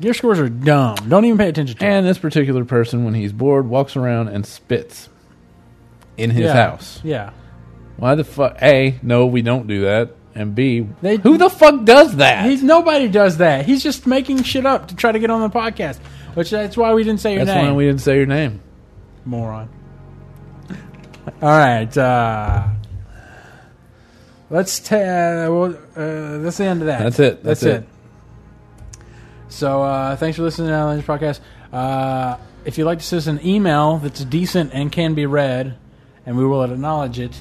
[SPEAKER 2] gear scores are dumb. Don't even pay attention to. 'em.
[SPEAKER 1] And this particular person, when he's bored, walks around and spits in his
[SPEAKER 2] yeah.
[SPEAKER 1] house.
[SPEAKER 2] Yeah.
[SPEAKER 1] Why the fuck? A, no, we don't do that. And B,
[SPEAKER 2] They-
[SPEAKER 1] who the fuck does that?
[SPEAKER 2] He's nobody does that. He's just making shit up to try to get on the podcast. Which that's why we didn't say your
[SPEAKER 1] That's
[SPEAKER 2] name,
[SPEAKER 1] why we didn't say your name.
[SPEAKER 2] moron. All right, uh, let's. ta- uh, well, uh, that's the end of that.
[SPEAKER 1] That's it. That's it.
[SPEAKER 2] So uh, thanks for listening to our Lunch podcast. Uh, if you'd like to send us an email that's decent and can be read, and we will acknowledge it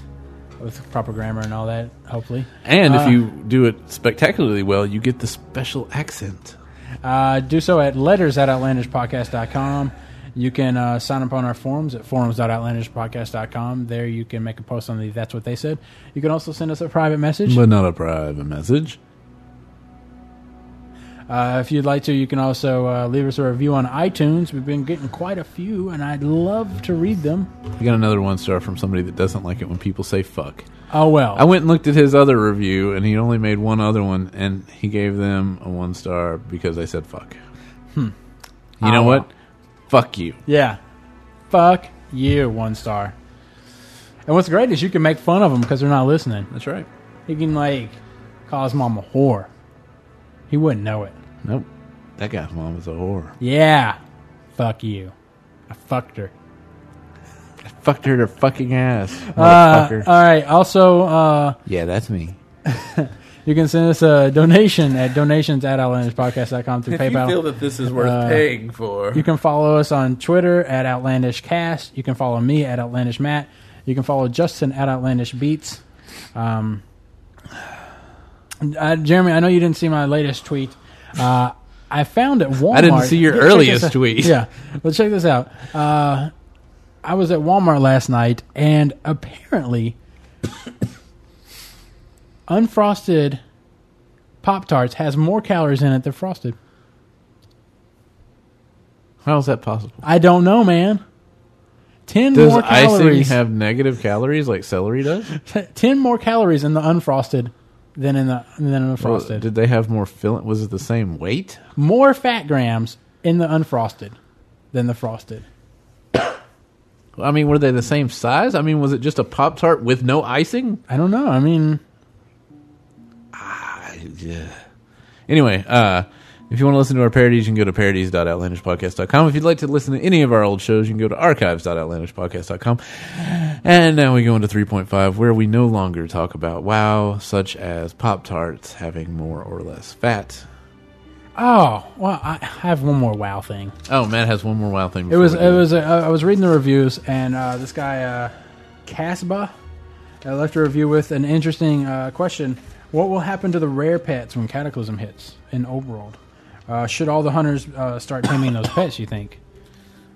[SPEAKER 2] with proper grammar and all that, hopefully.
[SPEAKER 1] And
[SPEAKER 2] Uh,
[SPEAKER 1] if you do it spectacularly well, you get the special accent.
[SPEAKER 2] Uh, do so at letters at outlandishpodcast.com. You can uh, sign up on our forums at forums.outlandishpodcast.com. There you can make a post on the That's What They Said. You can also send us a private message.
[SPEAKER 1] But not a private message.
[SPEAKER 2] Uh, if you'd like to, you can also uh, leave us a review on iTunes. We've been getting quite a few, and I'd love to read them.
[SPEAKER 1] I got another one star from somebody that doesn't like it when people say fuck.
[SPEAKER 2] Oh, well.
[SPEAKER 1] I went and looked at his other review, and he only made one other one, and he gave them a one star because I said fuck. Hmm. You know
[SPEAKER 2] Ah.
[SPEAKER 1] what? Fuck you.
[SPEAKER 2] yeah. Fuck you, one star. And what's great is you can make fun of them because they're not listening.
[SPEAKER 1] That's right.
[SPEAKER 2] You can, like, call his mom a whore. He wouldn't know it.
[SPEAKER 1] Nope. That guy's mom is a whore.
[SPEAKER 2] Yeah. fuck you. I fucked her.
[SPEAKER 1] Fucked her to fucking ass.
[SPEAKER 2] Uh,
[SPEAKER 1] motherfucker.
[SPEAKER 2] all right. Also, uh,
[SPEAKER 6] Yeah, that's me.
[SPEAKER 2] you can send us a donation at donations at outlandishpodcast.com through
[SPEAKER 5] If you
[SPEAKER 2] PayPal.
[SPEAKER 5] feel that this is worth
[SPEAKER 1] Uh,
[SPEAKER 5] paying for,
[SPEAKER 2] You can follow us on Twitter at OutlandishCast. You can follow me at OutlandishMatt. You can follow Justin at OutlandishBeats. Um, *sighs* uh, Jeremy, I know you didn't see my latest tweet. Uh, I found at Walmart.
[SPEAKER 1] I didn't see your
[SPEAKER 2] Check this
[SPEAKER 1] earliest
[SPEAKER 2] out.
[SPEAKER 1] tweet.
[SPEAKER 2] Yeah, well, check this out. Uh, I was at Walmart last night, and apparently, *coughs* unfrosted Pop Tarts has more calories in it than frosted.
[SPEAKER 1] How is that possible?
[SPEAKER 2] I don't know, man. Ten
[SPEAKER 1] Does
[SPEAKER 2] more
[SPEAKER 1] icing
[SPEAKER 2] calories.
[SPEAKER 1] have negative calories like celery does?
[SPEAKER 2] t- ten more calories in the unfrosted than in the than in the
[SPEAKER 1] Well,
[SPEAKER 2] frosted.
[SPEAKER 1] did they have more filling? Was it the same weight?
[SPEAKER 2] more fat grams in the unfrosted than the frosted.
[SPEAKER 1] I mean, were they the same size? I mean, was it just a Pop Tart with no icing?
[SPEAKER 2] I don't know. I mean,
[SPEAKER 1] Anyway, uh, if you want to listen to our parodies, you can go to parodies.outlandishpodcast.com. If you'd like to listen to any of our old shows, you can go to archives.outlandishpodcast.com. And now we go into 3.5, where we no longer talk about wow, such as Pop Tarts having more or less fat.
[SPEAKER 2] oh well, I I have one more wow thing.
[SPEAKER 1] Oh, Matt has one more wild thing.
[SPEAKER 2] It
[SPEAKER 1] before
[SPEAKER 2] was
[SPEAKER 1] we
[SPEAKER 2] it
[SPEAKER 1] do
[SPEAKER 2] was uh, I was reading the reviews and uh, this guy uh, Casba uh, left a review with an interesting uh, question: What will happen to the rare pets when Cataclysm hits in Overworld? Uh, should all the hunters uh, start taming those pets? You think?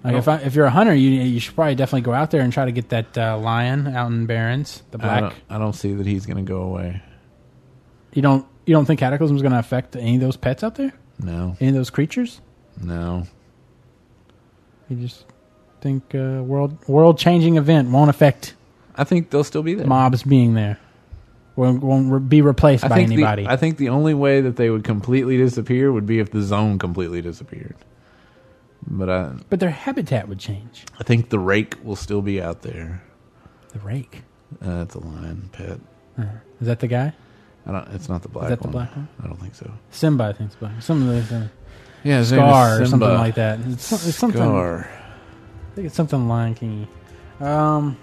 [SPEAKER 2] Like
[SPEAKER 1] Oh.
[SPEAKER 2] if I, if you're a hunter, you you should probably definitely go out there and try to get that uh, lion out in Barrens, the
[SPEAKER 1] I
[SPEAKER 2] black.
[SPEAKER 1] don't, I don't see that he's going to go away.
[SPEAKER 2] you don't you don't think Cataclysm's going to affect any of those pets out there?
[SPEAKER 1] No,
[SPEAKER 2] Any of those creatures?
[SPEAKER 1] no.
[SPEAKER 2] You just think uh, world world changing event won't affect
[SPEAKER 1] I think they'll still be there.
[SPEAKER 2] mobs being there won't, won't re- be replaced
[SPEAKER 1] I
[SPEAKER 2] by
[SPEAKER 1] think the-
[SPEAKER 2] anybody.
[SPEAKER 1] I think the only way that they would completely disappear would be if the zone completely disappeared. But I,
[SPEAKER 2] but their habitat would change.
[SPEAKER 1] I think the rake will still be out there.
[SPEAKER 2] The rake.
[SPEAKER 1] Uh, it's a lion pet.
[SPEAKER 2] Is that the guy?
[SPEAKER 1] I don't. It's not the black.
[SPEAKER 2] that the
[SPEAKER 1] one.
[SPEAKER 2] black one?
[SPEAKER 1] I don't think so.
[SPEAKER 2] Simba, I think. Simba. Some of the uh,
[SPEAKER 1] Yeah, his name is
[SPEAKER 2] Scar or something
[SPEAKER 1] Simba.
[SPEAKER 2] like that. It's, some- it's something.
[SPEAKER 1] Scar.
[SPEAKER 2] I think it's something Lion King. Um.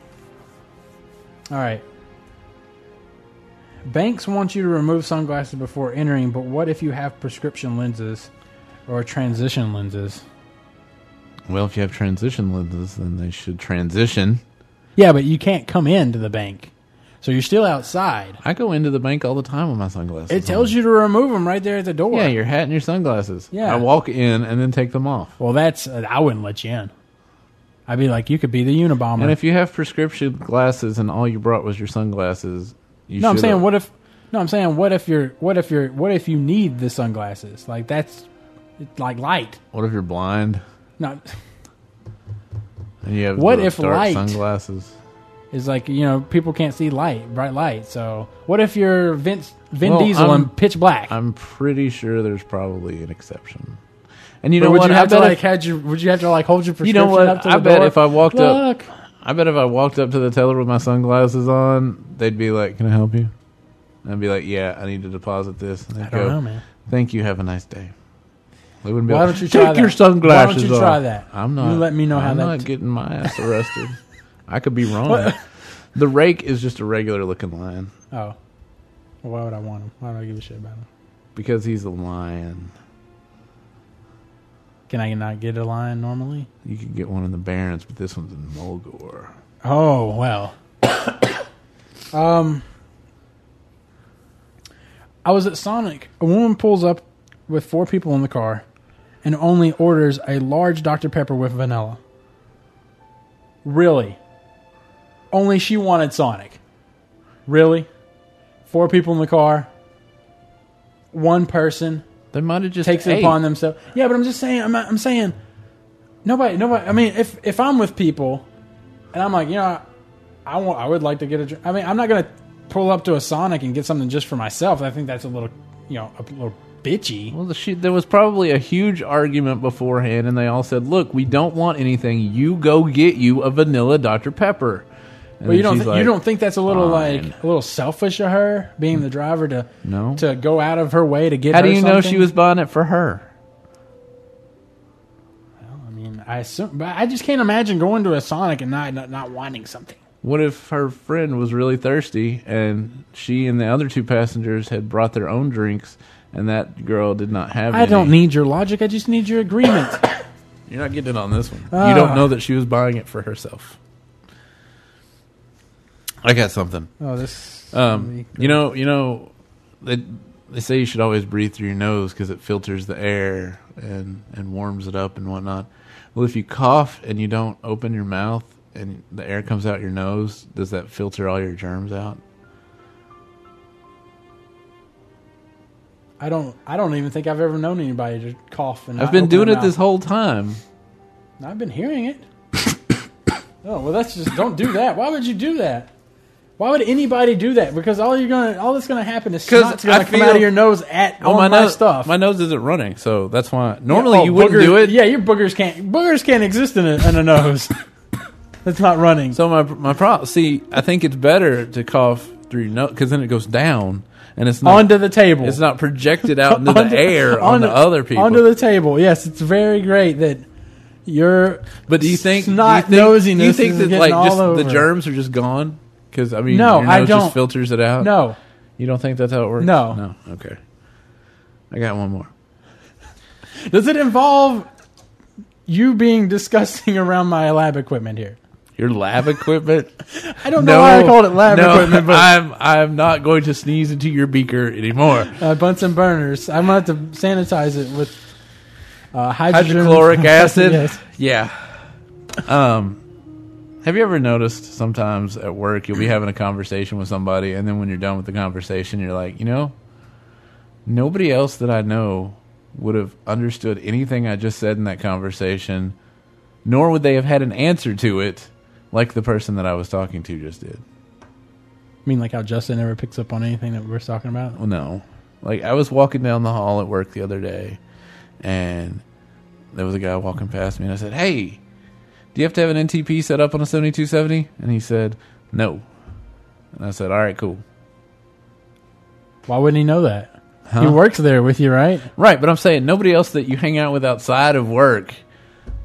[SPEAKER 2] All right. Banks want you to remove sunglasses before entering, but what if you have prescription lenses or transition lenses?
[SPEAKER 1] Well, if you have transition lenses, then they should transition.
[SPEAKER 2] Yeah, but you can't come into the bank, so you're still outside.
[SPEAKER 1] I go into the bank all the time with my sunglasses.
[SPEAKER 2] It tells you to remove them right there at the door.
[SPEAKER 1] Yeah, your hat and your sunglasses.
[SPEAKER 2] Yeah.
[SPEAKER 1] I walk in and then take them off.
[SPEAKER 2] Well, that's uh, I wouldn't let you in. I'd be like, you could be the Unabomber.
[SPEAKER 1] And if you have prescription glasses and all you brought was your sunglasses, you
[SPEAKER 2] no, I'm
[SPEAKER 1] should-
[SPEAKER 2] saying what if? No, I'm saying what if you're? What if you're? What if you need the sunglasses? Like that's it's like light.
[SPEAKER 1] What if you're blind
[SPEAKER 2] No, *laughs*
[SPEAKER 1] and you have
[SPEAKER 2] What
[SPEAKER 1] those
[SPEAKER 2] if
[SPEAKER 1] dark
[SPEAKER 2] light-
[SPEAKER 1] sunglasses?
[SPEAKER 2] it's like you know people can't see light, bright light. So what if you're Vince Vin
[SPEAKER 1] Well,
[SPEAKER 2] Diesel
[SPEAKER 1] I'm-
[SPEAKER 2] in pitch black?
[SPEAKER 1] I'm pretty sure there's probably an exception. And you
[SPEAKER 2] Or
[SPEAKER 1] know
[SPEAKER 2] would
[SPEAKER 1] what?
[SPEAKER 2] you
[SPEAKER 1] I
[SPEAKER 2] have to
[SPEAKER 1] bet
[SPEAKER 2] like
[SPEAKER 1] if-
[SPEAKER 2] had you? Would you have to like hold your
[SPEAKER 1] You
[SPEAKER 2] prescription
[SPEAKER 1] know what?
[SPEAKER 2] up to the
[SPEAKER 1] I bet
[SPEAKER 2] door?
[SPEAKER 1] if I walked up-
[SPEAKER 2] Look,
[SPEAKER 1] I bet if I walked up to the teller with my sunglasses on, they'd be like, "Can I help you?" And I'd be like, "Yeah, I need to deposit this." And they'd
[SPEAKER 2] I don't
[SPEAKER 1] go,
[SPEAKER 2] know, man.
[SPEAKER 1] "Thank you. Have a nice day." They wouldn't be
[SPEAKER 2] Why
[SPEAKER 1] like,
[SPEAKER 2] don't you
[SPEAKER 1] take
[SPEAKER 2] try
[SPEAKER 1] your
[SPEAKER 2] that?
[SPEAKER 1] sunglasses
[SPEAKER 2] Why don't you
[SPEAKER 1] off."
[SPEAKER 2] try that?
[SPEAKER 1] I'm not.
[SPEAKER 2] You let me know how
[SPEAKER 1] I'm
[SPEAKER 2] that
[SPEAKER 1] not
[SPEAKER 2] t-
[SPEAKER 1] getting my
[SPEAKER 2] *laughs*
[SPEAKER 1] ass arrested. I could be wrong. the rake is just a regular looking lion
[SPEAKER 2] Oh, well, why would I want him? Why would I give a shit about him?
[SPEAKER 1] because he's a lion.
[SPEAKER 2] Can I not get a lion normally?
[SPEAKER 1] You could get one in the Barrens, but this one's in Mulgore.
[SPEAKER 2] Oh well. um, I was at Sonic. A woman pulls up with four people in the car, and only orders a large Dr Pepper with vanilla. Really? Only she wanted Sonic. Really? Four people in the car. One person
[SPEAKER 1] They might have just
[SPEAKER 2] takes it
[SPEAKER 1] ate.
[SPEAKER 2] upon themselves. Yeah, but I'm just saying. I'm, I'm saying nobody, nobody. I mean, if if I'm with people and I'm like, you know, I, I want, I would like to get a drink. I mean, I'm not gonna pull up to a Sonic and get something just for myself. I think that's a little, you know, a little bitchy.
[SPEAKER 1] Well, the she, there was probably a huge argument beforehand, and they all said, "Look, we don't want anything. You go get you a vanilla Dr Pepper." And
[SPEAKER 2] But you
[SPEAKER 1] then
[SPEAKER 2] don't,
[SPEAKER 1] she's
[SPEAKER 2] thi- you
[SPEAKER 1] like,
[SPEAKER 2] don't think that's a little
[SPEAKER 1] "Fine."
[SPEAKER 2] like a little selfish of her being the driver to
[SPEAKER 1] No.
[SPEAKER 2] to go out of her way to get.
[SPEAKER 1] How
[SPEAKER 2] her
[SPEAKER 1] do you know
[SPEAKER 2] something?
[SPEAKER 1] she was buying it for her?
[SPEAKER 2] I mean, I assume, but I just can't imagine going to a Sonic and not not, not wanting something.
[SPEAKER 1] What if her friend was really thirsty and she and the other two passengers had brought their own drinks and that girl did not have
[SPEAKER 2] I
[SPEAKER 1] any?
[SPEAKER 2] don't need your logic. I just need
[SPEAKER 1] *coughs*
[SPEAKER 2] your agreement.
[SPEAKER 1] You're not getting it on this one.
[SPEAKER 2] Ah.
[SPEAKER 1] you don't know that she was buying it for herself. I got something.
[SPEAKER 2] oh, this.
[SPEAKER 1] Um, you know, you know, they they say you should always breathe through your nose because it filters the air and and warms it up and whatnot. Well, if you cough and you don't open your mouth and the air comes out your nose, does that filter all your germs out?
[SPEAKER 2] I don't. I don't even think I've ever known anybody to cough. And
[SPEAKER 1] I've
[SPEAKER 2] not
[SPEAKER 1] been
[SPEAKER 2] open their
[SPEAKER 1] doing it
[SPEAKER 2] mouth.
[SPEAKER 1] this whole time.
[SPEAKER 2] I've been hearing it. *coughs* oh well, that's just don't do that. Why would you do that? Why would anybody do that? Because all you're gonna, all that's gonna happen is
[SPEAKER 1] 'Cause
[SPEAKER 2] snot's gonna
[SPEAKER 1] I
[SPEAKER 2] come out of
[SPEAKER 1] feel-
[SPEAKER 2] your nose at on my,
[SPEAKER 1] nose,
[SPEAKER 2] stuff.
[SPEAKER 1] My nose isn't running, so that's why. Normally,
[SPEAKER 2] Oh,
[SPEAKER 1] you wouldn't
[SPEAKER 2] booger-
[SPEAKER 1] do it.
[SPEAKER 2] Yeah, your boogers can't. Boogers can't exist in a, in
[SPEAKER 1] *laughs*
[SPEAKER 2] a nose. that's not running.
[SPEAKER 1] So my my problem. See, I think it's better to cough through your nose because then it goes down and it's not
[SPEAKER 2] onto the table.
[SPEAKER 1] It's not projected
[SPEAKER 2] *laughs*
[SPEAKER 1] out into the
[SPEAKER 2] Onto-
[SPEAKER 1] air
[SPEAKER 2] onto-
[SPEAKER 1] onto other people.
[SPEAKER 2] Onto the table. Yes, it's very great that your
[SPEAKER 1] but do you think
[SPEAKER 2] snot
[SPEAKER 1] do you think,
[SPEAKER 2] nosiness
[SPEAKER 1] do you think
[SPEAKER 2] is
[SPEAKER 1] that
[SPEAKER 2] getting
[SPEAKER 1] like
[SPEAKER 2] all
[SPEAKER 1] just
[SPEAKER 2] over.
[SPEAKER 1] the germs are just gone? Because I mean,
[SPEAKER 2] No,
[SPEAKER 1] your
[SPEAKER 2] I
[SPEAKER 1] nose
[SPEAKER 2] don't.
[SPEAKER 1] Just filters it out.
[SPEAKER 2] No,
[SPEAKER 1] you don't think that's how it works.
[SPEAKER 2] No.
[SPEAKER 1] no. Okay, I got one more.
[SPEAKER 2] does it involve you being *laughs* disgusting around my lab equipment here?
[SPEAKER 1] Your lab equipment.
[SPEAKER 2] *laughs* I don't know why I called it lab
[SPEAKER 1] no,
[SPEAKER 2] equipment, but
[SPEAKER 1] I'm I'm not going to sneeze into your beaker anymore.
[SPEAKER 2] uh, Bunsen burners. I'm gonna have to sanitize it with uh, hydrogen *laughs*
[SPEAKER 1] hydrochloric acid.
[SPEAKER 2] Yes.
[SPEAKER 1] Yeah. Um, have you ever noticed sometimes at work you'll be having a conversation with somebody, and then when you're done with the conversation, you're like, you know, nobody else that I know would have understood anything I just said in that conversation, nor would they have had an answer to it like the person that I was talking to just did.
[SPEAKER 2] I mean, like how Justin never picks up on anything that we're talking about.
[SPEAKER 1] Well, no. Like I was walking down the hall at work the other day, and there was a guy walking past me, and I said, "Hey, do you have to have an NTP set up on a seventy-two seventy? And he said, "No." And I said, "All right, cool."
[SPEAKER 2] Why wouldn't he know that? He works there with you, right?
[SPEAKER 1] Right, but I'm saying nobody else that you hang out with outside of work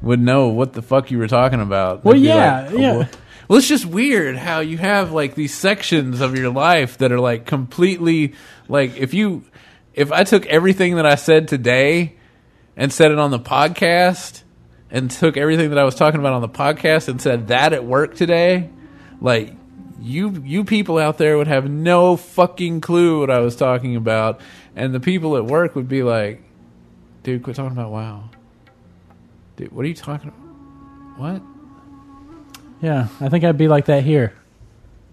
[SPEAKER 1] would know what the fuck you were talking about.
[SPEAKER 2] Well,
[SPEAKER 1] They'd be
[SPEAKER 2] yeah,
[SPEAKER 1] like, "Oh,
[SPEAKER 2] yeah."
[SPEAKER 1] Well, Well, it's just weird how you have like these sections of your life that are like completely like if you if I took everything that I said today and said it on the podcast and took everything that I was talking about on the podcast and said that at work today, like you you people out there would have no fucking clue what I was talking about and the people at work would be like, dude, quit talking about wow. Dude, what are you talking about? What?
[SPEAKER 2] Yeah, I think I'd be like that here.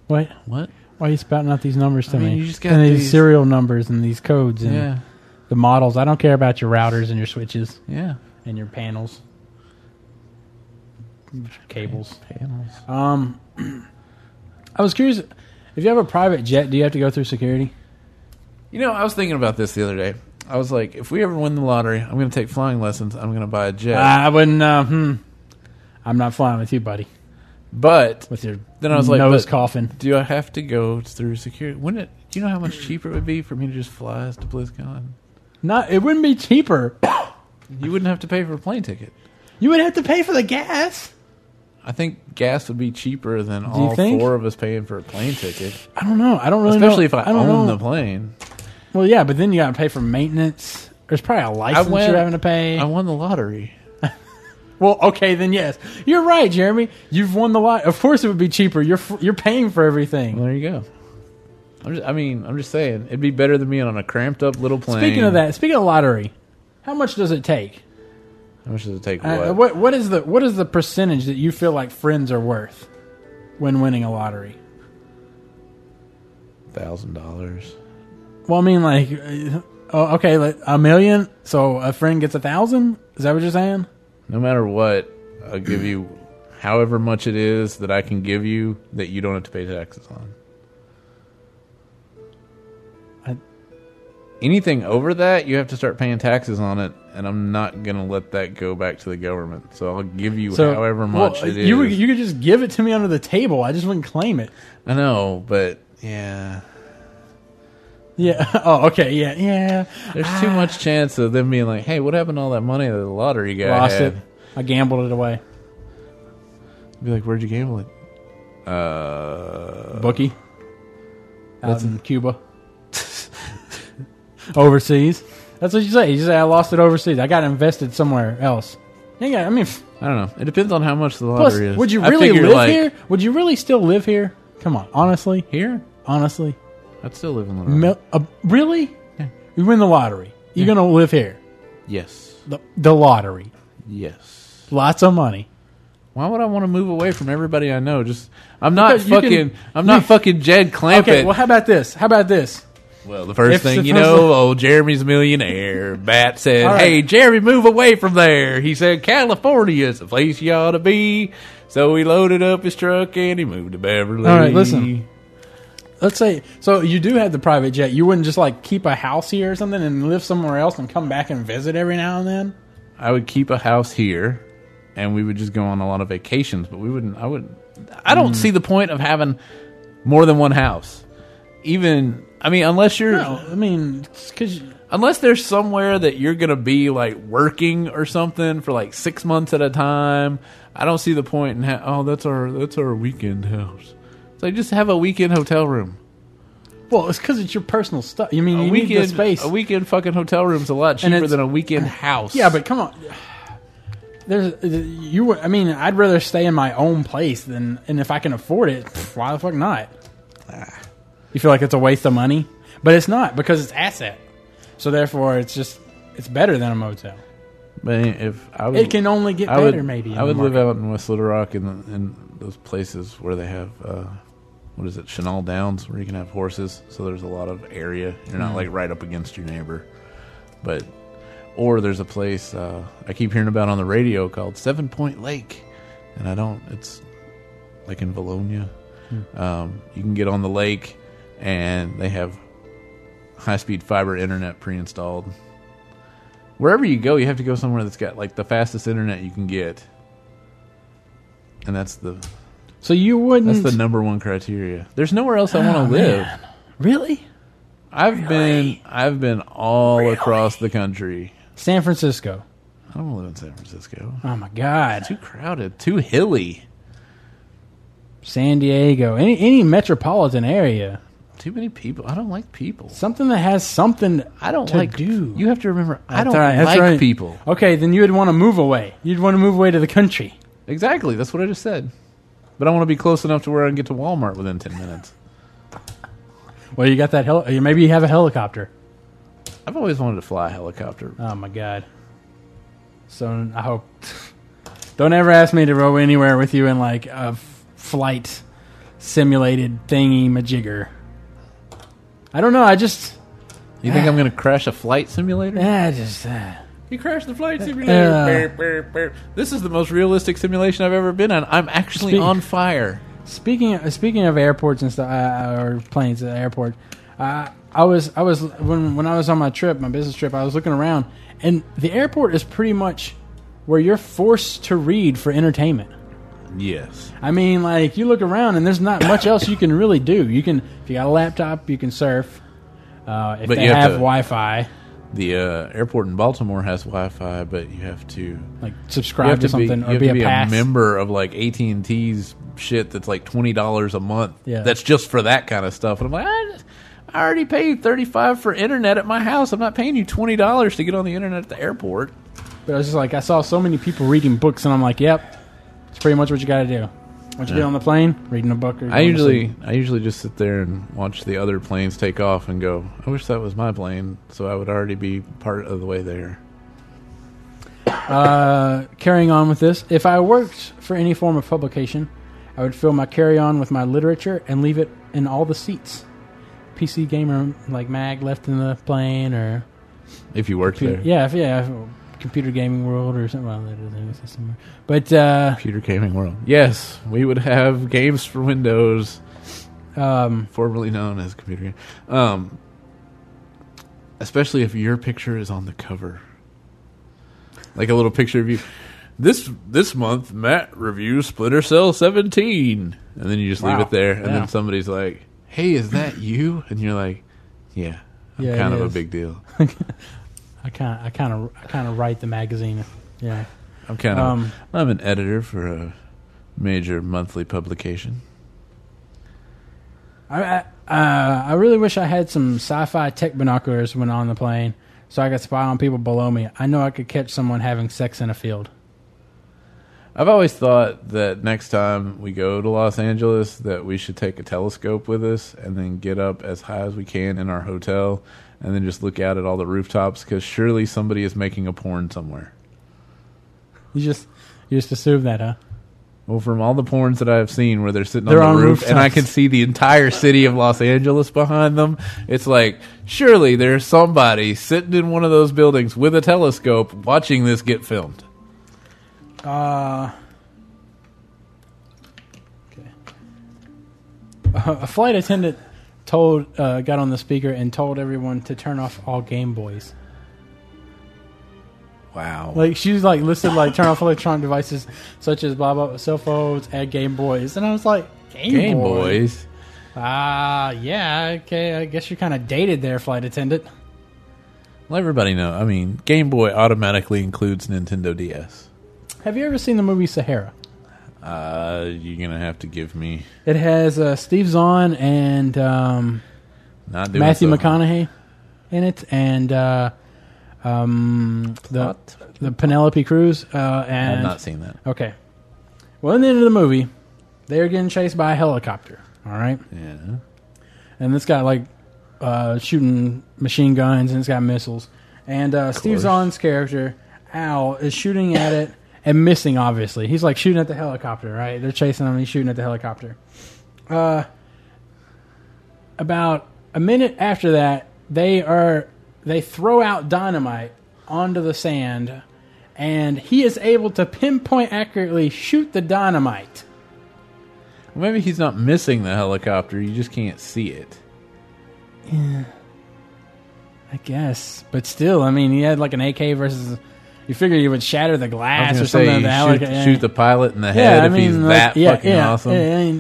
[SPEAKER 2] What?
[SPEAKER 1] What?
[SPEAKER 2] Why are you spouting out these numbers to
[SPEAKER 1] I mean,
[SPEAKER 2] me?
[SPEAKER 1] you just got
[SPEAKER 2] and these,
[SPEAKER 1] these-
[SPEAKER 2] serial numbers and these codes and
[SPEAKER 1] Yeah.
[SPEAKER 2] the models. I don't care about your routers and your switches
[SPEAKER 1] Yeah.
[SPEAKER 2] and your panels, cables. Um, *clears throat* I was curious. If you have a private jet, do you have to go through security?
[SPEAKER 1] You know, I was thinking about this the other day. I was like, if we ever win the lottery, I'm going to take flying lessons. I'm going to buy a jet.
[SPEAKER 2] I wouldn't. Uh, hmm. I'm not flying with you, buddy.
[SPEAKER 1] but
[SPEAKER 2] With your
[SPEAKER 1] Then I was like,
[SPEAKER 2] nose
[SPEAKER 1] but-
[SPEAKER 2] coughing.
[SPEAKER 1] do I have to go through security? Wouldn't it? Do you know how much cheaper it would be for me to just fly us to BlizzCon?
[SPEAKER 2] Not. It wouldn't be cheaper.
[SPEAKER 1] You wouldn't have to pay for a plane ticket.
[SPEAKER 2] You would have to pay for the gas.
[SPEAKER 1] I think gas would be cheaper than all
[SPEAKER 2] think?
[SPEAKER 1] four of us paying for a plane ticket,
[SPEAKER 2] I don't know. I don't really
[SPEAKER 1] especially
[SPEAKER 2] know.
[SPEAKER 1] if I,
[SPEAKER 2] don't
[SPEAKER 1] own
[SPEAKER 2] know.
[SPEAKER 1] the plane.
[SPEAKER 2] Well, yeah, but then you got to pay for maintenance. There's probably a license
[SPEAKER 1] went-
[SPEAKER 2] you're having to pay.
[SPEAKER 1] I won the lottery.
[SPEAKER 2] well, okay, then yes, you're right, Jeremy. You've won the lot. Of course, it would be cheaper. You're f- you're paying for everything.
[SPEAKER 1] Well, there you go. I'm just, I mean, I'm just saying it'd be better than being on a cramped up little plane.
[SPEAKER 2] Speaking of that, speaking of lottery, how much does it take?
[SPEAKER 1] how much does it take?
[SPEAKER 2] Uh,
[SPEAKER 1] what?
[SPEAKER 2] what what is the what is the percentage that you feel like friends are worth when winning a lottery?
[SPEAKER 1] thousand dollars.
[SPEAKER 2] Well, I mean, like, uh, oh, okay, like a million. So a friend gets a thousand. Is that what you're saying?
[SPEAKER 1] No matter what, I'll give you however much it is that I can give you that you don't have to pay taxes on.
[SPEAKER 2] I-
[SPEAKER 1] Anything over that, you have to start paying taxes on it, and I'm not gonna let that go back to the government. So I'll give you however
[SPEAKER 2] well,
[SPEAKER 1] much it is.
[SPEAKER 2] you would- you could just give it to me under the table. I just wouldn't claim it.
[SPEAKER 1] I know, but yeah,
[SPEAKER 2] Yeah. *laughs* Oh, okay. Yeah. Yeah. Ah.
[SPEAKER 1] there's too much chance of them being like, "Hey, what happened to all that money that the lottery guy
[SPEAKER 2] Lost
[SPEAKER 1] had?"
[SPEAKER 2] it. I gambled it away.
[SPEAKER 1] Be like, where'd you gamble it? Uh,
[SPEAKER 2] Bookie. Out
[SPEAKER 1] That's-
[SPEAKER 2] in Cuba. *laughs* overseas. That's what you say. You say I lost it overseas. I got invested somewhere else. You ain't got- I mean, f-
[SPEAKER 1] I don't know. It depends on how much the lottery
[SPEAKER 2] plus,
[SPEAKER 1] is.
[SPEAKER 2] would you
[SPEAKER 1] I
[SPEAKER 2] really
[SPEAKER 1] figure,
[SPEAKER 2] live
[SPEAKER 1] like,
[SPEAKER 2] here? Would you really still live here? Come on, honestly,
[SPEAKER 1] Here,
[SPEAKER 2] honestly,
[SPEAKER 1] I'd still live in Little Rock.
[SPEAKER 2] Mil- uh, really? You win the lottery. You're gonna live here.
[SPEAKER 1] Yes,
[SPEAKER 2] The, the lottery.
[SPEAKER 1] yes.
[SPEAKER 2] Lots of money.
[SPEAKER 1] Why would I want to move away from everybody I know? Just I'm not
[SPEAKER 2] Because you
[SPEAKER 1] fucking.
[SPEAKER 2] can-
[SPEAKER 1] I'm not
[SPEAKER 2] you-
[SPEAKER 1] fucking Jed Clampett.
[SPEAKER 2] Okay. Well, how about this? How about this?
[SPEAKER 1] Well, the first
[SPEAKER 2] If
[SPEAKER 1] thing you
[SPEAKER 2] suppose-
[SPEAKER 1] know, old Jeremy's a millionaire. Bat said,
[SPEAKER 2] All right.
[SPEAKER 1] "Hey, Jeremy, move away from there." He said, "California's the place you ought to be." So he loaded up his truck and he moved to Beverly.
[SPEAKER 2] All right, listen. Let's say so you do have the private jet. You wouldn't just like keep a house here or something and live somewhere else and come back and visit every now and then.
[SPEAKER 1] I would keep a house here, and we would just go on a lot of vacations. But we wouldn't. I would. I
[SPEAKER 2] Mm.
[SPEAKER 1] don't see the point of having more than one house. Even I mean, unless you're
[SPEAKER 2] No, I mean, because
[SPEAKER 1] unless there's somewhere that you're gonna be like working or something for like six months at a time. I don't see the point in ha- oh that's our that's our weekend house. It's like just have a weekend hotel room.
[SPEAKER 2] well, it's because it's your personal stuff. You mean
[SPEAKER 1] A
[SPEAKER 2] you
[SPEAKER 1] weekend
[SPEAKER 2] need the space?
[SPEAKER 1] a weekend fucking hotel room's a lot cheaper
[SPEAKER 2] it's-
[SPEAKER 1] than a weekend house.
[SPEAKER 2] *sighs* yeah, but come on. There's you. would- I mean, I'd rather stay in my own place than, and if I can afford it, pff, why the fuck not?
[SPEAKER 1] Ah.
[SPEAKER 2] You feel like it's a waste of money, but it's not because it's asset. So therefore, it's just it's better than a motel.
[SPEAKER 1] But if I would,
[SPEAKER 2] It can only get
[SPEAKER 1] Mm. I
[SPEAKER 2] better,
[SPEAKER 1] would,
[SPEAKER 2] maybe. in
[SPEAKER 1] I
[SPEAKER 2] the
[SPEAKER 1] would live
[SPEAKER 2] market.
[SPEAKER 1] out in West Little Rock in, the, in those places where they have uh, what is it, Chenal Downs, where you can have horses. So there's a lot of area. You're
[SPEAKER 2] Mm.
[SPEAKER 1] not like right up against your neighbor, but or there's a place uh, I keep hearing about on the radio called Seven Point Lake, and I don't. It's like in Bologna.
[SPEAKER 2] Hmm.
[SPEAKER 1] Um, you can get on the lake, and they have high-speed fiber internet pre-installed. Wherever you go, you have to go somewhere that's got like the fastest internet you can get, and that's the
[SPEAKER 2] So you
[SPEAKER 1] that's
[SPEAKER 2] wouldn't
[SPEAKER 1] the number one criteria. There's nowhere else I want to live.
[SPEAKER 2] Oh, really
[SPEAKER 1] I've been I've been all across the country.
[SPEAKER 2] San Francisco.
[SPEAKER 1] I don't want to live in San Francisco.
[SPEAKER 2] Oh my God,
[SPEAKER 1] Too crowded. Too hilly.
[SPEAKER 2] San Diego. Any any metropolitan area.
[SPEAKER 1] Too many people. I don't like people.
[SPEAKER 2] Something that has something
[SPEAKER 1] I don't
[SPEAKER 2] to
[SPEAKER 1] like
[SPEAKER 2] do.
[SPEAKER 1] You have to remember, I
[SPEAKER 2] That's
[SPEAKER 1] don't
[SPEAKER 2] right, that's
[SPEAKER 1] like
[SPEAKER 2] right.
[SPEAKER 1] people.
[SPEAKER 2] Okay, then you would want to move away. You'd want to move away to the country.
[SPEAKER 1] Exactly. That's what I just said. But I want to be close enough to where I can get to Walmart within ten minutes.
[SPEAKER 2] Well, you got that hel- or maybe you have a helicopter.
[SPEAKER 1] I've always wanted to fly a helicopter.
[SPEAKER 2] Oh my God. So I hope. *laughs* Don't ever ask me to row anywhere with you in like a f- flight simulated thingy majigger. I don't know. I just,
[SPEAKER 1] You
[SPEAKER 2] *sighs*
[SPEAKER 1] think I'm going to crash a flight simulator?
[SPEAKER 2] I just. Uh,
[SPEAKER 1] You crashed the flight simulator.
[SPEAKER 2] Uh.
[SPEAKER 1] Burp, burp, burp. This is the most realistic simulation I've ever been on. I'm actually
[SPEAKER 2] Speak-
[SPEAKER 1] on fire.
[SPEAKER 2] Speaking of, speaking of airports and stuff, uh, or planes at the airport, uh, I was I was when when I was on my trip, my business trip, I was looking around, and the airport is pretty much where you're forced to read for entertainment.
[SPEAKER 1] Yes.
[SPEAKER 2] I mean, like you look around and there's not much else you can really do. You can if you got a laptop, you can surf. Uh, if
[SPEAKER 1] But
[SPEAKER 2] they
[SPEAKER 1] you have
[SPEAKER 2] have
[SPEAKER 1] to-
[SPEAKER 2] Wi-Fi,
[SPEAKER 1] The uh, airport in Baltimore has Wi-Fi, but you have to
[SPEAKER 2] like
[SPEAKER 1] you
[SPEAKER 2] subscribe
[SPEAKER 1] have
[SPEAKER 2] to
[SPEAKER 1] to be,
[SPEAKER 2] something
[SPEAKER 1] you
[SPEAKER 2] or
[SPEAKER 1] have
[SPEAKER 2] be,
[SPEAKER 1] to
[SPEAKER 2] a
[SPEAKER 1] be a
[SPEAKER 2] pass.
[SPEAKER 1] member of like AT and T's shit that's like twenty dollars a month.
[SPEAKER 2] Yeah.
[SPEAKER 1] that's just for that kind of stuff. And I'm like, I, just- I already paid thirty five for internet at my house. I'm not paying you twenty dollars to get on the internet at the airport.
[SPEAKER 2] But I was just like, I saw so many people reading books, and I'm like, yep, it's pretty much what you got to do. Once you get on the plane, reading a book. Or
[SPEAKER 1] I
[SPEAKER 2] going to
[SPEAKER 1] usually
[SPEAKER 2] sleep.
[SPEAKER 1] I usually just sit there and watch the other planes take off and go. I wish that was my plane, so I would already be part of the way there.
[SPEAKER 2] uh, carrying on with this. If I worked for any form of publication, I would fill my carry-on with my literature and leave it in all the seats. PC gamer like mag left in the plane, or
[SPEAKER 1] If you worked there,
[SPEAKER 2] yeah, if, yeah, if, computer gaming world or something. Well, that doesn't exist anymore. But uh,
[SPEAKER 1] computer gaming world. Yes, we would have games for Windows.
[SPEAKER 2] um,
[SPEAKER 1] formerly known as computer game. Um, especially if your picture is on the cover, like a little picture of you. This this month, Matt reviews Splinter Cell Seventeen, and then you just leave
[SPEAKER 2] Wow.
[SPEAKER 1] it there, and
[SPEAKER 2] Yeah.
[SPEAKER 1] then somebody's like, "Hey, is that you?" And you're like, "Yeah, I'm
[SPEAKER 2] Yeah,
[SPEAKER 1] kind
[SPEAKER 2] it
[SPEAKER 1] of a
[SPEAKER 2] is.
[SPEAKER 1] big deal."
[SPEAKER 2] I kind of, I kind of, I kind of write the magazine. Yeah,
[SPEAKER 1] I'm kind of
[SPEAKER 2] Um,
[SPEAKER 1] I'm an editor for a major monthly publication.
[SPEAKER 2] I I- uh, I really wish I had some sci-fi tech binoculars when on the plane, so I could spy on people below me. I know I could catch someone having sex in a field.
[SPEAKER 1] I've always thought that next time we go to Los Angeles that we should take a telescope with us and then get up as high as we can in our hotel and then just look out at all the rooftops cuz surely somebody is making a porn somewhere.
[SPEAKER 2] You just you just assume that, huh?
[SPEAKER 1] Well, from all the porns that I've seen where they're sitting
[SPEAKER 2] They're
[SPEAKER 1] on the
[SPEAKER 2] on
[SPEAKER 1] roof and I
[SPEAKER 2] rooftops.
[SPEAKER 1] can see the entire city of Los Angeles behind them, it's like surely there's somebody sitting in one of those buildings with a telescope watching this get filmed.
[SPEAKER 2] Uh, okay. a flight attendant told uh, got on the speaker and told everyone to turn off all Game Boys.
[SPEAKER 1] Wow.
[SPEAKER 2] Like she was like listed like turn off electronic devices such as blah blah cell phones and Game Boys, and I was like Game,
[SPEAKER 1] Game
[SPEAKER 2] Boy?
[SPEAKER 1] Boys.
[SPEAKER 2] Ah, yeah, okay. I guess you're kind of dated there, flight attendant.
[SPEAKER 1] Well, everybody know. I mean, Game Boy automatically includes Nintendo DS.
[SPEAKER 2] Have you ever seen the movie Sahara?
[SPEAKER 1] Uh, you're gonna have to give me
[SPEAKER 2] It has uh, Steve Zahn and um,
[SPEAKER 1] not doing
[SPEAKER 2] Matthew
[SPEAKER 1] so.
[SPEAKER 2] McConaughey in it, and uh, um, the the Penelope Cruz. Uh,
[SPEAKER 1] I've
[SPEAKER 2] and
[SPEAKER 1] not seen that.
[SPEAKER 2] okay, well, in the end of the movie, they are getting chased by a helicopter. All right,
[SPEAKER 1] Yeah.
[SPEAKER 2] and it's got like uh, shooting machine guns and it's got missiles. And uh, Steve
[SPEAKER 1] course.
[SPEAKER 2] Zahn's character Al is shooting at it and missing. Obviously, he's like shooting at the helicopter. Right? They're chasing him. and He's shooting at the helicopter. Uh, about a minute after that, they are they throw out dynamite onto the sand, and he is able to pinpoint accurately shoot the dynamite.
[SPEAKER 1] Well, maybe he's not missing the helicopter. You just can't see it.
[SPEAKER 2] I guess, but still, I mean, he had like an AK versus. You figure you would shatter the
[SPEAKER 1] I
[SPEAKER 2] glass
[SPEAKER 1] was
[SPEAKER 2] or
[SPEAKER 1] gonna
[SPEAKER 2] something.
[SPEAKER 1] say
[SPEAKER 2] of
[SPEAKER 1] you
[SPEAKER 2] the
[SPEAKER 1] shoot,
[SPEAKER 2] alligator- yeah.
[SPEAKER 1] shoot the pilot in the head if he's
[SPEAKER 2] like,
[SPEAKER 1] that
[SPEAKER 2] yeah,
[SPEAKER 1] fucking
[SPEAKER 2] yeah,
[SPEAKER 1] awesome.
[SPEAKER 2] yeah, I mean,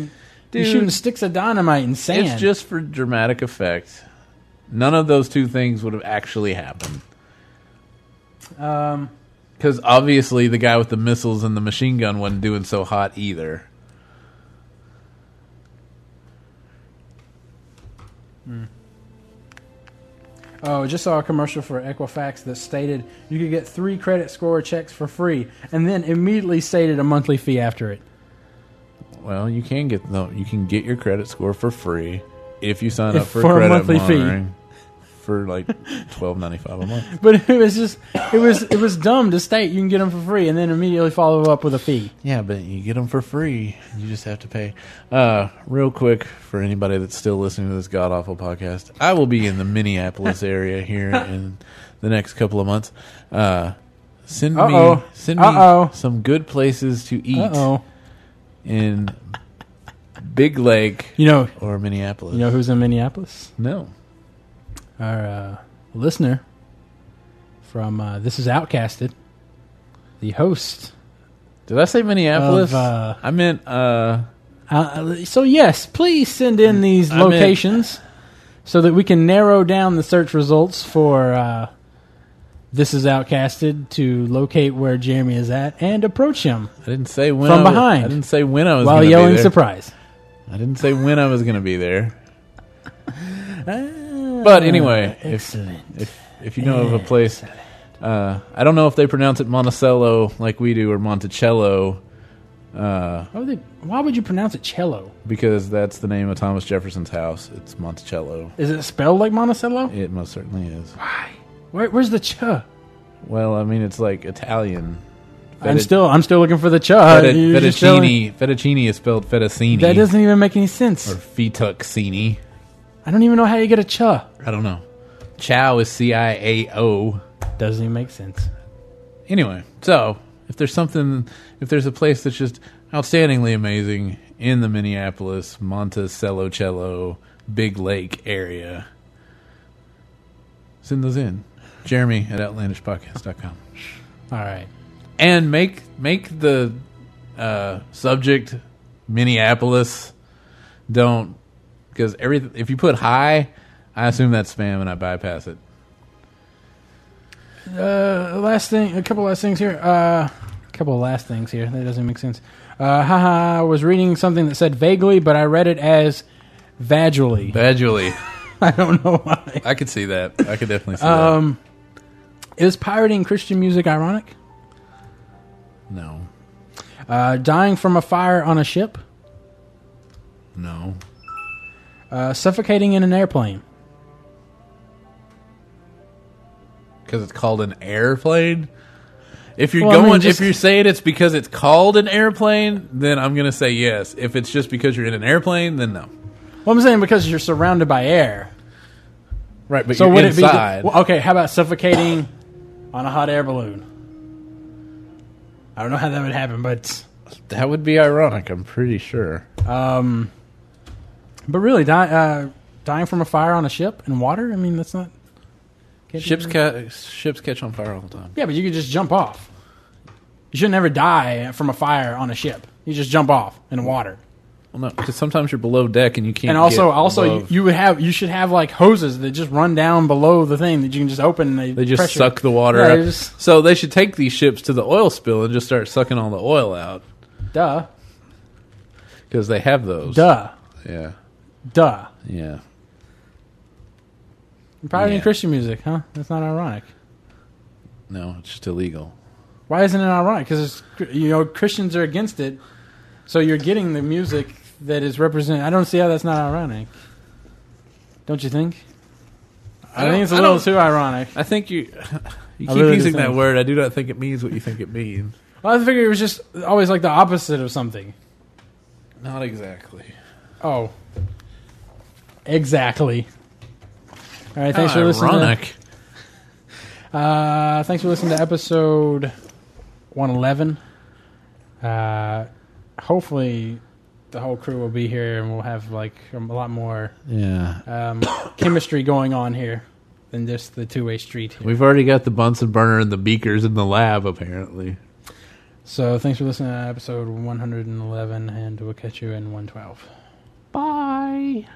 [SPEAKER 2] you're
[SPEAKER 1] Dude.
[SPEAKER 2] shooting sticks of dynamite and sand.
[SPEAKER 1] It's just for dramatic effect. None of those two things would have actually happened.
[SPEAKER 2] um,
[SPEAKER 1] Because obviously the guy with the missiles and the machine gun wasn't doing so hot either.
[SPEAKER 2] oh, I just saw a commercial for Equifax that stated you could get three credit score checks for free, and then immediately stated a monthly fee after it. *laughs*
[SPEAKER 1] Well, you can get the you can get your credit score for free if you sign *laughs* up
[SPEAKER 2] If-
[SPEAKER 1] for,
[SPEAKER 2] for a
[SPEAKER 1] credit
[SPEAKER 2] monthly fee.
[SPEAKER 1] monitoring for like twelve ninety five a month.
[SPEAKER 2] But it was just it was it was dumb to state you can get them for free, and then immediately follow up with a fee.
[SPEAKER 1] *laughs* Yeah, but you get them for free. You just have to pay. Uh, real quick for anybody that's still listening to this god awful podcast, I will be in the *laughs* Minneapolis area here in the next couple of months. Uh, send me
[SPEAKER 2] Uh-oh.
[SPEAKER 1] send
[SPEAKER 2] Uh-oh.
[SPEAKER 1] me some good places to eat
[SPEAKER 2] Uh oh,
[SPEAKER 1] in Big *laughs* Lake
[SPEAKER 2] you know
[SPEAKER 1] or Minneapolis.
[SPEAKER 2] you know who's in Minneapolis?
[SPEAKER 1] no.
[SPEAKER 2] our uh, listener from uh, This Is Outcasted, the host.
[SPEAKER 1] Did I say Minneapolis?
[SPEAKER 2] Of, uh,
[SPEAKER 1] I meant uh,
[SPEAKER 2] Uh, so, yes, please send
[SPEAKER 1] Mm,
[SPEAKER 2] in these
[SPEAKER 1] I meant-
[SPEAKER 2] locations so that we can narrow down the search results for uh, This Is Outcasted to locate where Jeremy is at and approach him
[SPEAKER 1] I didn't say when
[SPEAKER 2] From
[SPEAKER 1] I wa-
[SPEAKER 2] behind.
[SPEAKER 1] I didn't say when I was
[SPEAKER 2] while
[SPEAKER 1] gonna be
[SPEAKER 2] yelling
[SPEAKER 1] there.
[SPEAKER 2] surprise.
[SPEAKER 1] I didn't say when I was going to be
[SPEAKER 2] *laughs*
[SPEAKER 1] there. But anyway, if,
[SPEAKER 2] Ah, Uh, Excellent.
[SPEAKER 1] if if you know of a place, uh, I don't know if they pronounce it Monticello like we do or Monticello, uh,
[SPEAKER 2] Why would, they, why would you pronounce it cello?
[SPEAKER 1] because that's the name of Thomas Jefferson's house. It's Monticello.
[SPEAKER 2] Is it spelled like Monticello?
[SPEAKER 1] It most certainly is.
[SPEAKER 2] Where, where's the ch?
[SPEAKER 1] Well, I mean, it's like Italian.
[SPEAKER 2] I'm
[SPEAKER 1] Fettu-
[SPEAKER 2] still I'm still looking for the ch.
[SPEAKER 1] fetta-
[SPEAKER 2] You're Uh, just telling-
[SPEAKER 1] fettuccine. Fettuccine is spelled fettuccine
[SPEAKER 2] That doesn't even make any sense.
[SPEAKER 1] or fettuccine.
[SPEAKER 2] I don't even know how you get a cha.
[SPEAKER 1] I don't know. Chow is C I A O.
[SPEAKER 2] Doesn't even make sense.
[SPEAKER 1] anyway, so if there's something, if there's a place that's just outstandingly amazing in the Minneapolis, Monticello, Cello, Big Lake area, send those in. Jeremy at outlandishpodcast.com.
[SPEAKER 2] All right.
[SPEAKER 1] And make make the uh, subject Minneapolis. Don't because everything. If you put high, I assume that's spam and I bypass it.
[SPEAKER 2] Uh, last thing, a couple last things here. Uh, couple of last things here. That doesn't make sense. Uh, haha, I was reading something that said vaguely, but I read it as vaguely. *laughs*
[SPEAKER 1] Vaguely.
[SPEAKER 2] I don't know why.
[SPEAKER 1] I could see that. I could definitely see
[SPEAKER 2] Um, is pirating Christian music ironic?
[SPEAKER 1] that. No.
[SPEAKER 2] Uh, dying from a fire on a ship?
[SPEAKER 1] No.
[SPEAKER 2] Uh, suffocating in an airplane?
[SPEAKER 1] Because it's called an airplane. If you're
[SPEAKER 2] Well, I mean,
[SPEAKER 1] going,
[SPEAKER 2] just-
[SPEAKER 1] if you're saying it's because it's called an airplane, then I'm gonna say yes. If it's just because you're in an airplane, then no.
[SPEAKER 2] Well, I'm saying because you're surrounded by air.
[SPEAKER 1] Right, but
[SPEAKER 2] So
[SPEAKER 1] you're
[SPEAKER 2] would
[SPEAKER 1] inside.
[SPEAKER 2] it be? Well, okay, how about suffocating on a hot air balloon? I don't know how that would happen, but
[SPEAKER 1] that would be ironic. I'm pretty sure.
[SPEAKER 2] um, but really, die, uh, dying from a fire on a ship in water. I mean, that's not. can't be
[SPEAKER 1] Ships
[SPEAKER 2] very-
[SPEAKER 1] ca- ships catch on fire all the time.
[SPEAKER 2] Yeah, but you could just jump off. You should never die from a fire on a ship. You just jump off in water.
[SPEAKER 1] Well, no, because sometimes you're below deck and you can't.
[SPEAKER 2] And also,
[SPEAKER 1] get
[SPEAKER 2] also you,
[SPEAKER 1] above.
[SPEAKER 2] you would have you should have like hoses that just run down below the thing that you can just open. And they,
[SPEAKER 1] they just
[SPEAKER 2] pressure-
[SPEAKER 1] suck the water.
[SPEAKER 2] Yeah,
[SPEAKER 1] up.
[SPEAKER 2] they just-
[SPEAKER 1] So they should take these ships to the oil spill and just start sucking all the oil out
[SPEAKER 2] Duh,
[SPEAKER 1] because they have those.
[SPEAKER 2] duh,
[SPEAKER 1] Yeah,
[SPEAKER 2] duh.
[SPEAKER 1] yeah.
[SPEAKER 2] Probably in
[SPEAKER 1] Yeah.
[SPEAKER 2] Christian music, huh? That's not ironic.
[SPEAKER 1] No, it's just illegal.
[SPEAKER 2] Why isn't it ironic? Because you know Christians are against it, so you're getting the music that is represented. I don't see how that's not ironic. Don't you think? I,
[SPEAKER 1] don't-
[SPEAKER 2] think it's a
[SPEAKER 1] I
[SPEAKER 2] little
[SPEAKER 1] don't-
[SPEAKER 2] too ironic.
[SPEAKER 1] I think you *laughs* you
[SPEAKER 2] I
[SPEAKER 1] keep
[SPEAKER 2] really do
[SPEAKER 1] using that
[SPEAKER 2] think-
[SPEAKER 1] word. I do not think it means what you think it means.
[SPEAKER 2] Well, I figure it was just always like the opposite of something.
[SPEAKER 1] Not exactly.
[SPEAKER 2] Oh, exactly. All right, thanks for listening. To,
[SPEAKER 1] ironic.
[SPEAKER 2] uh, thanks for listening to episode one eleven. Uh, hopefully, the whole crew will be here, and we'll have like a lot more
[SPEAKER 1] Yeah,
[SPEAKER 2] um, *coughs* chemistry going on here than just the two way street. Here.
[SPEAKER 1] we've already got the Bunsen burner and the beakers in the lab. Apparently,
[SPEAKER 2] So thanks for listening to episode 111, and we'll catch you in 112.
[SPEAKER 1] bye.